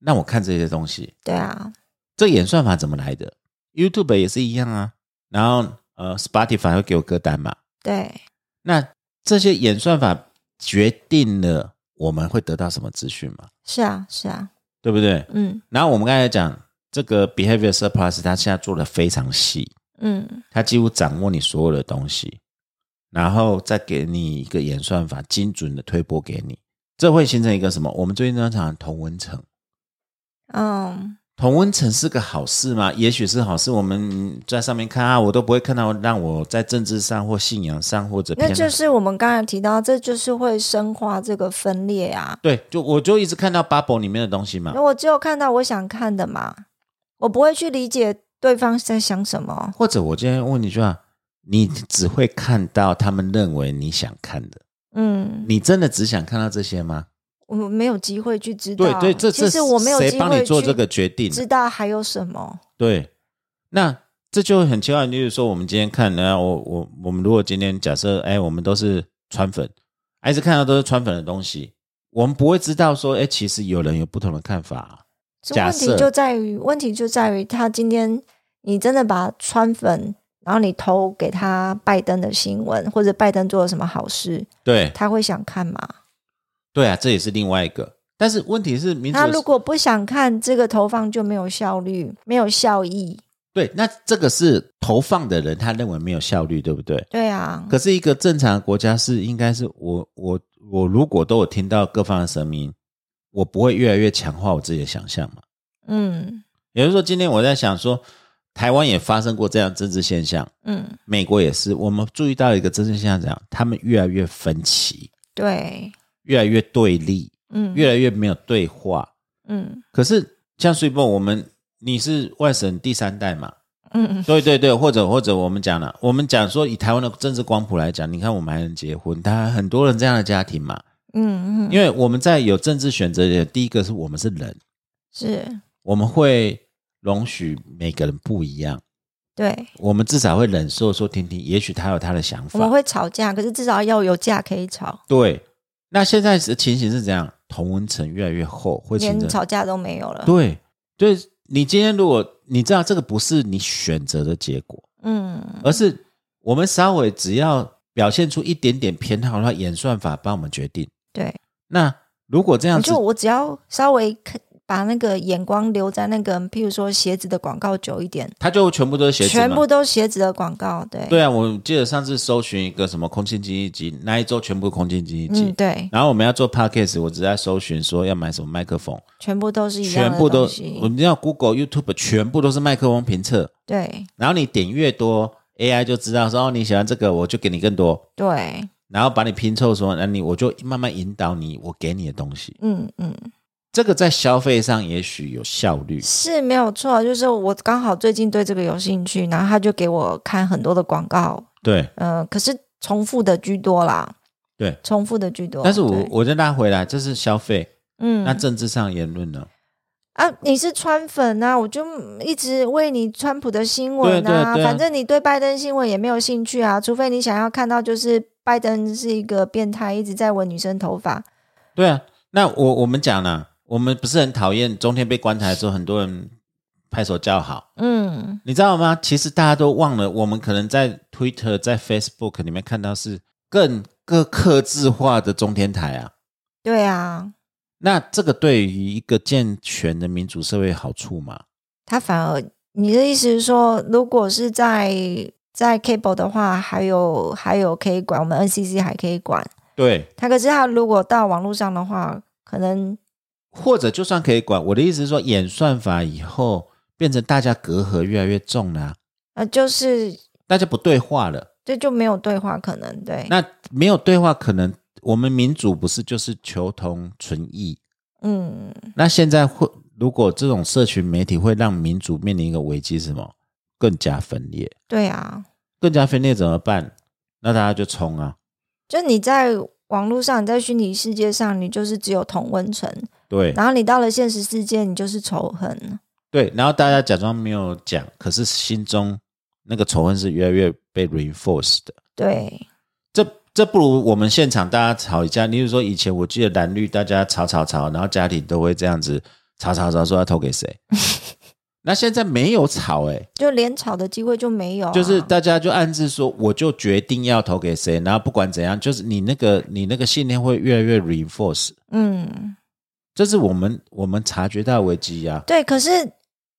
Speaker 2: 让我看这些东西？
Speaker 1: 对啊，
Speaker 2: 这演算法怎么来的？YouTube 也是一样啊。然后呃，Spotify 会给我歌单嘛？
Speaker 1: 对，
Speaker 2: 那这些演算法决定了我们会得到什么资讯嘛？
Speaker 1: 是啊，是啊，
Speaker 2: 对不对？
Speaker 1: 嗯
Speaker 2: 然后我们刚才讲这个 behavior surplus，它现在做的非常细，
Speaker 1: 嗯
Speaker 2: 它几乎掌握你所有的东西，然后再给你一个演算法，精准的推播给你，这会形成一个什么？我们最近在讲同温层，
Speaker 1: 嗯，
Speaker 2: 同温层是个好事吗？也许是好事。我们在上面看啊，我都不会看到让我在政治上或信仰上或者
Speaker 1: 那
Speaker 2: 偏好
Speaker 1: 就是我们刚才提到，这就是会深化这个分裂啊。
Speaker 2: 对，就我就一直看到 bubble 里面的东西嘛
Speaker 1: 那，我只有看到我想看的嘛，我不会去理解对方在想什么。
Speaker 2: 或者我今天问你一句话，啊你只会看到他们认为你想看的。
Speaker 1: 嗯，
Speaker 2: 你真的只想看到这些吗？
Speaker 1: 我没有机会去知道
Speaker 2: 对。对，这
Speaker 1: 其
Speaker 2: 这
Speaker 1: 实我没有
Speaker 2: 谁
Speaker 1: 机
Speaker 2: 帮
Speaker 1: 会
Speaker 2: 你做
Speaker 1: 去
Speaker 2: 这个决定的？啊
Speaker 1: 知道还有什么。
Speaker 2: 对，那这就很奇怪。例如说，我们今天看，那我我我们如果今天假设，哎，我们都是川粉，还是看到都是川粉的东西，我们不会知道说，哎，其实有人有不同的看法、啊
Speaker 1: 这
Speaker 2: 假
Speaker 1: 问题
Speaker 2: 设
Speaker 1: 就在于，问题就在于他今天你真的把川粉，然后你投给他拜登的新闻，或者拜登做了什么好事，
Speaker 2: 对
Speaker 1: 他会想看吗？
Speaker 2: 对啊，这也是另外一个。但是问题是民主
Speaker 1: 他如果不想看，这个投放就没有效率，没有效益。
Speaker 2: 对，那这个是投放的人他认为没有效率，对不对？
Speaker 1: 对啊，
Speaker 2: 可是一个正常的国家是应该是我我我如果都有听到各方的声音，我不会越来越强化我自己的想象嘛？
Speaker 1: 嗯
Speaker 2: 也就是说，今天我在想说，台湾也发生过这样政治现象，
Speaker 1: 嗯，
Speaker 2: 美国也是。我们注意到一个政治现象，怎样？他们越来越分歧，
Speaker 1: 对，
Speaker 2: 越来越对立，
Speaker 1: 嗯，
Speaker 2: 越来越没有对话。
Speaker 1: 嗯
Speaker 2: 可是像水波，我们你是外省第三代嘛？
Speaker 1: 嗯
Speaker 2: 对对对，或者或者我们讲了，我们讲说以台湾的政治光谱来讲，你看我们还能结婚，他很多人这样的家庭嘛，
Speaker 1: 嗯嗯，
Speaker 2: 因为我们在有政治选择的第一个是我们是人，
Speaker 1: 是
Speaker 2: 我们会容许每个人不一样。
Speaker 1: 对，
Speaker 2: 我们至少会忍受说听听，也许他有他的想
Speaker 1: 我们
Speaker 2: 法。
Speaker 1: 会吵架，可是至少要有架可以吵，
Speaker 2: 对，那现在的情形是怎样？同温层越来越厚，会形
Speaker 1: 连
Speaker 2: 成
Speaker 1: 吵架都没有了。
Speaker 2: 对对。你今天如果你知道这个不是你选择的结果，
Speaker 1: 嗯
Speaker 2: 而是我们稍微只要表现出一点点偏好的话，演算法帮我们决定。
Speaker 1: 对，
Speaker 2: 那如果这样
Speaker 1: 我
Speaker 2: 子
Speaker 1: 就，我只要稍微看，把那个眼光留在那个，譬如说鞋子的广告久一点，
Speaker 2: 它就全部都是鞋子
Speaker 1: 全
Speaker 2: 嘛
Speaker 1: 部都鞋子的广告，对，
Speaker 2: 对啊，我记得上次搜寻一个什么空气净化机，那一周全部空气净化机。
Speaker 1: 嗯对，
Speaker 2: 然后我们要做 podcast，我只在搜寻说要买什么麦克风，
Speaker 1: 全部都是一样
Speaker 2: 全
Speaker 1: 的
Speaker 2: 部都
Speaker 1: 东西，
Speaker 2: 我们要 Google、YouTube 全部都是麦克风评测，
Speaker 1: 对
Speaker 2: 然后你点越多，AI 就知道说哦你喜欢这个，我就给你更多，
Speaker 1: 对，
Speaker 2: 然后把你拼凑说，那你我就慢慢引导你我给你的东西，
Speaker 1: 嗯嗯。
Speaker 2: 这个在消费上也许有效率，
Speaker 1: 是没有错，就是我刚好最近对这个有兴趣，然后他就给我看很多的广告，
Speaker 2: 对
Speaker 1: 呃，可是重复的居多啦，
Speaker 2: 对。
Speaker 1: 重复的居多。
Speaker 2: 但是
Speaker 1: 哦
Speaker 2: 我
Speaker 1: 对
Speaker 2: 我再拉回来，这是消费，
Speaker 1: 嗯
Speaker 2: 那政治上言论呢？
Speaker 1: 啊，你是川粉啊，我就一直为你川普的新闻
Speaker 2: 对
Speaker 1: 啊，
Speaker 2: 对对啊
Speaker 1: 反正你对拜登新闻也没有兴趣啊，除非你想要看到就是拜登是一个变态，一直在闻女生头发。
Speaker 2: 对啊，那我我们讲啦，我们不是很讨厌中天被关台的时候，很多人拍手叫好，
Speaker 1: 嗯，
Speaker 2: 你知道吗？其实大家都忘了，我们可能在 Twitter、在 Facebook 里面看到是更更克制化的中天台啊。
Speaker 1: 对啊，
Speaker 2: 那这个对于一个健全的民主社会有好处吗？
Speaker 1: 他反而你的意思是说，如果是在在 cable 的话，还有还有可以管，我们 NCC 还可以管
Speaker 2: 对，
Speaker 1: 他，可是他如果到网络上的话，可能
Speaker 2: 或者就算可以管，我的意思是说，演算法以后变成大家隔阂越来越重了啊、
Speaker 1: 呃就是
Speaker 2: 大家不对话了。
Speaker 1: 这就没有对话可能对，
Speaker 2: 那没有对话，可能我们民主不是就是求同存异？
Speaker 1: 嗯。
Speaker 2: 那现在会，如果这种社群媒体会让民主面临一个危机，是什么？更加分裂。
Speaker 1: 对啊，
Speaker 2: 更加分裂怎么办？那大家就冲啊！
Speaker 1: 就你在网络上，你在虚拟世界上，你就是只有同温层，
Speaker 2: 对
Speaker 1: 然后你到了现实世界，你就是仇恨。
Speaker 2: 对，然后大家假装没有讲，可是心中那个仇恨是越来越被 reinforce 的。
Speaker 1: 对，
Speaker 2: 这这不如我们现场大家吵一架。例如说，以前我记得蓝绿大家吵吵吵，然后家庭都会这样子吵吵吵，说要投给谁。那现在没有吵哎、
Speaker 1: 就连吵的机会就没有啊、
Speaker 2: 就是大家就暗自说，我就决定要投给谁，然后不管怎样，就是你那个你那个信念会越来越 reinforce，
Speaker 1: 嗯，
Speaker 2: 这是我们我们察觉到的危机啊呀、
Speaker 1: 对。可是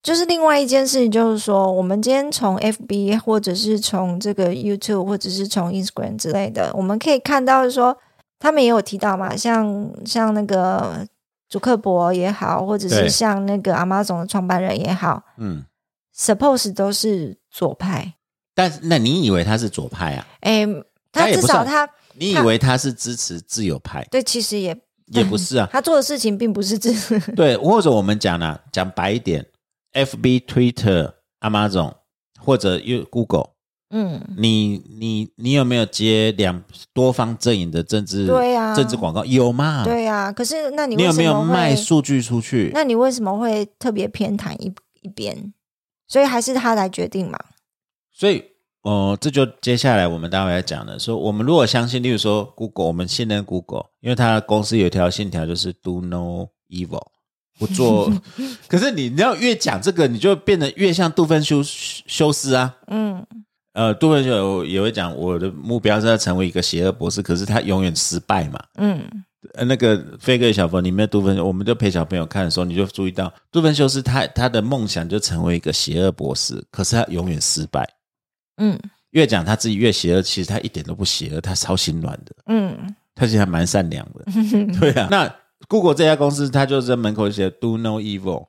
Speaker 1: 就是另外一件事情，就是说，我们今天从 FB 或者是从这个 YouTube 或者是从 Instagram 之类的，我们可以看到说，他们也有提到嘛，像像那个祖克伯也好，或者是
Speaker 2: 对
Speaker 1: 像那个阿妈总的创办人也好
Speaker 2: 嗯，
Speaker 1: ，suppose 都是左派。
Speaker 2: 但是那你以为他是左派啊？
Speaker 1: 哎、他
Speaker 2: 他也
Speaker 1: 至
Speaker 2: 不
Speaker 1: 少
Speaker 2: 算
Speaker 1: 他
Speaker 2: 你以为他是支持自由派？
Speaker 1: 对，其实也
Speaker 2: 也不是啊。
Speaker 1: 他做的事情并不是这，
Speaker 2: 对，或者我们讲啦、讲白一点，FB、Twitter、Amazon 或者又 Google，
Speaker 1: 嗯，
Speaker 2: 你你你有没有接两多方阵营的政治
Speaker 1: 对啊
Speaker 2: 政治广告？有嘛？
Speaker 1: 对呀、可是那你
Speaker 2: 啊你
Speaker 1: 为
Speaker 2: 有
Speaker 1: 什
Speaker 2: 没有
Speaker 1: 么会？
Speaker 2: 卖数据出去？
Speaker 1: 那你为什么会特别偏袒一一边？所以还是他来决定嘛。
Speaker 2: 所以，呃，这就接下来我们待会要讲的，说我们如果相信，例如说 Google，我们信任 Google，因为它公司有一条信条就是 Do No Evil，不做。可是你你要越讲这个，你就变得越像杜芬修修斯啊。
Speaker 1: 嗯，
Speaker 2: 呃，杜芬修也会讲，我的目标是要成为一个邪恶博士，可是他永远失败嘛。
Speaker 1: 嗯，
Speaker 2: 呃，那个飞哥与小佛里面的杜芬，我们就陪小朋友看的时候，你就注意到杜芬修斯他他的梦想就成为一个邪恶博士，可是他永远失败。
Speaker 1: 嗯，
Speaker 2: 越讲他自己越邪恶，其实他一点都不邪恶，他超心软的，
Speaker 1: 嗯，
Speaker 2: 他其实还蛮善良的。 [laughs] 对啊，那 Google 这家公司，他就在门口写 “Do no evil”。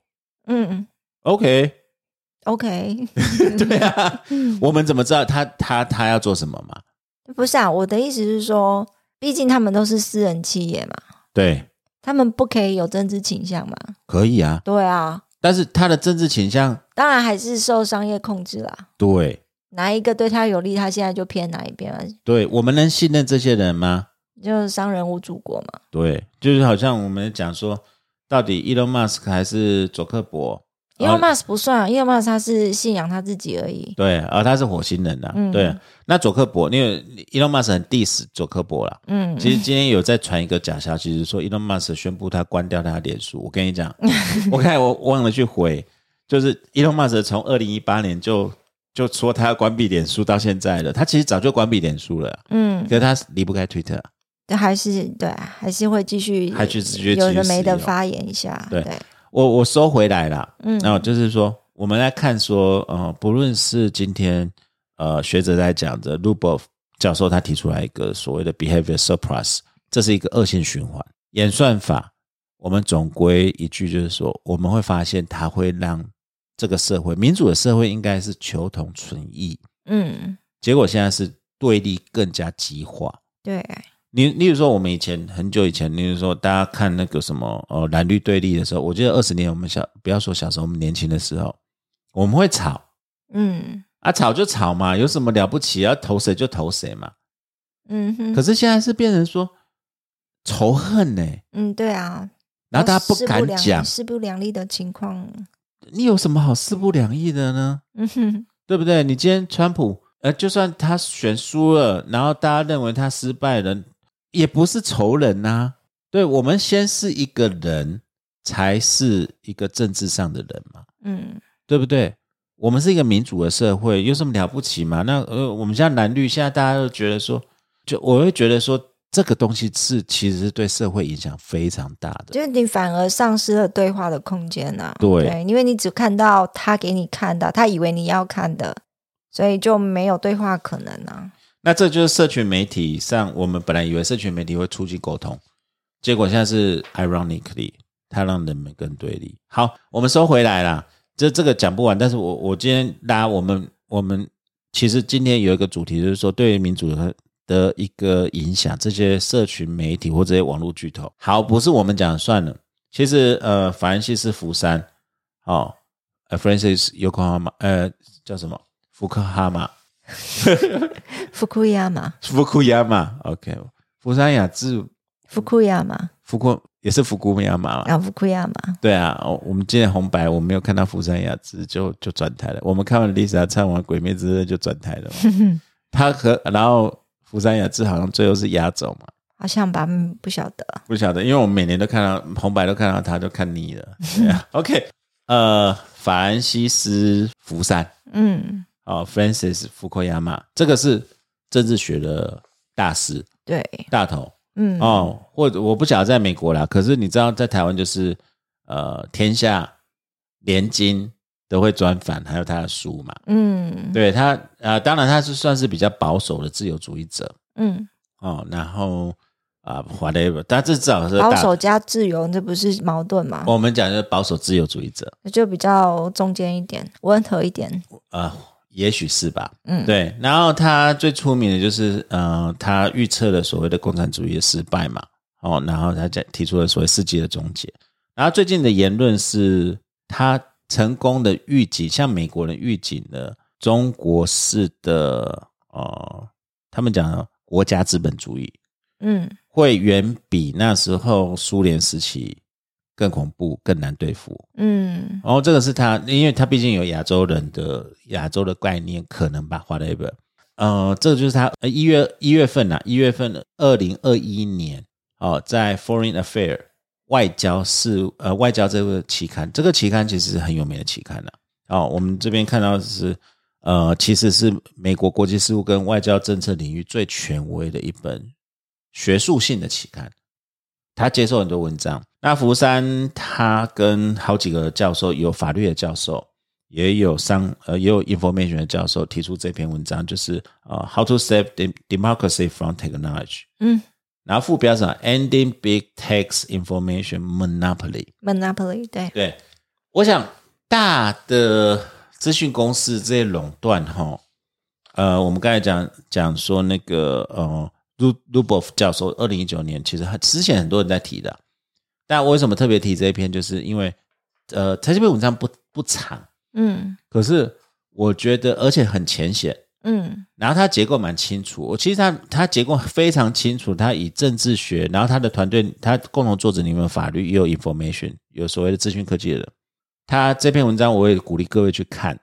Speaker 1: 嗯
Speaker 2: OK， [laughs]
Speaker 1: ，OK， [laughs]
Speaker 2: 对啊，我们怎么知道他他他要做什么嘛？
Speaker 1: 不是啊，我的意思是说，毕竟他们都是私人企业嘛，
Speaker 2: 对，
Speaker 1: 他们不可以有政治倾向嘛。
Speaker 2: 可以啊，
Speaker 1: 对啊，
Speaker 2: 但是他的政治倾向，
Speaker 1: 当然还是受商业控制啦。
Speaker 2: 对
Speaker 1: 哪一个对他有利，他现在就偏哪一边啊，
Speaker 2: 对，我们能信任这些人吗？
Speaker 1: 就是商人无主国嘛。
Speaker 2: 对，就是好像我们讲说，到底 Elon Musk 还是佐克伯？
Speaker 1: 伊隆
Speaker 2: 呃
Speaker 1: 马斯不算、啊，伊隆马斯他是信仰他自己而已。
Speaker 2: 对，而、他是火星人呐、
Speaker 1: 嗯
Speaker 2: 对，啊那佐克伯，因为 Elon Musk 很 diss 佐克伯啦。
Speaker 1: 嗯，
Speaker 2: 其实今天有在传一个假消息，就是说 Elon Musk 宣布他关掉他的脸书。我跟你讲，我看我忘了去回，就是 Elon Musk 从二零一八年就就说他要关闭脸书到现在了，他其实早就关闭脸书了，
Speaker 1: 嗯
Speaker 2: 可，是他离不开 Twitter。
Speaker 1: 还是对啊，还是会继续，
Speaker 2: 还是继续
Speaker 1: 有的没
Speaker 2: 使
Speaker 1: 的
Speaker 2: 用
Speaker 1: 发言一下。
Speaker 2: 对我我收回来啦，
Speaker 1: 嗯
Speaker 2: 然后就是说，我们来看说，呃，不论是今天呃学者在讲的 Luboff 教授，他提出来一个所谓的 behavior surplus，这是一个恶性循环演算法。我们总归一句就是说，我们会发现它会让这个社会民主的社会应该是求同存异，
Speaker 1: 嗯，
Speaker 2: 结果现在是对立更加激化。
Speaker 1: 对，
Speaker 2: 你例如说，我们以前很久以前，例如说，大家看那个什么呃蓝绿对立的时候，我记得二十年，我们小不要说小时候，我们年轻的时候，我们会吵
Speaker 1: 嗯
Speaker 2: 啊，吵就吵嘛，有什么了不起？要投谁就投谁嘛。
Speaker 1: 嗯哼，
Speaker 2: 可是现在是变成说仇恨呢、
Speaker 1: 嗯，对啊，
Speaker 2: 然后大家不
Speaker 1: 势
Speaker 2: 敢
Speaker 1: 良
Speaker 2: 讲，
Speaker 1: 势不两立的情况。
Speaker 2: 你有什么好势不两立的呢？
Speaker 1: 嗯哼，
Speaker 2: 对不对？你今天川普，呃，就算他选输了，然后大家认为他失败了，也不是仇人呐、对我们先是一个人，才是一个政治上的人嘛，
Speaker 1: 嗯
Speaker 2: 对不对？我们是一个民主的社会，有什么了不起嘛？那呃，我们现在蓝绿，现在大家都觉得说，就我会觉得说，这个东西是其实是对社会影响非常大的。
Speaker 1: 就是你反而丧失了对话的空间呐、
Speaker 2: 对
Speaker 1: 因为你只看到他给你看的，他以为你要看的，所以就没有对话可能啊。
Speaker 2: 那这就是社群媒体上，我们本来以为社群媒体会促进沟通，结果现在是 ironically，它让人们更对立。好，我们收回来啦，这这个讲不完，但是我我今天拉我们我们其实今天有一个主题，就是说对于民主的的一个影响，这些社群媒体或这些网络巨头，好，不是我们讲算了。其实呃，法兰西斯福山，哦，呃，Francis Yokohama，呃，叫什么？福克哈马。
Speaker 1: 福库亚嘛，
Speaker 2: 福库亚马，OK，福山雅治，
Speaker 1: 福库亚嘛，
Speaker 2: 福库也是福库亚马嘛。
Speaker 1: 啊，福库亚嘛，
Speaker 2: 对啊，哦我们今天红白我没有看到福山雅治就就转台了。我们看完 Lisa 唱完《鬼灭之刃》就转台了嘛。他和然后福山雅治好像最后是压轴嘛，
Speaker 1: 好像吧，嗯不晓得。
Speaker 2: 不晓得，因为我们每年都看到红白都看到他，就看腻了。对啊 OK，呃，法兰西斯福山
Speaker 1: 嗯，
Speaker 2: 哦，Francis 福库亚马，这个是政治学的大师
Speaker 1: 对，
Speaker 2: 大头。
Speaker 1: 嗯，
Speaker 2: 哦，或者我不晓得在美国啦，可是你知道在台湾就是呃，天下连经都会专访，还有他的书嘛。
Speaker 1: 嗯
Speaker 2: 对他呃，当然他是算是比较保守的自由主义者
Speaker 1: 嗯，哦
Speaker 2: 哦，然后啊、华 w h a t 但这至少是
Speaker 1: 保
Speaker 2: 大
Speaker 1: 守加自由，这不是矛盾吗？
Speaker 2: 我们讲的是保守自由主义者，
Speaker 1: 就比较中间一点，温和一点。
Speaker 2: 呃，也许是吧。
Speaker 1: 嗯，
Speaker 2: 对，然后他最出名的就是，呃，他预测了所谓的共产主义的失败嘛，哦，然后他在提出了所谓世界的终结。然后最近的言论是他成功的预警，向美国人预警了中国式的呃，他们讲国家资本主义
Speaker 1: 嗯
Speaker 2: 会远比那时候苏联时期更恐怖、更难对付。
Speaker 1: 嗯
Speaker 2: 哦，这个是他，因为他毕竟有亚洲人的亚洲的概念，可能吧，whatever。呃，这个就是他呃一月一月份呐、啊，一月份二零二一年哦，在 Foreign Affair 外交事呃外交这个期刊，这个期刊其实是很有名的期刊了、哦，我们这边看到的是呃，其实是美国国际事务跟外交政策领域最权威的一本学术性的期刊。他接受很多文章。那福山他跟好几个教授，有法律的教授，也有商呃也有 information 的教授提出这篇文章，就是呃 How to Save Dem- Democracy from Technology，
Speaker 1: 嗯
Speaker 2: 然后副标是 Ending Big Tech Information Monopoly。
Speaker 1: ，Monopoly 对，
Speaker 2: 对，我想大的资讯公司这些垄断哈，呃，我们刚才讲讲说那个呃，Lu Luboff 教授二零一九年其实很之前很多人在提的，但我为什么特别提这一篇，就是因为呃，他这篇文章不不长，
Speaker 1: 嗯
Speaker 2: 可是我觉得而且很浅显。
Speaker 1: 嗯
Speaker 2: 然后它结构蛮清楚，我其实它它结构非常清楚，它以政治学，然后它的团队，它共同作者里面有法律，也有 information，有所谓的资讯科技的人。他这篇文章我也鼓励各位去看，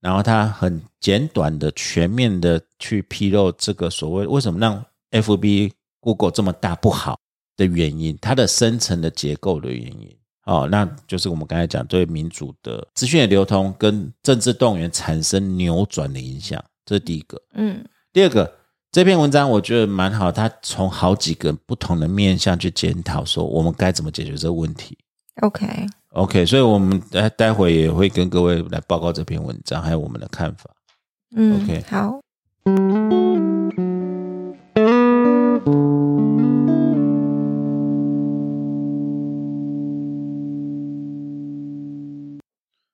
Speaker 2: 然后他很简短的、全面的去披露这个所谓为什么让 FB、Google 这么大不好的原因，它的深层的结构的原因。哦，那就是我们刚才讲对民主的资讯的流通跟政治动员产生扭转的影响，这是第一个。
Speaker 1: 嗯
Speaker 2: 第二个，这篇文章我觉得蛮好，它从好几个不同的面向去检讨，说我们该怎么解决这个问题。
Speaker 1: ，OK，
Speaker 2: OK，所以我们待待会也会跟各位来报告这篇文章，还有我们的看法。
Speaker 1: 嗯
Speaker 2: OK
Speaker 1: 好，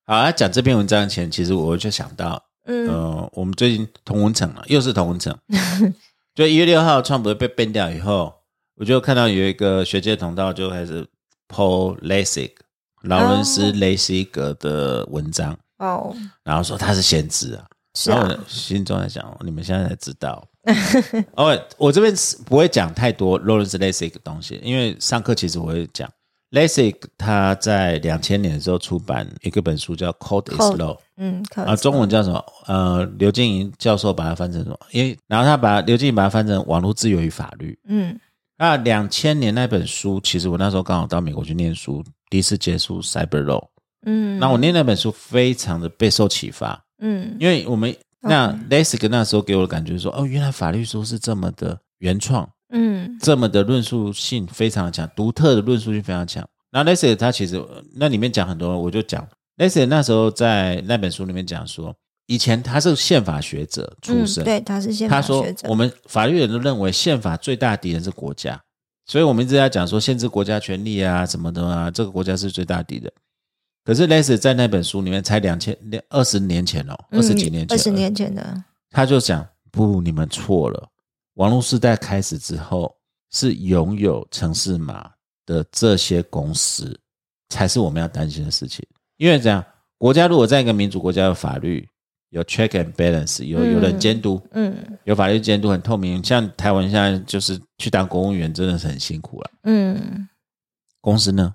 Speaker 2: 好，啊讲这篇文章前，其实我就想到，
Speaker 1: 嗯
Speaker 2: 呃，我们最近同文层啊，又是同文层，就一月六号川普被 ban 掉以后，我就看到有一个学界同道就开始 PO LASIK 劳伦斯
Speaker 1: 哦
Speaker 2: 雷西格的文章，
Speaker 1: 哦，
Speaker 2: 然后说他是先知啊，
Speaker 1: 是
Speaker 2: 然后
Speaker 1: 啊
Speaker 2: 我，的心中在想，你们现在才知道。 [laughs] 哦，我这边是不会讲太多 Lawrence LASIK 的东西，因为上课其实我会讲 LASIK。他在两千年的时候出版一个本书叫《Code is
Speaker 1: Code
Speaker 2: Law》
Speaker 1: 嗯，可
Speaker 2: 啊，中文叫什么？呃，刘静怡教授把它翻成什么？因为然后他把刘静怡把它翻成《网络自由与法律》。
Speaker 1: 嗯
Speaker 2: 那两千年那本书，其实我那时候刚好到美国去念书，第一次接触 Cyber Law。
Speaker 1: 嗯，
Speaker 2: 那我念那本书非常的备受启发，
Speaker 1: 嗯
Speaker 2: 因为我们那 LASIK 那时候给我的感觉是说，哦，原来法律书是这么的原创，
Speaker 1: 嗯
Speaker 2: 这么的论述性非常的强，独特的论述性非常强。然后 LASIK 它其实呃那里面讲很多，我就讲 LASIK 那时候在那本书里面讲说，以前他是宪法学者出
Speaker 1: 嗯，
Speaker 2: 身，
Speaker 1: 对，他是宪
Speaker 2: 他
Speaker 1: 法
Speaker 2: 说
Speaker 1: 学者
Speaker 2: 我，们法律人都认为宪法最大的敌人是国家，所以我们一直在讲说限制国家权利啊什么的啊，这个国家是最大的敌人。可是 LASIK 在那本书里面才两千两二十年前哦，二十几年
Speaker 1: 嗯
Speaker 2: 前，
Speaker 1: 二十年前的，
Speaker 2: 他就讲不，你们错了。网络时代开始之后，是拥有城市码的这些公司才是我们要担心的事情。因为怎样，国家如果在一个民主国家有法律，有 check and balance，有有人
Speaker 1: 嗯
Speaker 2: 监督，
Speaker 1: 嗯
Speaker 2: 有法律监督，很透明。像台湾现在就是去当公务员，真的是很辛苦了。
Speaker 1: 嗯
Speaker 2: 公司呢？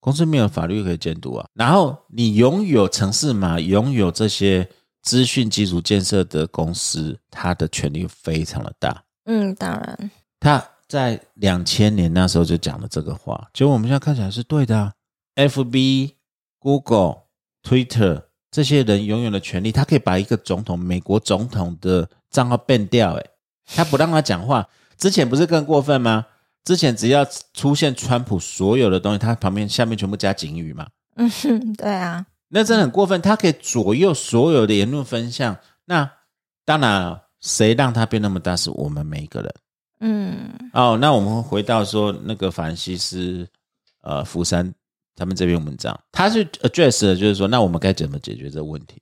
Speaker 2: 公司没有法律可以监督啊。然后你拥有城市码，拥有这些资讯基础建设的公司，它的权力非常的大。
Speaker 1: 嗯，当然，
Speaker 2: 他在两千年那时候就讲了这个话，结果我们现在看起来是对的、啊。FB、Google、Twitter 这些人拥有的权利，他可以把一个总统、美国总统的账号变掉、欸，他不让他讲话。之前不是更过分吗？之前只要出现川普所有的东西，他旁边下面全部加警语嘛，
Speaker 1: 嗯 [laughs] 哼，对啊，
Speaker 2: 那真的很过分。他可以左右所有的言论分向。那当然了，谁让他变那么大，是我们每一个人。
Speaker 1: 嗯
Speaker 2: 哦，那我们回到说那个法兰西斯，呃，福山他们这篇文章，他是 address 的就是说，那我们该怎么解决这个问题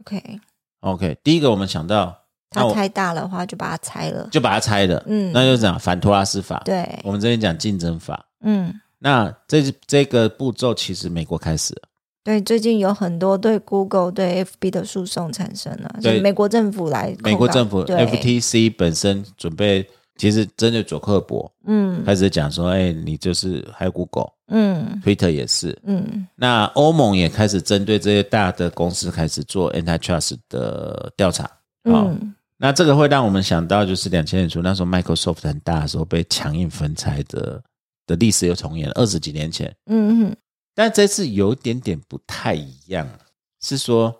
Speaker 1: ，OK，
Speaker 2: ？OK，第一个我们想到，那
Speaker 1: 它
Speaker 2: 我
Speaker 1: 太大的话就把它拆了，
Speaker 2: 就把它拆了，
Speaker 1: 嗯
Speaker 2: 那就是讲反托拉斯法，，
Speaker 1: 对，
Speaker 2: 我们这边讲竞争法。
Speaker 1: 嗯
Speaker 2: 那这这个步骤其实美国开始了，
Speaker 1: 对，最近有很多对 Google、对 FB 的诉讼产生了，
Speaker 2: 对
Speaker 1: 是美国政府来控告，
Speaker 2: 美国政府
Speaker 1: 对
Speaker 2: FTC 本身准备，其实针对佐克伯
Speaker 1: 嗯
Speaker 2: 开始讲说，哎、你就是还有 Google、
Speaker 1: 嗯
Speaker 2: Twitter 也是。
Speaker 1: 嗯
Speaker 2: 那欧盟也开始针对这些大的公司开始做 antitrust 的调查。哦
Speaker 1: 嗯，
Speaker 2: 那这个会让我们想到，就是两千年初那时候 Microsoft 很大的时候被强硬分拆的的历史又重演了，二十几年前。
Speaker 1: 嗯嗯
Speaker 2: 但这次有一点点不太一样，是说，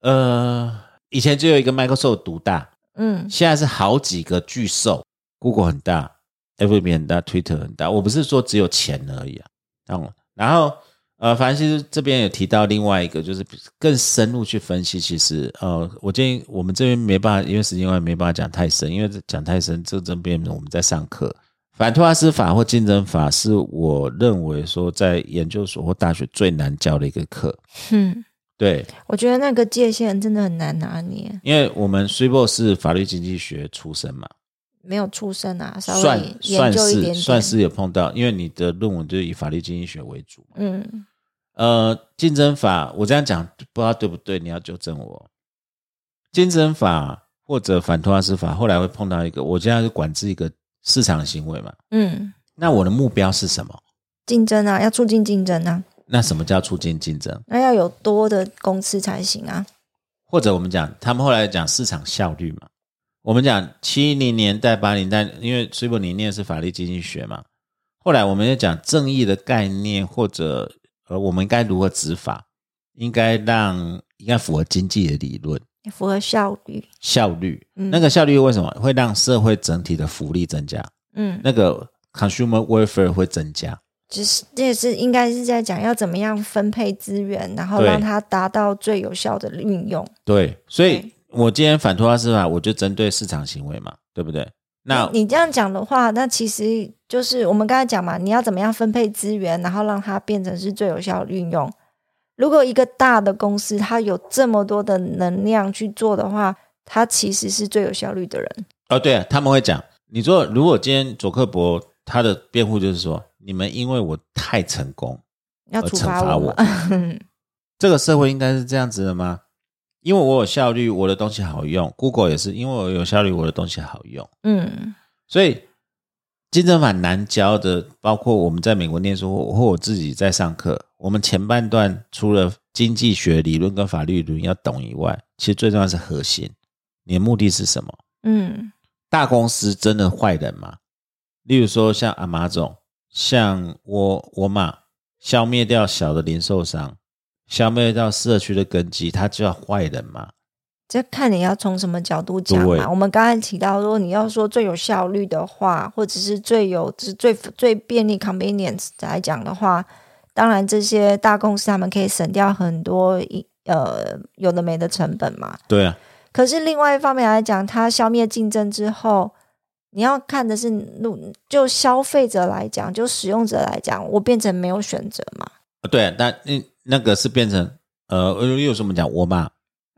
Speaker 2: 呃，以前只有一个 Microsoft 独大，
Speaker 1: 嗯
Speaker 2: 现在是好几个巨兽，Google 很大，FB 很大，Twitter 很大。我不是说只有钱而已啊，嗯，然后呃，反正其实这边有提到另外一个，就是更深入去分析。其实呃，我建议我们这边没办法，因为时间关系没办法讲太深，因为这讲太深，这这边我们在上课。反托拉斯法或竞争法是我认为说在研究所或大学最难教的一个课。
Speaker 1: 嗯，
Speaker 2: 对，
Speaker 1: 我觉得那个界限真的很难拿捏，
Speaker 2: 因为我们 s u b o 是法律经济学出身嘛，
Speaker 1: 没有出身啊，稍
Speaker 2: 算
Speaker 1: 微研
Speaker 2: 算
Speaker 1: 究一
Speaker 2: 是
Speaker 1: 点
Speaker 2: 算
Speaker 1: 点，
Speaker 2: 是有碰到，因为你的论文就是以法律经济学为主。
Speaker 1: 嗯
Speaker 2: 呃，竞争法，我这样讲不知道对不对，你要纠正我。竞争法或者反托拉斯法，后来会碰到一个，我现在是管制一个市场行为嘛。
Speaker 1: 嗯，
Speaker 2: 那我的目标是什么？
Speaker 1: 竞争啊，要促进竞争啊，
Speaker 2: 那什么叫促进竞争？
Speaker 1: 那要有多的公司才行啊，
Speaker 2: 或者我们讲，他们后来讲市场效率嘛。我们讲七零年代、八零代，因为崔伯你念的是法律经济学嘛，后来我们就讲正义的概念，或者呃，我们该如何执法，应该让应该符合经济的理论
Speaker 1: 符合效率，
Speaker 2: 效率。
Speaker 1: 嗯
Speaker 2: 那个效率为什么会让社会整体的福利增加？
Speaker 1: 嗯，
Speaker 2: 那个 consumer welfare 会增加。
Speaker 1: 只是这也是应该是在讲要怎么样分配资源，然后
Speaker 2: 对
Speaker 1: 让它达到最有效的运用。
Speaker 2: 对，所以
Speaker 1: 对
Speaker 2: 我今天反托拉斯法，我就针对市场行为嘛，对不对？那
Speaker 1: 你这样讲的话，那其实就是我们刚才讲嘛，你要怎么样分配资源，然后让它变成是最有效的运用。如果一个大的公司它有这么多的能量去做的话，它其实是最有效率的人。
Speaker 2: 哦，对、啊，他们会讲，你说如果今天佐克伯他的辩护就是说，你们因为我太成功，
Speaker 1: 要
Speaker 2: 呃
Speaker 1: 处
Speaker 2: 惩
Speaker 1: 罚
Speaker 2: 罚
Speaker 1: 我
Speaker 2: 我 [laughs]
Speaker 1: 嘛，
Speaker 2: 这个社会应该是这样子的吗？因为我有效率，我的东西好用。Google 也是，因为我有效率，我的东西好用。
Speaker 1: [laughs] 嗯
Speaker 2: 所以竞争法难教的，包括我们在美国念书或或我自己在上课，我们前半段除了经济学理论跟法律理论要懂以外，其实最重要的是核心，你的目的是什么？
Speaker 1: 嗯
Speaker 2: 大公司真的坏人吗？例如说像阿玛总、像沃沃玛，消灭掉小的零售商，消灭掉社区的根基，他叫坏人吗？
Speaker 1: 这看你要从什么角度讲
Speaker 2: 对
Speaker 1: 嘛。我们刚才提到，如果你要说最有效率的话，或者是最有就是最最便利 convenience 来讲的话，当然这些大公司他们可以省掉很多一呃有的没的成本嘛。
Speaker 2: 对啊，
Speaker 1: 可是另外一方面来讲，它消灭竞争之后，你要看的是路，就消费者来讲，就使用者来讲，我变成没有选择嘛。
Speaker 2: 对啊，但那那个是变成呃，例如说我们讲沃玛，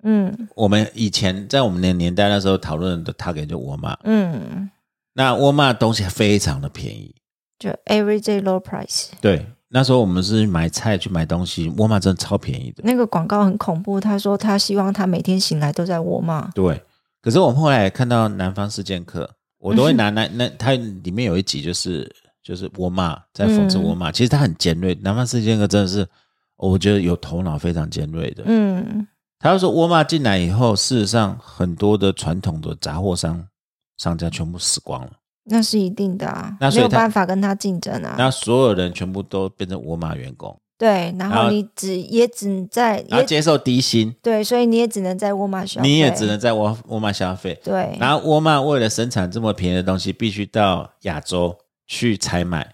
Speaker 1: 嗯
Speaker 2: 我们以前在我们的年代那时候讨论的 target 就沃玛，
Speaker 1: 嗯，
Speaker 2: 那沃玛东西非常的便宜，
Speaker 1: 就 everyday low price。
Speaker 2: 对，那时候我们是去买菜去买东西，沃玛真的超便宜的。
Speaker 1: 那个广告很恐怖，他说他希望他每天醒来都在我骂。
Speaker 2: 对，可是我们后来看到《南方四剑客》，我
Speaker 1: 嗯
Speaker 2: 都会拿那那它里面有一集就是就是我妈在讽
Speaker 1: 嗯
Speaker 2: 刺我妈，其实它很尖锐，《南方四剑客》真的是、哦我觉得有头脑非常尖锐的。
Speaker 1: 嗯
Speaker 2: 他就说沃玛进来以后，事实上很多的传统的杂货商商家全部死光了，
Speaker 1: 那是一定的啊，
Speaker 2: 那所
Speaker 1: 没
Speaker 2: 以
Speaker 1: 有
Speaker 2: 他
Speaker 1: 办法跟他竞争啊。
Speaker 2: 那所有人全部都变成沃玛员工，
Speaker 1: 对，然
Speaker 2: 然后
Speaker 1: 后你只也只在
Speaker 2: 然后
Speaker 1: 也
Speaker 2: 接受低薪，
Speaker 1: 对，所以你也只能在沃尔玛消费，
Speaker 2: 你也只能在沃沃玛消费。
Speaker 1: 对，
Speaker 2: 然后沃玛为了生产这么便宜的东西，必须到亚洲去采买。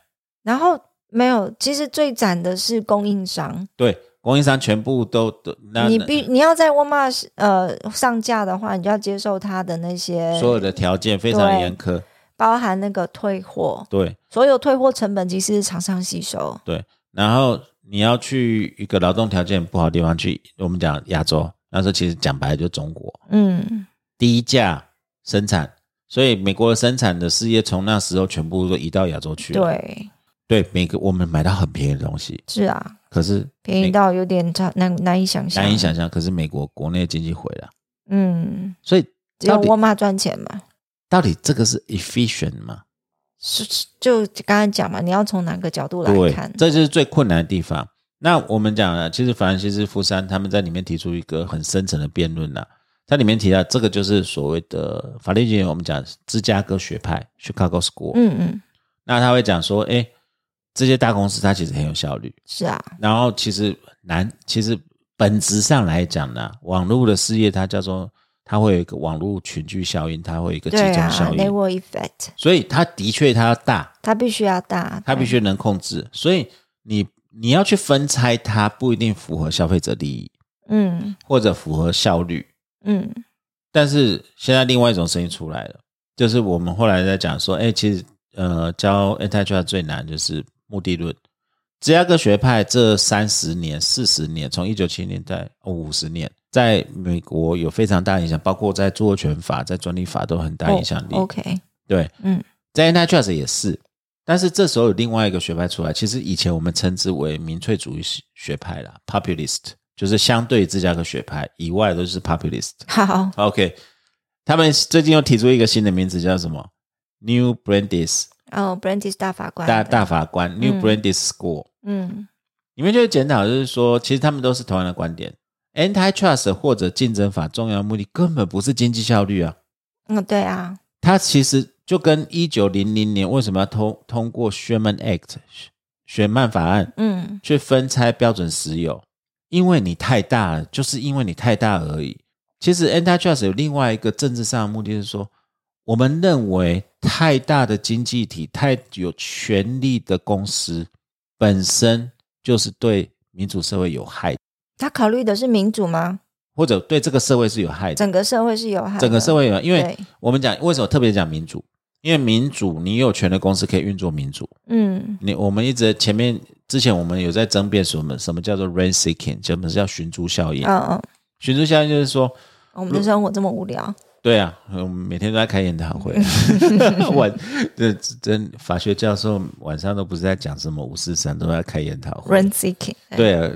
Speaker 1: 然后没有，其实最惨的是供应商，
Speaker 2: 对，供应商全部都都那
Speaker 1: 你必你要在沃尔玛呃上架的话，你就要接受他的那些
Speaker 2: 所有的条件非常严苛。
Speaker 1: 包含那个退货，
Speaker 2: 对
Speaker 1: 所有退货成本其实是厂商吸收。
Speaker 2: 对，然后你要去一个劳动条件不好的地方去，我们讲亚洲，那时候其实讲白了就是中国
Speaker 1: 嗯
Speaker 2: 低价生产，所以美国的生产的事业从那时候全部都移到亚洲去了。
Speaker 1: 对，
Speaker 2: 对，每个我们买到很便宜的东西，
Speaker 1: 是啊，
Speaker 2: 可是
Speaker 1: 便宜到有点差难难以想象，
Speaker 2: 难以想象，可是美国国内经济毁了，
Speaker 1: 嗯，
Speaker 2: 所以
Speaker 1: 只有
Speaker 2: 到底
Speaker 1: 沃尔玛赚钱嘛，
Speaker 2: 到底这个是 efficient 吗？
Speaker 1: 是是就刚才讲嘛，你要从哪个角度来
Speaker 2: 对
Speaker 1: 看，？
Speaker 2: 这就是最困难的地方。那我们讲了，其实法兰西斯富山他们在里面提出一个很深层的辩论啦、在里面提到这个就是所谓的法律界，我们讲芝加哥学派 （Chicago School）。
Speaker 1: 嗯嗯，
Speaker 2: 那他会讲说，哎，这些大公司它其实很有效率，
Speaker 1: 是啊，
Speaker 2: 然后其实难，其实本质上来讲呢，网络的事业它叫做它会有一个网络群聚效应，它会有一个集
Speaker 1: 对
Speaker 2: 中
Speaker 1: 啊
Speaker 2: 效应，
Speaker 1: ，network effect，
Speaker 2: 所以它的确它要大，
Speaker 1: 它必须要大，
Speaker 2: 它必
Speaker 1: 对
Speaker 2: 须能控
Speaker 1: 嗯
Speaker 2: 制，所以你你要去分拆它，不一定符合消费者利益
Speaker 1: 嗯
Speaker 2: 或者符合效率。
Speaker 1: 嗯
Speaker 2: 但是现在另外一种声音出来了，就是我们后来在讲说，哎、其实呃，教 antitrust 最难就是目的论。芝加哥学派这三十年、四十年，从一九七零年代哦五十、50年，在美国有非常大影响，包括在著作权法、在专利法都有很大影响力。
Speaker 1: 哦 OK，
Speaker 2: 对，
Speaker 1: 嗯，
Speaker 2: 在 antitrust 也是，但是这时候有另外一个学派出来，其实以前我们称之为民粹主义学派啦 （populist），就是相对芝加哥学派以外都是 populist。
Speaker 1: 好，
Speaker 2: OK，他们最近又提出一个新的名字，叫什么？New Brandis
Speaker 1: 哦，Brandis 大法官，
Speaker 2: 大大，法官、New
Speaker 1: 嗯
Speaker 2: Brandis School，
Speaker 1: 嗯
Speaker 2: 你们就会检讨，就是说，其实他们都是同样的观点。Antitrust 或者竞争法重要目的根本不是经济效率啊，
Speaker 1: 嗯，对啊，
Speaker 2: 它其实就跟一九零零年为什么要通通过 Sherman Act 雪曼法案
Speaker 1: 嗯
Speaker 2: 去分拆标准石油，因为你太大了，就是因为你太大而已。其实 antitrust 有另外一个政治上的目的是说，我们认为太大的经济体、太有权力的公司本身就是对民主社会有害，
Speaker 1: 他考虑的是民主吗？
Speaker 2: 或者对这个社会是有害的。
Speaker 1: 整个社会是有害的，
Speaker 2: 整个社会有害，因为
Speaker 1: 对
Speaker 2: 我们讲为什么特别讲民主，因为民主你有权的公司可以运作民主，
Speaker 1: 嗯
Speaker 2: 你我们一直前面之前我们有在争辩什么什么叫做 rent seeking，什么叫寻租效应
Speaker 1: 嗯。嗯，
Speaker 2: 寻租效应就是说，
Speaker 1: 我们的生活这么无聊，
Speaker 2: 对啊，我们每天都在开研讨会， [laughs] 晚这真法学教授晚上都不是在讲什么五四三，都在开研讨会。
Speaker 1: rent seeking，
Speaker 2: 对、啊，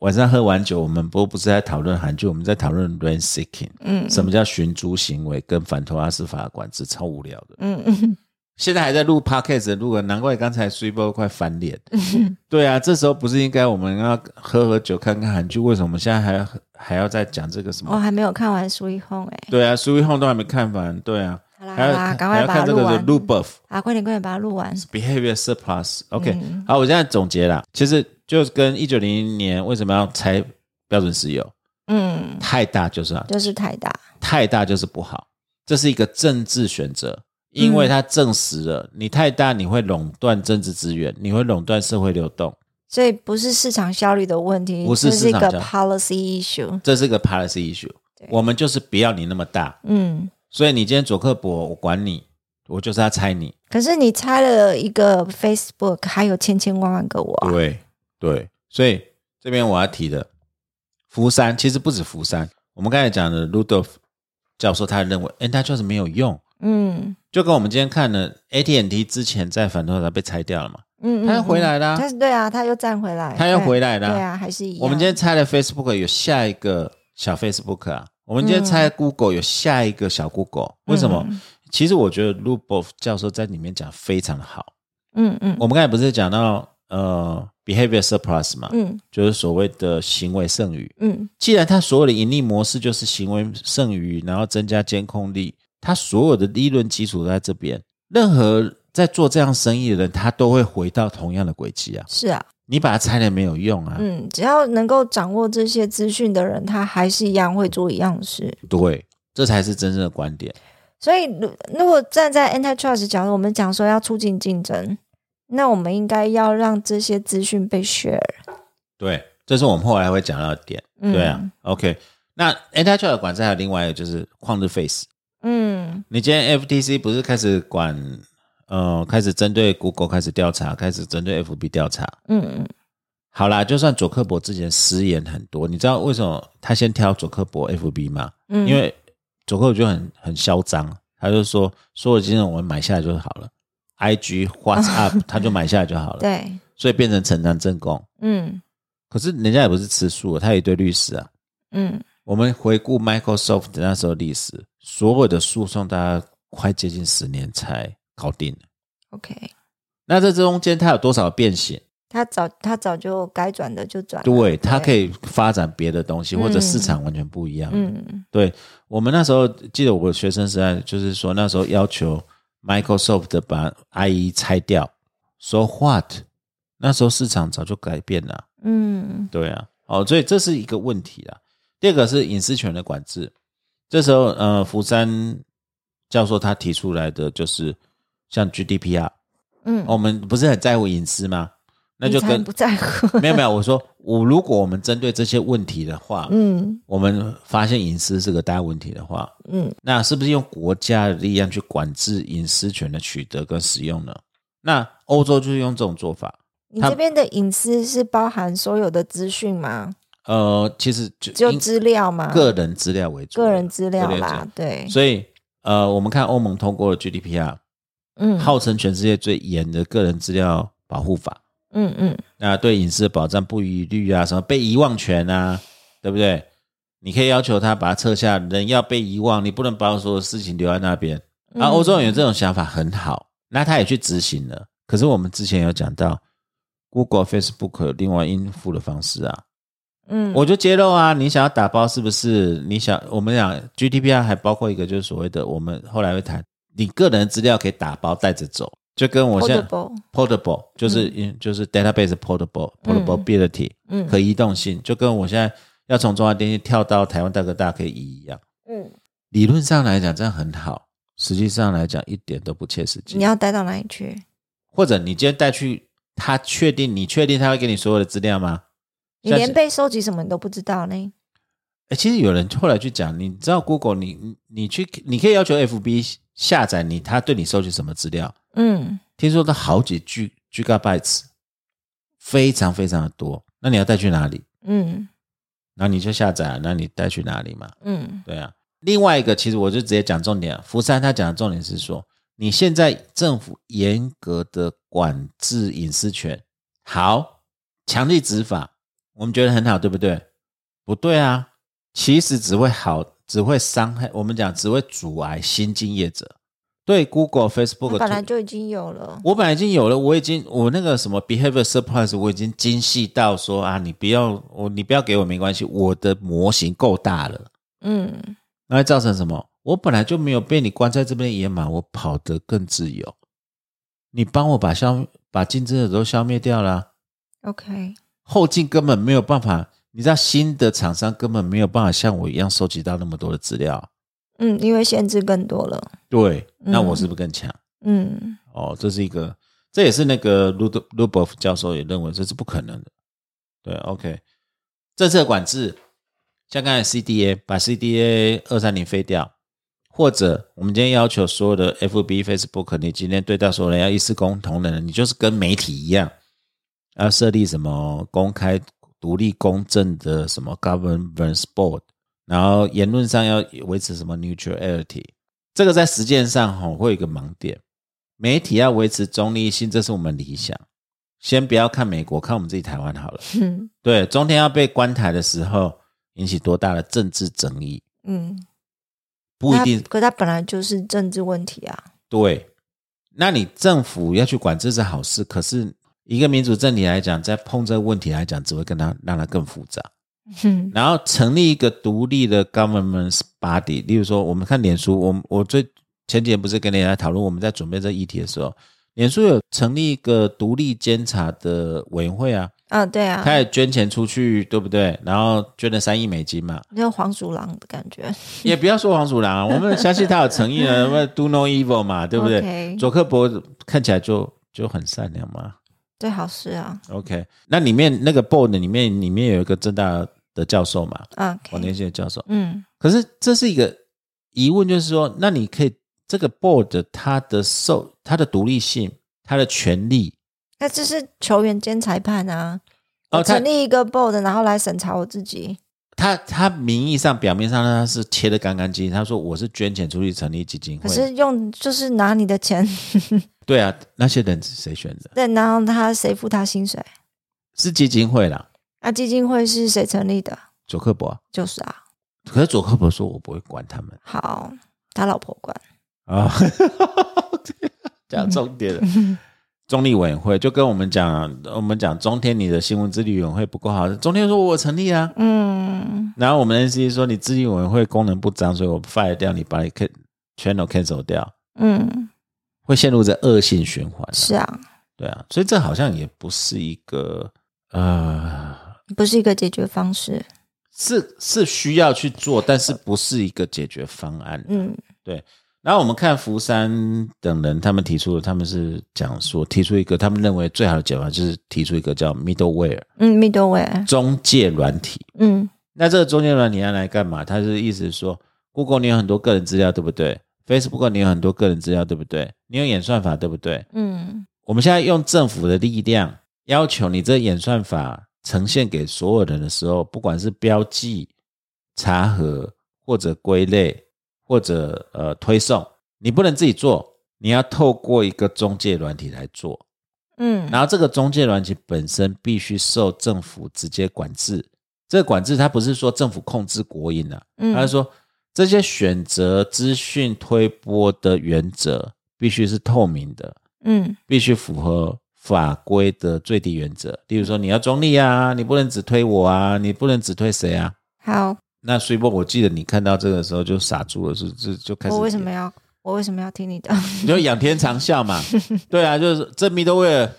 Speaker 2: 晚上喝完酒，我们不不是在讨论韩剧，我们在讨论 rent seeking，
Speaker 1: 嗯
Speaker 2: 什么叫寻租行为跟反托拉斯法的管制，超无聊的。
Speaker 1: 嗯嗯
Speaker 2: 现在还在录 podcast 的录了，难怪刚才 s u p e 快翻
Speaker 1: [laughs]
Speaker 2: 脸。对啊，这时候不是应该我们要喝喝酒看看韩剧？为什么我们现在还要还要再讲这个什
Speaker 1: 我
Speaker 2: 么？
Speaker 1: 哦还没有看完《苏一红》哎，
Speaker 2: 对啊 s u p e 都还没看完。对啊，
Speaker 1: 好啦
Speaker 2: 还
Speaker 1: 好
Speaker 2: 要
Speaker 1: 啦，赶
Speaker 2: 还
Speaker 1: 快
Speaker 2: 要
Speaker 1: 把它
Speaker 2: 看这
Speaker 1: 录
Speaker 2: 个
Speaker 1: 完
Speaker 2: l o b u f
Speaker 1: 啊，快点快点把它录完，
Speaker 2: behavior surplus。OK，、好，
Speaker 1: 嗯
Speaker 2: 我现在总结啦，其实就跟一九零零年为什么要拆标准石油，
Speaker 1: 嗯，
Speaker 2: 太大就是啊，
Speaker 1: 就是太大，
Speaker 2: 太大就是不好，这是一个政治选择，因为它证实
Speaker 1: 嗯
Speaker 2: 了你太大，你会垄断政治资源，你会垄断社会流动，
Speaker 1: 所以不是市场效率的问题，
Speaker 2: 不是
Speaker 1: 这是一
Speaker 2: 市场
Speaker 1: 个
Speaker 2: 效率
Speaker 1: policy issue，
Speaker 2: 这是个 policy issue
Speaker 1: 对。
Speaker 2: 我们就是不要你那么大，
Speaker 1: 嗯。
Speaker 2: 所以你今天佐克伯，我管你，我就是要拆你。
Speaker 1: 可是你拆了一个 Facebook，还有千千万万个我啊，
Speaker 2: 对对，所以这边我要提的，福山其实不止福山，我们刚才讲的 Rudolf 教授，他认为 antitrust 没有用，
Speaker 1: 嗯
Speaker 2: 就跟我们今天看的 AT&T 之前在反托拉被拆掉了嘛，
Speaker 1: 嗯，嗯
Speaker 2: 他又回来啦、
Speaker 1: 他对啊，他又站回来，
Speaker 2: 他又回来啦、
Speaker 1: 对啊，还是一样。
Speaker 2: 我们今天拆了 Facebook 有下一个小 Facebook 啊，我们今天
Speaker 1: 嗯
Speaker 2: 拆了 Google 有下一个小 Google，、为什么？其实我觉得 Rudolf 教授在里面讲非常的好，
Speaker 1: 嗯嗯
Speaker 2: 我们刚才不是讲到呃 behavior surplus 嘛，
Speaker 1: 嗯
Speaker 2: 就是所谓的行为剩余。
Speaker 1: 嗯
Speaker 2: 既然它所有的盈利模式就是行为剩余，然后增加监控力，它所有的利润基础都在这边。任何在做这样生意的人，他都会回到同样的轨迹啊！
Speaker 1: 是啊，
Speaker 2: 你把它拆了没有用啊！
Speaker 1: 嗯，只要能够掌握这些资讯的人，他还是一样会做一样的事。
Speaker 2: 对，这才是真正的观点。
Speaker 1: 所以，如如果站在 antitrust 角度，我们讲说要促进竞争，那我们应该要让这些资讯被 share。
Speaker 2: 对，这是我们后来会讲到的点。
Speaker 1: 嗯
Speaker 2: 对啊，OK。那 antitrust 的管制还有另外一个就是旷日费时。
Speaker 1: 嗯
Speaker 2: 你今天 FTC 不是开始管，呃，开始针对 Google 开始调查，开始针对 FB 调查。
Speaker 1: 嗯嗯
Speaker 2: 好啦，就算佐克伯之前失言很多，你知道为什么他先挑佐克伯 FB 吗？
Speaker 1: 嗯，
Speaker 2: 因为佐克伯就很很嚣张，他就说所有金融我们买下来就好了，IG、WhatsApp 他就买下来就好了，
Speaker 1: 对，
Speaker 2: 所以变成城南正供。
Speaker 1: 嗯
Speaker 2: 可是人家也不是吃素的，他有一堆律师啊。
Speaker 1: 嗯，
Speaker 2: 我们回顾 Microsoft 那时候历史，所有的诉讼大概快接近十年才搞定了。
Speaker 1: OK，
Speaker 2: 那这中间它有多少变形？
Speaker 1: 他早他早就该转的就转了，
Speaker 2: 对，它可以发展别的东西，或者
Speaker 1: 嗯
Speaker 2: 市场完全不一样。
Speaker 1: 嗯
Speaker 2: 对我们那时候记得我学生时代，就是说那时候要求 Microsoft 把 IE 拆掉，So what？那时候市场早就改变了，
Speaker 1: 嗯
Speaker 2: 对啊，哦，所以这是一个问题啊。第二个是隐私权的管制，这时候呃，福山教授他提出来的就是像 GDPR，、
Speaker 1: 嗯，
Speaker 2: 哦我们不是很在乎隐私吗？那就
Speaker 1: 你才
Speaker 2: 跟
Speaker 1: 不在乎， [laughs]
Speaker 2: 没有没有，我说我如果我们针对这些问题的话，
Speaker 1: 嗯
Speaker 2: 我们发现隐私是个大问题的话，
Speaker 1: 嗯
Speaker 2: 那是不是用国家的力量去管制隐私权的取得跟使用呢？那欧洲就是用这种做法。
Speaker 1: 你
Speaker 2: 他
Speaker 1: 这边的隐私是包含所有的资讯吗？
Speaker 2: 呃，其实就
Speaker 1: 只有
Speaker 2: 因
Speaker 1: 资料吗？
Speaker 2: 个人资料为主，
Speaker 1: 个人资料
Speaker 2: 个人
Speaker 1: 啦，对，
Speaker 2: 所以呃，我们看欧盟通过了 GDPR，、
Speaker 1: 嗯，
Speaker 2: 号称全世界最严的个人资料保护法，
Speaker 1: 嗯嗯
Speaker 2: 那对隐私的保障不遗余力啊，什么被遗忘权啊，对不对？你可以要求他把它撤下，人要被遗忘，你不能把所有事情留在那边。
Speaker 1: 嗯
Speaker 2: 啊，欧洲人有这种想法很好，那他也去执行了。可是我们之前有讲到，Google、Facebook 有另外应付的方式啊，
Speaker 1: 嗯，
Speaker 2: 我就揭露啊，你想要打包是不是？你想，我们讲 GDPR 还包括一个就是所谓的，我们后来会谈，你个人资料可以打包带着走，就跟我现在
Speaker 1: Portable
Speaker 2: portable 就是、就是 database portable
Speaker 1: 嗯
Speaker 2: portability、
Speaker 1: 嗯
Speaker 2: 可移动性，就跟我现在要从中华电信跳到台湾大哥大可以移一样。
Speaker 1: 嗯，
Speaker 2: 理论上来讲，这样很好，实际上来讲一点都不切实际
Speaker 1: 你。要带到哪里去？
Speaker 2: 或者你今天带去，他确定你确定他会给你所有的资料吗？
Speaker 1: 你
Speaker 2: 像
Speaker 1: 连
Speaker 2: 是
Speaker 1: 被收集什么你都不知道呢？
Speaker 2: 哎、其实有人后来去讲，你知道 Google，你你你去，你可以要求 FB 下载你他对你收集什么资料，
Speaker 1: 嗯，
Speaker 2: 听说都好几 G gigabytes，非常非常的多。那你要带去哪里？
Speaker 1: 嗯
Speaker 2: 然后你就下载，那你带去哪里嘛？
Speaker 1: 嗯
Speaker 2: 对啊。另外一个，其实我就直接讲重点啊，福山他讲的重点是说，你现在政府严格的管制隐私权，好，强力执法，我们觉得很好，对不对？不对啊，其实只会好，只会伤害我们讲，只会阻碍新进业者。对 Google、
Speaker 1: 它
Speaker 2: Facebook，
Speaker 1: 本来就已经有了，
Speaker 2: 我本来已经有了，我已经我那个什么 behavior surprise，我已经精细到说啊，你不要我，你不要给我没关系，我的模型够大了，
Speaker 1: 嗯
Speaker 2: 那会造成什么？我本来就没有被你关在这边的野马，我跑得更自由。你帮我把消把竞争者都消灭掉了啊、
Speaker 1: ，OK，
Speaker 2: 后劲根本没有办法。你知道新的厂商根本没有办法像我一样收集到那么多的资料，
Speaker 1: 嗯，因为限制更多了，
Speaker 2: 对，那
Speaker 1: 嗯
Speaker 2: 我是不是更强？
Speaker 1: 嗯
Speaker 2: 哦，这是一个，这也是那个卢德卢伯夫教授也认为这是不可能的。对，OK，政策管制，像刚才 CDA 把 CDA 二三零废掉，或者我们今天要求所有的 FB、Facebook，你今天对待所有人要一视公同的人，你就是跟媒体一样，要设立什么公开、独立、公正的什么 governance board，然后言论上要维持什么 neutrality，这个在实践上吼会有一个盲点，媒体要维持中立性，这是我们理想。先不要看美国，看我们自己台湾好了。
Speaker 1: 嗯
Speaker 2: 对，中天要被关台的时候，引起多大的政治争议，
Speaker 1: 嗯，
Speaker 2: 不一
Speaker 1: 它
Speaker 2: 定
Speaker 1: 可它本来就是政治问题啊，
Speaker 2: 对。那你政府要去管这是好事，可是一个民主政体来讲，在碰这个问题来讲，只会跟它让它更复杂。
Speaker 1: 哼，
Speaker 2: 然后成立一个独立的 government body，例如说，我们看脸书，我我最前几天不是跟大家讨论，我们在准备这议题的时候，脸书有成立一个独立监察的委员会啊，
Speaker 1: 啊，对啊，
Speaker 2: 他也捐钱出去，对不对？然后捐了三亿美金嘛，
Speaker 1: 那种黄鼠狼的感觉， [laughs]
Speaker 2: 也不要说黄鼠狼啊，我们相信他有诚意啊，那 do no evil 嘛，对不对
Speaker 1: OK
Speaker 2: 佐克伯看起来就就很善良嘛
Speaker 1: 最好是啊
Speaker 2: ，OK，那里面那个 board 里面里面有一个正大的教授嘛，
Speaker 1: 啊，OK，
Speaker 2: 广电系的教授，
Speaker 1: 嗯
Speaker 2: 可是这是一个疑问，就是说，那你可以这个 board 它的受它的独立性、它的权利
Speaker 1: 那这是球员兼裁判啊，
Speaker 2: 哦
Speaker 1: 我
Speaker 2: 它
Speaker 1: 成立一个 board，然后来审查我自己，
Speaker 2: 它它名义上表面上它是切的干干净净，他说我是捐钱出去成立基金
Speaker 1: 可
Speaker 2: 会，
Speaker 1: 是用就是拿你的钱， [laughs]
Speaker 2: 对啊，那些人是谁选的？
Speaker 1: 再然后他谁付他薪水？
Speaker 2: 是基金会啦，
Speaker 1: 那基金会是谁成立的？
Speaker 2: 佐克伯啊，
Speaker 1: 就是啊，
Speaker 2: 可是佐克伯说我不会管他们
Speaker 1: 好，他老婆管。
Speaker 2: 啊， [laughs] 讲重点了。中立委员会就跟我们讲，我们讲中天你的新闻自律委员会不够好，中天说我成立啊，
Speaker 1: 嗯，
Speaker 2: 然后我们 NC 说你自律委员会功能不彰，所以我 fire 掉你，把你 can channel cancel 掉，
Speaker 1: 嗯，
Speaker 2: 会陷入这恶性循环、
Speaker 1: 是，啊，
Speaker 2: 对啊，所以这好像也不是一个呃，
Speaker 1: 不是一个解决方式。
Speaker 2: 是是需要去做，但是不是一个解决方案。
Speaker 1: 嗯
Speaker 2: 然后我们看福山等人，他们提出的，他们是讲说提出一个他们认为最好的解法，就是提出一个叫 middleware
Speaker 1: 嗯，middleware，
Speaker 2: 中介软体。
Speaker 1: 嗯
Speaker 2: 那这个中介软体要来干嘛？它是意思是说，Google 你有很多个人资料，对不对？Facebook 你有很多个人资料，对不对？你有演算法，对不对？
Speaker 1: 嗯
Speaker 2: 我们现在用政府的力量要求你这演算法呈现给所有人的时候，不管是标记、查核或者归类或者呃推送，你不能自己做，你要透过一个中介软体来做。
Speaker 1: 嗯
Speaker 2: 然后这个中介软体本身必须受政府直接管制。这个管制它不是说政府控制国营啊，
Speaker 1: 嗯，
Speaker 2: 他是说这些选择资讯推播的原则必须是透明的，
Speaker 1: 嗯
Speaker 2: 必须符合法规的最低原则。例如说，你要中立啊，你不能只推我啊，你不能只推谁啊。
Speaker 1: 好，
Speaker 2: 那所以我记得你看到这个时候就傻住了，是就就开始
Speaker 1: 我为什么要我为什么要听你的？
Speaker 2: 你就仰天长啸嘛？对啊，就是这米多威尔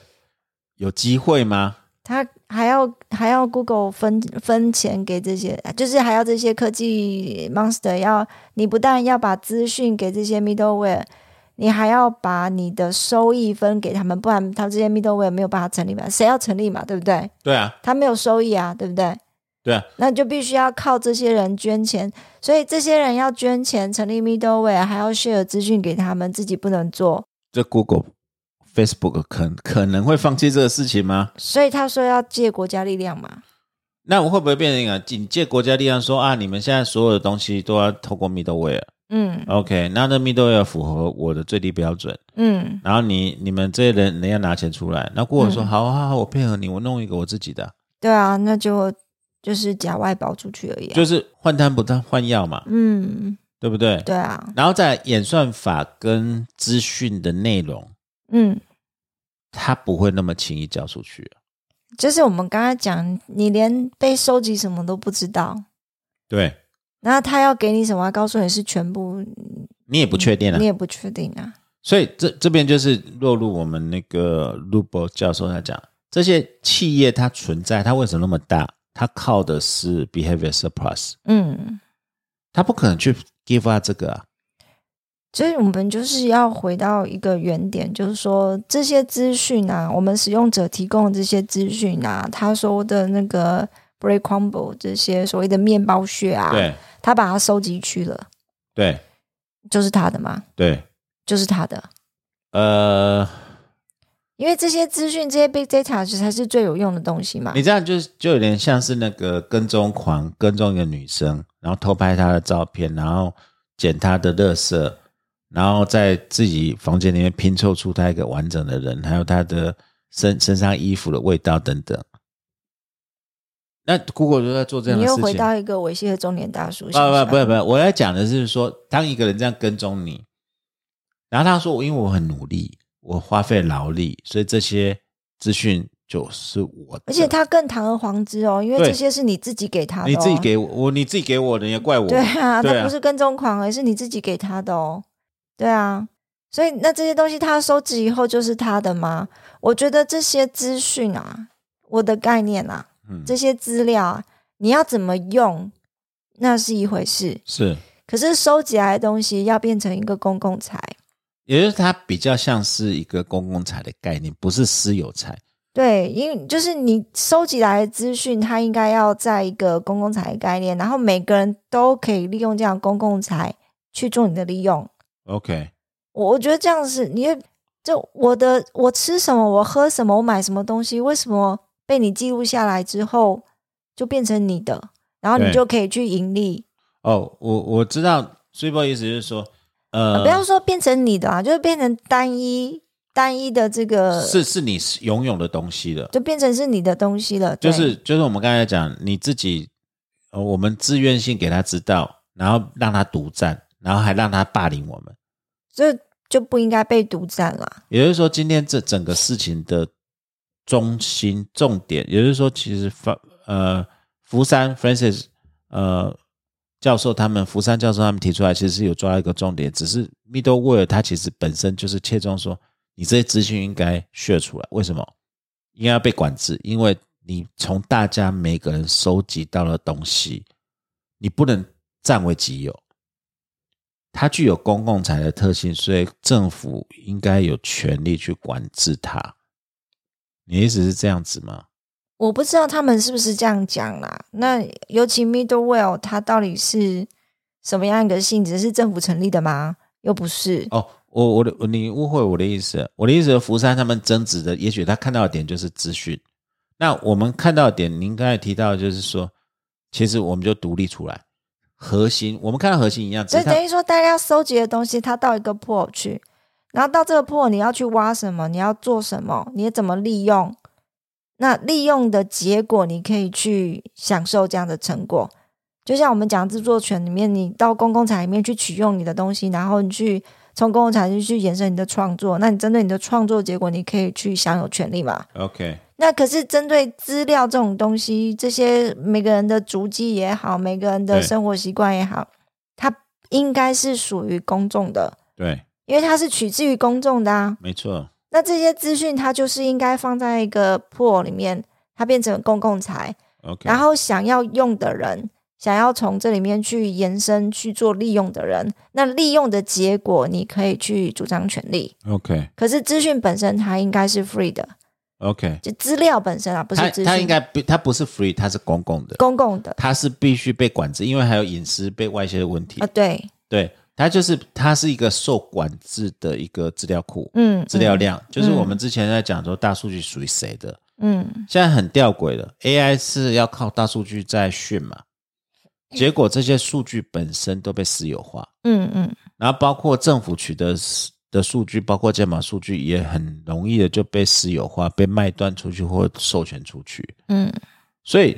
Speaker 2: 有机会吗？
Speaker 1: 他还要还要 Google 分分钱给这些，就是还要这些科技 monster 要你不但要把资讯给这些 middleware，你还要把你的收益分给他们，不然他这些 middleware 没有办法成立嘛，谁要成立嘛，对不对？
Speaker 2: 对啊，
Speaker 1: 他没有收益啊，对不对？
Speaker 2: 对啊，
Speaker 1: 那就必须要靠这些人捐钱，所以这些人要捐钱成立 middleware，还要 share 资讯给他们，自己不能做，
Speaker 2: 这 Google、Facebook 可可能会放弃这个事情吗？
Speaker 1: 所以他说要借国家力量嘛，
Speaker 2: 那我会不会变成一个警戒国家力量说啊，你们现在所有的东西都要透过 middleware？
Speaker 1: 嗯
Speaker 2: OK，那这 middleware 符合我的最低标准，
Speaker 1: 嗯
Speaker 2: 然后你你们这些人人要拿钱出来，那顾问说、
Speaker 1: 嗯
Speaker 2: 好啊好啊，我配合你，我弄一个我自己的，
Speaker 1: 对啊，那就就是假外包出去而已、啊。
Speaker 2: 就是换汤不换换药嘛，
Speaker 1: 嗯，
Speaker 2: 对不对？
Speaker 1: 对啊，
Speaker 2: 然后再来演算法跟资讯的内容，
Speaker 1: 嗯，
Speaker 2: 它不会那么轻易交出去、
Speaker 1: 就是我们刚才讲，你连被收集什么都不知道，
Speaker 2: 对
Speaker 1: 然后他要给你什么，告诉你是全部，
Speaker 2: 你也不确定啊
Speaker 1: 你。也不确定啊。
Speaker 2: 所以这这边就是落入我们那个路博教授他讲，这些企业它存在，它为什么那么大？它靠的是 behavior surplus，
Speaker 1: 嗯，
Speaker 2: 它不可能去 give up 这个啊。
Speaker 1: 所以我们就是要回到一个原点，就是说这些资讯啊，我们使用者提供的这些资讯啊，他说的那个 break crumble 这些所谓的面包屑啊，
Speaker 2: 对
Speaker 1: 他把它收集去了，
Speaker 2: 对
Speaker 1: 就是他的嘛，
Speaker 2: 对，
Speaker 1: 就是他的。
Speaker 2: 呃，
Speaker 1: 因为这些资讯、这些 big data 其实才是最有用的东西嘛
Speaker 2: 你。这样就就有点像是那个跟踪狂跟踪一个女生，然后偷拍她的照片，然后捡她的垃圾，然后在自己房间里面拼凑出她一个完整的人，还有她的身身上衣服的味道等等。那 Google 就在做这样
Speaker 1: 你
Speaker 2: 的事
Speaker 1: 又
Speaker 2: 情。啊
Speaker 1: 回到一个猥亵的中年大叔身
Speaker 2: 不
Speaker 1: 上。
Speaker 2: 不不不，我要讲的是说，当一个人这样跟踪你，然后他说，因为我很努力，我花费劳力，所以这些资讯就是我的，
Speaker 1: 而且他更堂而皇之哦，因为
Speaker 2: 对
Speaker 1: 这些是你自己给他的、哦，
Speaker 2: 你自己。给我，我你自己给我的，你也怪我。
Speaker 1: 对啊，
Speaker 2: 对
Speaker 1: 他
Speaker 2: 啊
Speaker 1: 不是跟踪狂，而是你自己给他的哦。对啊，所以那这些东西他收集以后就是他的吗？我觉得这些资讯啊，我的概念啊，
Speaker 2: 嗯，
Speaker 1: 这些资料啊，你要怎么用，那是一回事。
Speaker 2: 是，
Speaker 1: 可是收集来的东西要变成一个公共财，
Speaker 2: 也就是它比较像是一个公共财的概念，不是私有财。
Speaker 1: 对，因为就是你收集来的资讯，它应该要在一个公共财的概念，然后每个人都可以利用这样的公共财去做你的利用。
Speaker 2: OK，
Speaker 1: 我我觉得这样是，你也就我的我吃什么，我喝什么，我买什么东西，为什么被你记录下来之后就变成你的，然后你
Speaker 2: 对
Speaker 1: 就可以去盈利。
Speaker 2: 哦，我我知道 s u p e 意思就是说，呃，
Speaker 1: 啊呃不要说变成你的啊，就是变成单一单一的这个，
Speaker 2: 是是你拥有的东西了。
Speaker 1: 就变成是你的东西了。
Speaker 2: 就
Speaker 1: 对
Speaker 2: 是就是我们刚才讲，你自己，呃，我们自愿性给他知道，然后让他独占，然后还让他霸凌我们。
Speaker 1: 这就不应该被独占了。
Speaker 2: 也就是说，今天这整个事情的中心重点，也就是说，其实法呃福山 Francis 呃教授他们福山教授他们提出来，其实是有抓到一个重点，只是 Middleware 它其实本身就是切中说，你这些资讯应该 share 出来，为什么？应该要被管制，因为你从大家每个人收集到的东西，你不能占为己有。它具有公共财的特性，所以政府应该有权利去管制它。你的意思是这样子吗？
Speaker 1: 我不知道他们是不是这样讲啦。那尤其 Middlewell 它到底是什么样一个性质？是政府成立的吗？又不是。
Speaker 2: 哦，我我的你误会我的意思，我的意思，福山他们争执的，也许他看到的点就是资讯。那我们看到的点，您刚才提到的就是说，其实我们就独立出来，核心我们看到核心一样，只
Speaker 1: 所以
Speaker 2: 是它
Speaker 1: 等于说，大家搜集的东西，它到一个 pool 去，然后到这个 pool 你要去挖什么，你要做什么，你怎么利用？那利用的结果，你可以去享受这样的成果。就像我们讲制作权里面，你到公共财里面去取用你的东西，然后你去从公共财去延伸你的创作，那你针对你的创作结果，你可以去享有权利嘛？
Speaker 2: OK。
Speaker 1: 那可是针对资料这种东西，这些每个人的足迹也好，每个人的
Speaker 2: 对
Speaker 1: 生活习惯也好，它应该是属于公众的，
Speaker 2: 对，
Speaker 1: 因为它是取自于公众的啊。
Speaker 2: 没错，
Speaker 1: 那这些资讯它就是应该放在一个 pool 里面，它变成公共财，
Speaker 2: OK。
Speaker 1: 然后想要用的人，想要从这里面去延伸去做利用的人，那利用的结果你可以去主张权利。
Speaker 2: OK
Speaker 1: 可是资讯本身它应该是 free 的，
Speaker 2: OK，
Speaker 1: 就资料本身啊，不是
Speaker 2: 它
Speaker 1: 资讯。
Speaker 2: 它应该不，它不是 free，它是公共的，
Speaker 1: 公共的
Speaker 2: 它是必须被管制，因为还有隐私被外泄的问题
Speaker 1: 啊，。对，
Speaker 2: 对，它就是它是一个受管制的一个资料库，
Speaker 1: 嗯，
Speaker 2: 资料量就是我们之前在讲说大数据属于谁的，
Speaker 1: 嗯，
Speaker 2: 现在很吊诡了，AI 是要靠大数据在训嘛，
Speaker 1: 嗯
Speaker 2: 结果这些数据本身都被私有化，
Speaker 1: 嗯嗯嗯，
Speaker 2: 然后包括政府取得的数据，包括健保数据，也很容易的就被私有化、被卖断出去或授权出去。
Speaker 1: 嗯，
Speaker 2: 所以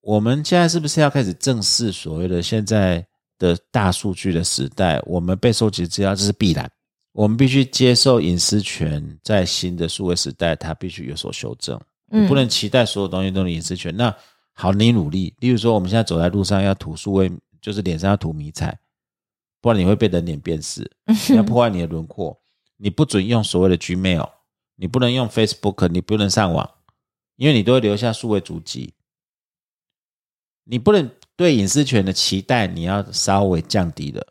Speaker 2: 我们现在是不是要开始正视所谓的现在的大数据的时代？我们被收集资料这是必然，我们必须接受隐私权在新的数位时代，它必须有所修正。你
Speaker 1: 嗯
Speaker 2: 不能期待所有东西都能隐私权。那好，你努力，例如说我们现在走在路上要涂数位，就是脸上要涂迷彩，不然你会被人脸辨识，要破坏你的轮廓。你不准用所谓的 Gmail，你不能用 Facebook，你不能上网，因为你都会留下数位足迹。你不能对隐私权的期待你要稍微降低了，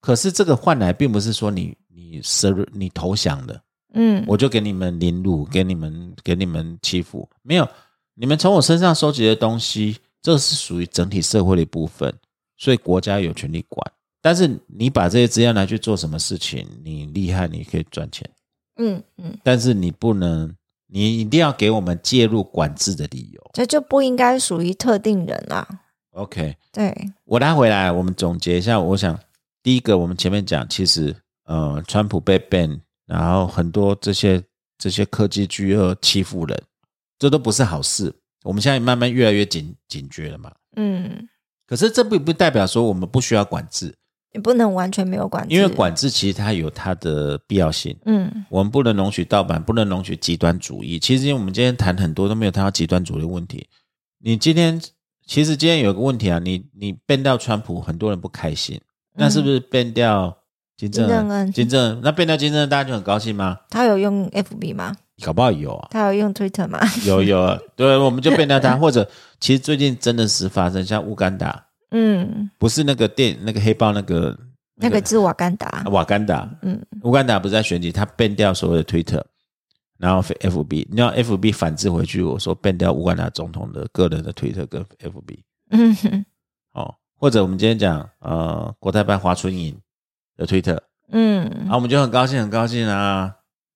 Speaker 2: 可是这个换来并不是说你你 ser 你投降了。
Speaker 1: 嗯，
Speaker 2: 我就给你们凌辱，给你们给你们欺负，没有，你们从我身上收集的东西，这是属于整体社会的一部分，所以国家有权利管。但是你把这些资料拿去做什么事情，你厉害，你可以赚钱，
Speaker 1: 嗯嗯，
Speaker 2: 但是你不能，你一定要给我们介入管制的理由。
Speaker 1: 这就不应该属于特定人啦。
Speaker 2: OK，
Speaker 1: 对，
Speaker 2: 我拉回来，我们总结一下。我想，第一个，我们前面讲，其实呃，川普被 ban，然后很多这些这些科技巨鳄欺负人，这都不是好事。我们现在慢慢越来越警警觉了嘛。
Speaker 1: 嗯，
Speaker 2: 可是这并不代表说我们不需要管制，
Speaker 1: 也不能完全没有管制，
Speaker 2: 因为，管制其实它有它的必要性。
Speaker 1: 嗯
Speaker 2: 我们不能容许盗版，不能容许极端主义。其实我们今天谈很多都没有谈到极端主义的问题。你今天其实今天有个问题啊，你你变掉川普，很多人不开心，那是不是变掉金正
Speaker 1: 金正恩
Speaker 2: 恩？金正恩那变掉金正恩，大家就很高兴吗？
Speaker 1: 他有用 FB 吗？
Speaker 2: 搞不好有啊，
Speaker 1: 他有用 Twitter 吗？
Speaker 2: 有有啊，对，我们就变掉他。 [laughs] 或者其实最近真的是发生，像乌干达，
Speaker 1: 嗯，
Speaker 2: 不是那个电那个黑豹那个
Speaker 1: 那个是瓦干达，
Speaker 2: 瓦干达，
Speaker 1: 嗯
Speaker 2: 嗯，乌干达不是在选举，他 ban 掉所有的 Twitter，然后 F- FB，你要 FB 反制回去，我说 ban 掉乌干达总统的个人的 Twitter 跟 FB
Speaker 1: 嗯哼
Speaker 2: 哦，或者我们今天讲呃国台办华春莹的 Twitter，
Speaker 1: 嗯
Speaker 2: 啊，我们就很高兴很高兴啊，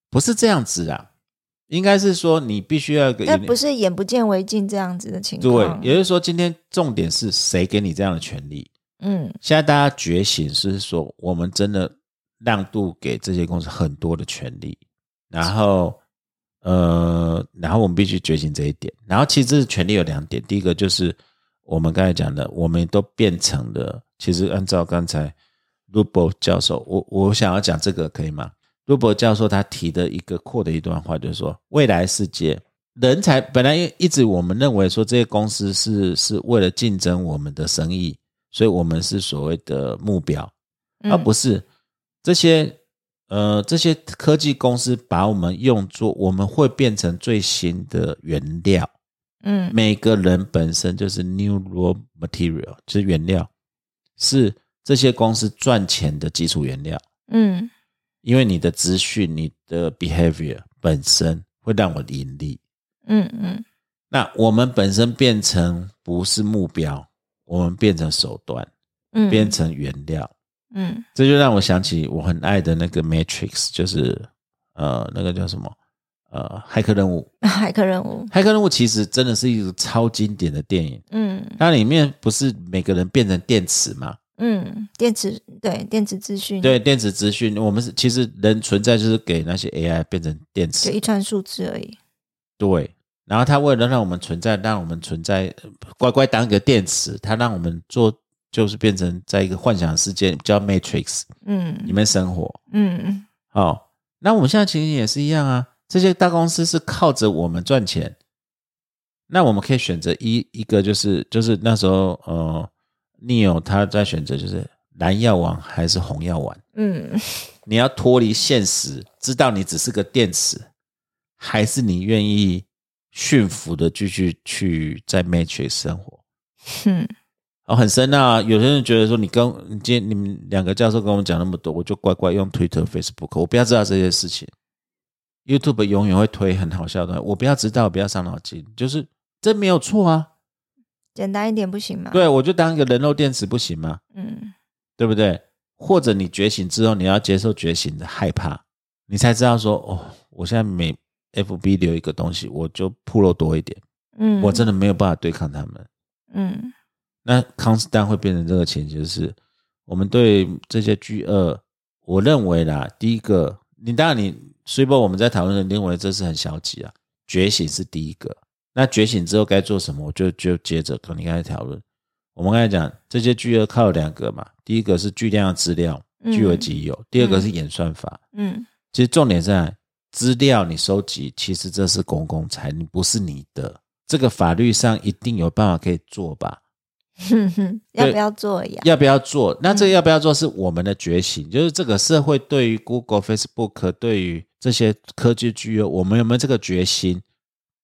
Speaker 2: 不是这样子啊，应该是说你必须要有一个
Speaker 1: 那不是眼不见为净这样子的情
Speaker 2: 对
Speaker 1: 况，，
Speaker 2: 也就是说今天重点是谁给你这样的权利，
Speaker 1: 嗯
Speaker 2: 现在大家觉醒是说，我们真的让渡给这些公司很多的权利，然后呃，然后我们必须觉醒这一点。然后其实权力有两点，第一个就是我们刚才讲的，我们都变成了，其实按照刚才 Rubo 教授，我我想要讲这个可以吗？Rubo 教授他提的一个扩的一段话，就是说未来世界。人才本来一直我们认为说这些公司是是为了竞争我们的生意，所以我们是所谓的目标，而、
Speaker 1: 嗯
Speaker 2: 不是这些呃这些科技公司把我们用作我们会变成最新的原料，
Speaker 1: 嗯
Speaker 2: 每个人本身就是 new raw material，就是原料，是这些公司赚钱的基础原料。
Speaker 1: 嗯
Speaker 2: 因为你的资讯、你的 behavior 本身会让我盈利，
Speaker 1: 嗯嗯
Speaker 2: 那我们本身变成不是目标，我们变成手段，
Speaker 1: 嗯，
Speaker 2: 变成原料。
Speaker 1: 嗯 [laughs]
Speaker 2: 这就让我想起我很爱的那个 Matrix，就是呃那个叫什么呃骇客任务。
Speaker 1: 海克任务，
Speaker 2: 骇客任务其实真的是一个超经典的电影，
Speaker 1: 嗯
Speaker 2: 它里面不是每个人变成电池嘛？
Speaker 1: 嗯，电子对电子资讯，，
Speaker 2: 对，电子资讯，我们是其实人存在就是给那些 AI 变成电
Speaker 1: 就
Speaker 2: 池，
Speaker 1: 一串数字而已。
Speaker 2: 对。然后它为了让我们存在，让我们存在呃乖乖当个电池，它让我们做就是变成在一个幻想世界叫 Matrix 里
Speaker 1: 嗯
Speaker 2: 面生活。
Speaker 1: 嗯
Speaker 2: 哦，那我们现在其实也是一样啊，这些大公司是靠着我们赚钱，那我们可以选择一一个就是就是那时候呃，Neo 他在选择就是蓝药丸还是红药丸，
Speaker 1: 嗯
Speaker 2: 你要脱离现实，知道你只是个电池，还是你愿意驯服的继续去在 Matrix 生活？
Speaker 1: 嗯
Speaker 2: 哦，很深啊！有些人觉得说，你跟你今天你们两个教授跟我们讲那么多，我就乖乖用 Twitter、Facebook，我不要知道这些事情。YouTube 永远会推很好笑的东西，我不要知道，不要伤脑筋，就是这没有错啊。
Speaker 1: 简单一点不行吗？，
Speaker 2: 对，我就当一个人肉电池不行吗？
Speaker 1: 嗯
Speaker 2: 对不对？或者你觉醒之后，你要接受觉醒的害怕，你才知道说，哦，我现在每 FB 留一个东西，我就铺露多一点，
Speaker 1: 嗯，
Speaker 2: 我真的没有办法对抗他们。
Speaker 1: 嗯
Speaker 2: 那康斯丹会变成这个情形，就是我们对这些 G 二，我认为啦，第一个，你当然你虽然我们在讨论的认为这是很消极啊，觉醒是第一个。那觉醒之后该做什么，我就就接着跟你刚才讨论。我们刚才讲这些 G 二靠两个嘛，第一个是巨量的资料，
Speaker 1: 嗯
Speaker 2: 据为己有；第二个是演算法。
Speaker 1: 嗯
Speaker 2: 其实重点在资料你收集，其实这是公共财，你不是你的。这个法律上一定有办法可以做吧？
Speaker 1: 哼哼，要
Speaker 2: 对
Speaker 1: 不要做呀？
Speaker 2: 要不要做？那这个要不要做是我们的觉醒，就是这个社会对于 Google、Facebook 对于这些科技巨业，我们有没有这个决心？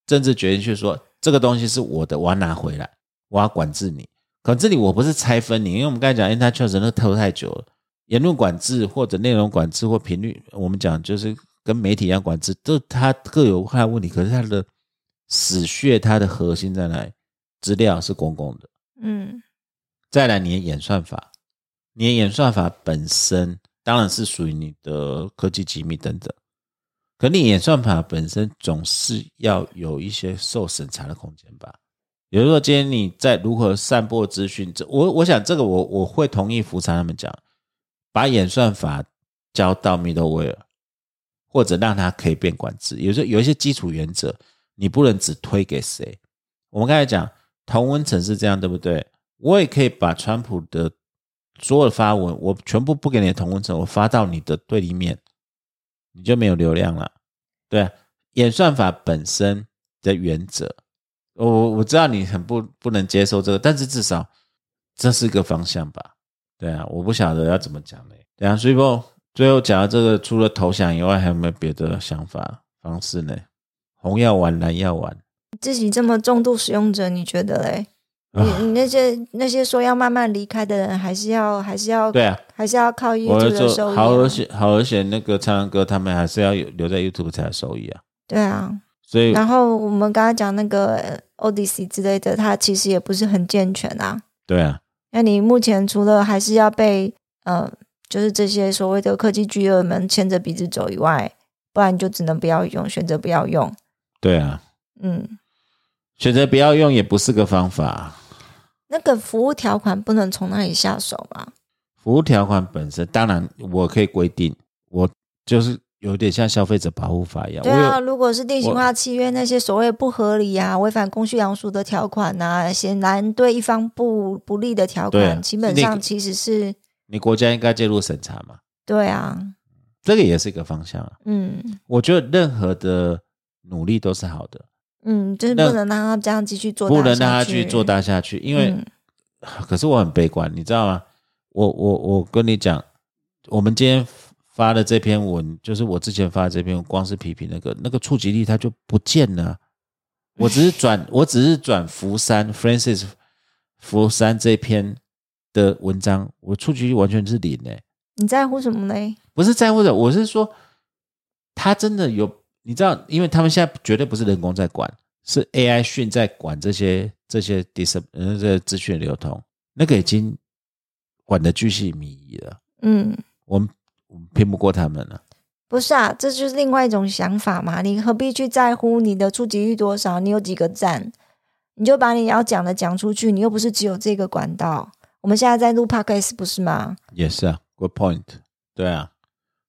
Speaker 2: 政治决心去说这个东西是我的，我要拿回来，我要管制你。管制你，我不是拆分你，因为我们刚才讲 Inter Trust 那拖太久了，言论管制或者内容管制或频率，我们讲就是跟媒体一样管制，都它各有它的问题，可是它的死穴，它的核心在哪里？资料是公共的。
Speaker 1: 嗯
Speaker 2: 再来你的演算法，你的演算法本身当然是属于你的科技机密等等，可你演算法本身总是要有一些受审查的空间吧？比如说今天你在如何散播资讯，这我我想这个我我会同意福常他们讲，把演算法交到 middleware，或者让它可以变管制。有时候有一些基础原则，你不能只推给谁。我们刚才讲同温层是这样，对不对？我也可以把川普的所有的发文，我全部不给你的同温层，我发到你的对立面，你就没有流量了。对啊，演算法本身的原则，我我知道你很不不能接受这个，但是至少这是个方向吧。对啊，我不晓得要怎么讲嘞。对啊，所以说最后讲到这个，除了投降以外，还有没有别的想法方式呢？红药丸、蓝药丸，
Speaker 1: 自己这么重度使用者，你觉得嘞？
Speaker 2: 啊
Speaker 1: 你你那些那些说要慢慢离开的人，还是要还是要
Speaker 2: 对啊，
Speaker 1: 还是要靠
Speaker 2: 我
Speaker 1: YouTube
Speaker 2: 要
Speaker 1: 的收
Speaker 2: 做
Speaker 1: 益
Speaker 2: 好而
Speaker 1: 啊？
Speaker 2: 且好而且那个唱唱歌，他们还是要有留在 YouTube 才有收益啊。
Speaker 1: 对啊，
Speaker 2: 所以
Speaker 1: 然后我们刚刚讲那个呃 Odyssey 之类的，它其实也不是很健全啊。
Speaker 2: 对啊，
Speaker 1: 那你目前除了还是要被呃，就是这些所谓的科技巨鳄们牵着鼻子走以外，不然你就只能不要用，选择不要用。
Speaker 2: 对啊，
Speaker 1: 嗯，
Speaker 2: 选择不要用也不是个方法。啊
Speaker 1: 那个服务条款不能从那里下手嘛？
Speaker 2: 服务条款本身，当然我可以规定，我就是有点像消费者保护法一样。
Speaker 1: 对
Speaker 2: 我有
Speaker 1: 啊，如果是定型化契约那些所谓不合理啊、违反公序良俗的条款呐、啊，显然对一方不不利的条
Speaker 2: 对啊
Speaker 1: 款，基本
Speaker 2: 那个
Speaker 1: 上其实是
Speaker 2: 你国家应该介入审查嘛，
Speaker 1: 对啊，
Speaker 2: 这个也是一个方向啊。
Speaker 1: 嗯
Speaker 2: 我觉得任何的努力都是好的，
Speaker 1: 嗯，就是
Speaker 2: 那
Speaker 1: 不能让他这样继续做大下
Speaker 2: 不
Speaker 1: 去，
Speaker 2: 能让它去做大下去，因为、
Speaker 1: 嗯
Speaker 2: 可是我很悲观，你知道吗？我我我跟你讲，我们今天发的这篇文，就是我之前发的这篇文，光是批评那个那个触及力它就不见了。我只是转，我只是转福山 [laughs] Francis 福山这篇的文章，我触及率完全是零欸诶、
Speaker 1: 你在乎什么嘞？
Speaker 2: 不是在乎的，我是说，他真的有，你知道，因为他们现在绝对不是人工在管，是 AI 训在管这些这些 dis 呃这些资讯流通，那个已经管的巨细靡遗了，
Speaker 1: 嗯，
Speaker 2: 我们我们拼不过他们了。
Speaker 1: 不是啊，这就是另外一种想法嘛。你何必去在乎你的触及率多少？你有几个赞，你就把你要讲的讲出去。你又不是只有这个管道。我们现在在录 podcast 不是吗？
Speaker 2: 也是啊，good point，对啊，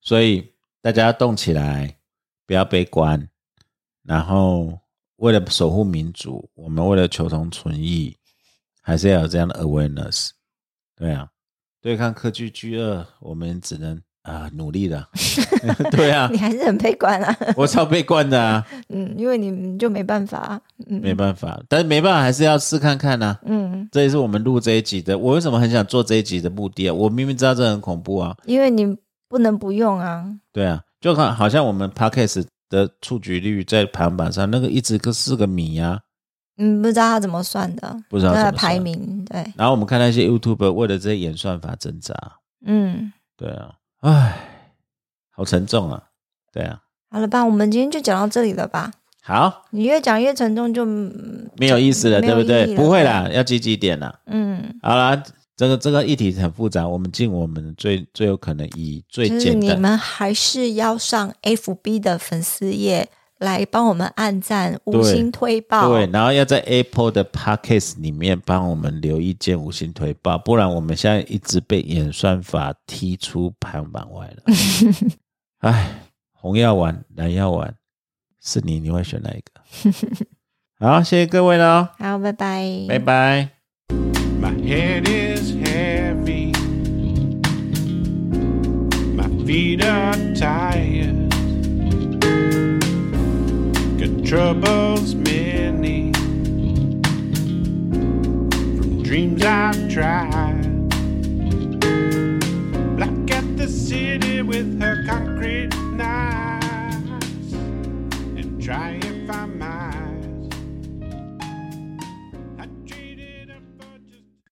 Speaker 2: 所以大家要动起来，不要悲观，然后为了守护民主，我们为了求同存异，还是要有这样的 awareness，对啊，对抗科技巨二，我们只能啊、努力了， [laughs] 对啊
Speaker 1: [laughs] 你，还是很悲观啊。 [laughs]
Speaker 2: 我超悲观的啊，
Speaker 1: 嗯，因为你们就没办法。嗯，
Speaker 2: 没办法，但是没办法，还是要试看看啊。
Speaker 1: 嗯，
Speaker 2: 这也是我们录这一集的，我为什么很想做这一集的目的啊？我明明知道这很恐怖啊，
Speaker 1: 因为你不能不用啊。
Speaker 2: 对啊，就看好像我们 podcast 的触及率在排行榜上，那个一直个是个米呀、
Speaker 1: 嗯，不知道他怎么算的，
Speaker 2: 不知道怎么
Speaker 1: 那啊
Speaker 2: 算
Speaker 1: 排名对，
Speaker 2: 然后我们看那些 YouTube 为了这些演算法挣扎，
Speaker 1: 嗯，
Speaker 2: 对啊，唉，好沉重啊，对啊，
Speaker 1: 好了吧，我们今天就讲到这里了吧？
Speaker 2: 好，
Speaker 1: 你越讲越沉重就，嗯
Speaker 2: 没有意思了，
Speaker 1: 没有
Speaker 2: 对不
Speaker 1: 意义
Speaker 2: 对？
Speaker 1: 了啊
Speaker 2: 不会啦，要积极一点啦。
Speaker 1: 嗯，
Speaker 2: 好啦，这个这个议题很复杂，我们尽我们最最有可能以最
Speaker 1: 就是
Speaker 2: 简
Speaker 1: 你
Speaker 2: 单，
Speaker 1: 们还是要上 FB 的粉丝页来帮我们按赞、五
Speaker 2: 对
Speaker 1: 星推爆，
Speaker 2: 对，然后要在 Apple 的 Podcast 里面帮我们留意见五星推报，不然我们现在一直被演算法踢出排行榜外了。哎，红药丸、蓝药丸，是你，你会选哪一个？好，谢谢各位喽，
Speaker 1: 好，拜拜，
Speaker 2: 拜拜。
Speaker 3: My head is heavy. My feet are tired. Got troubles many from dreams I've tried. Black at the city with her concrete knives and trying.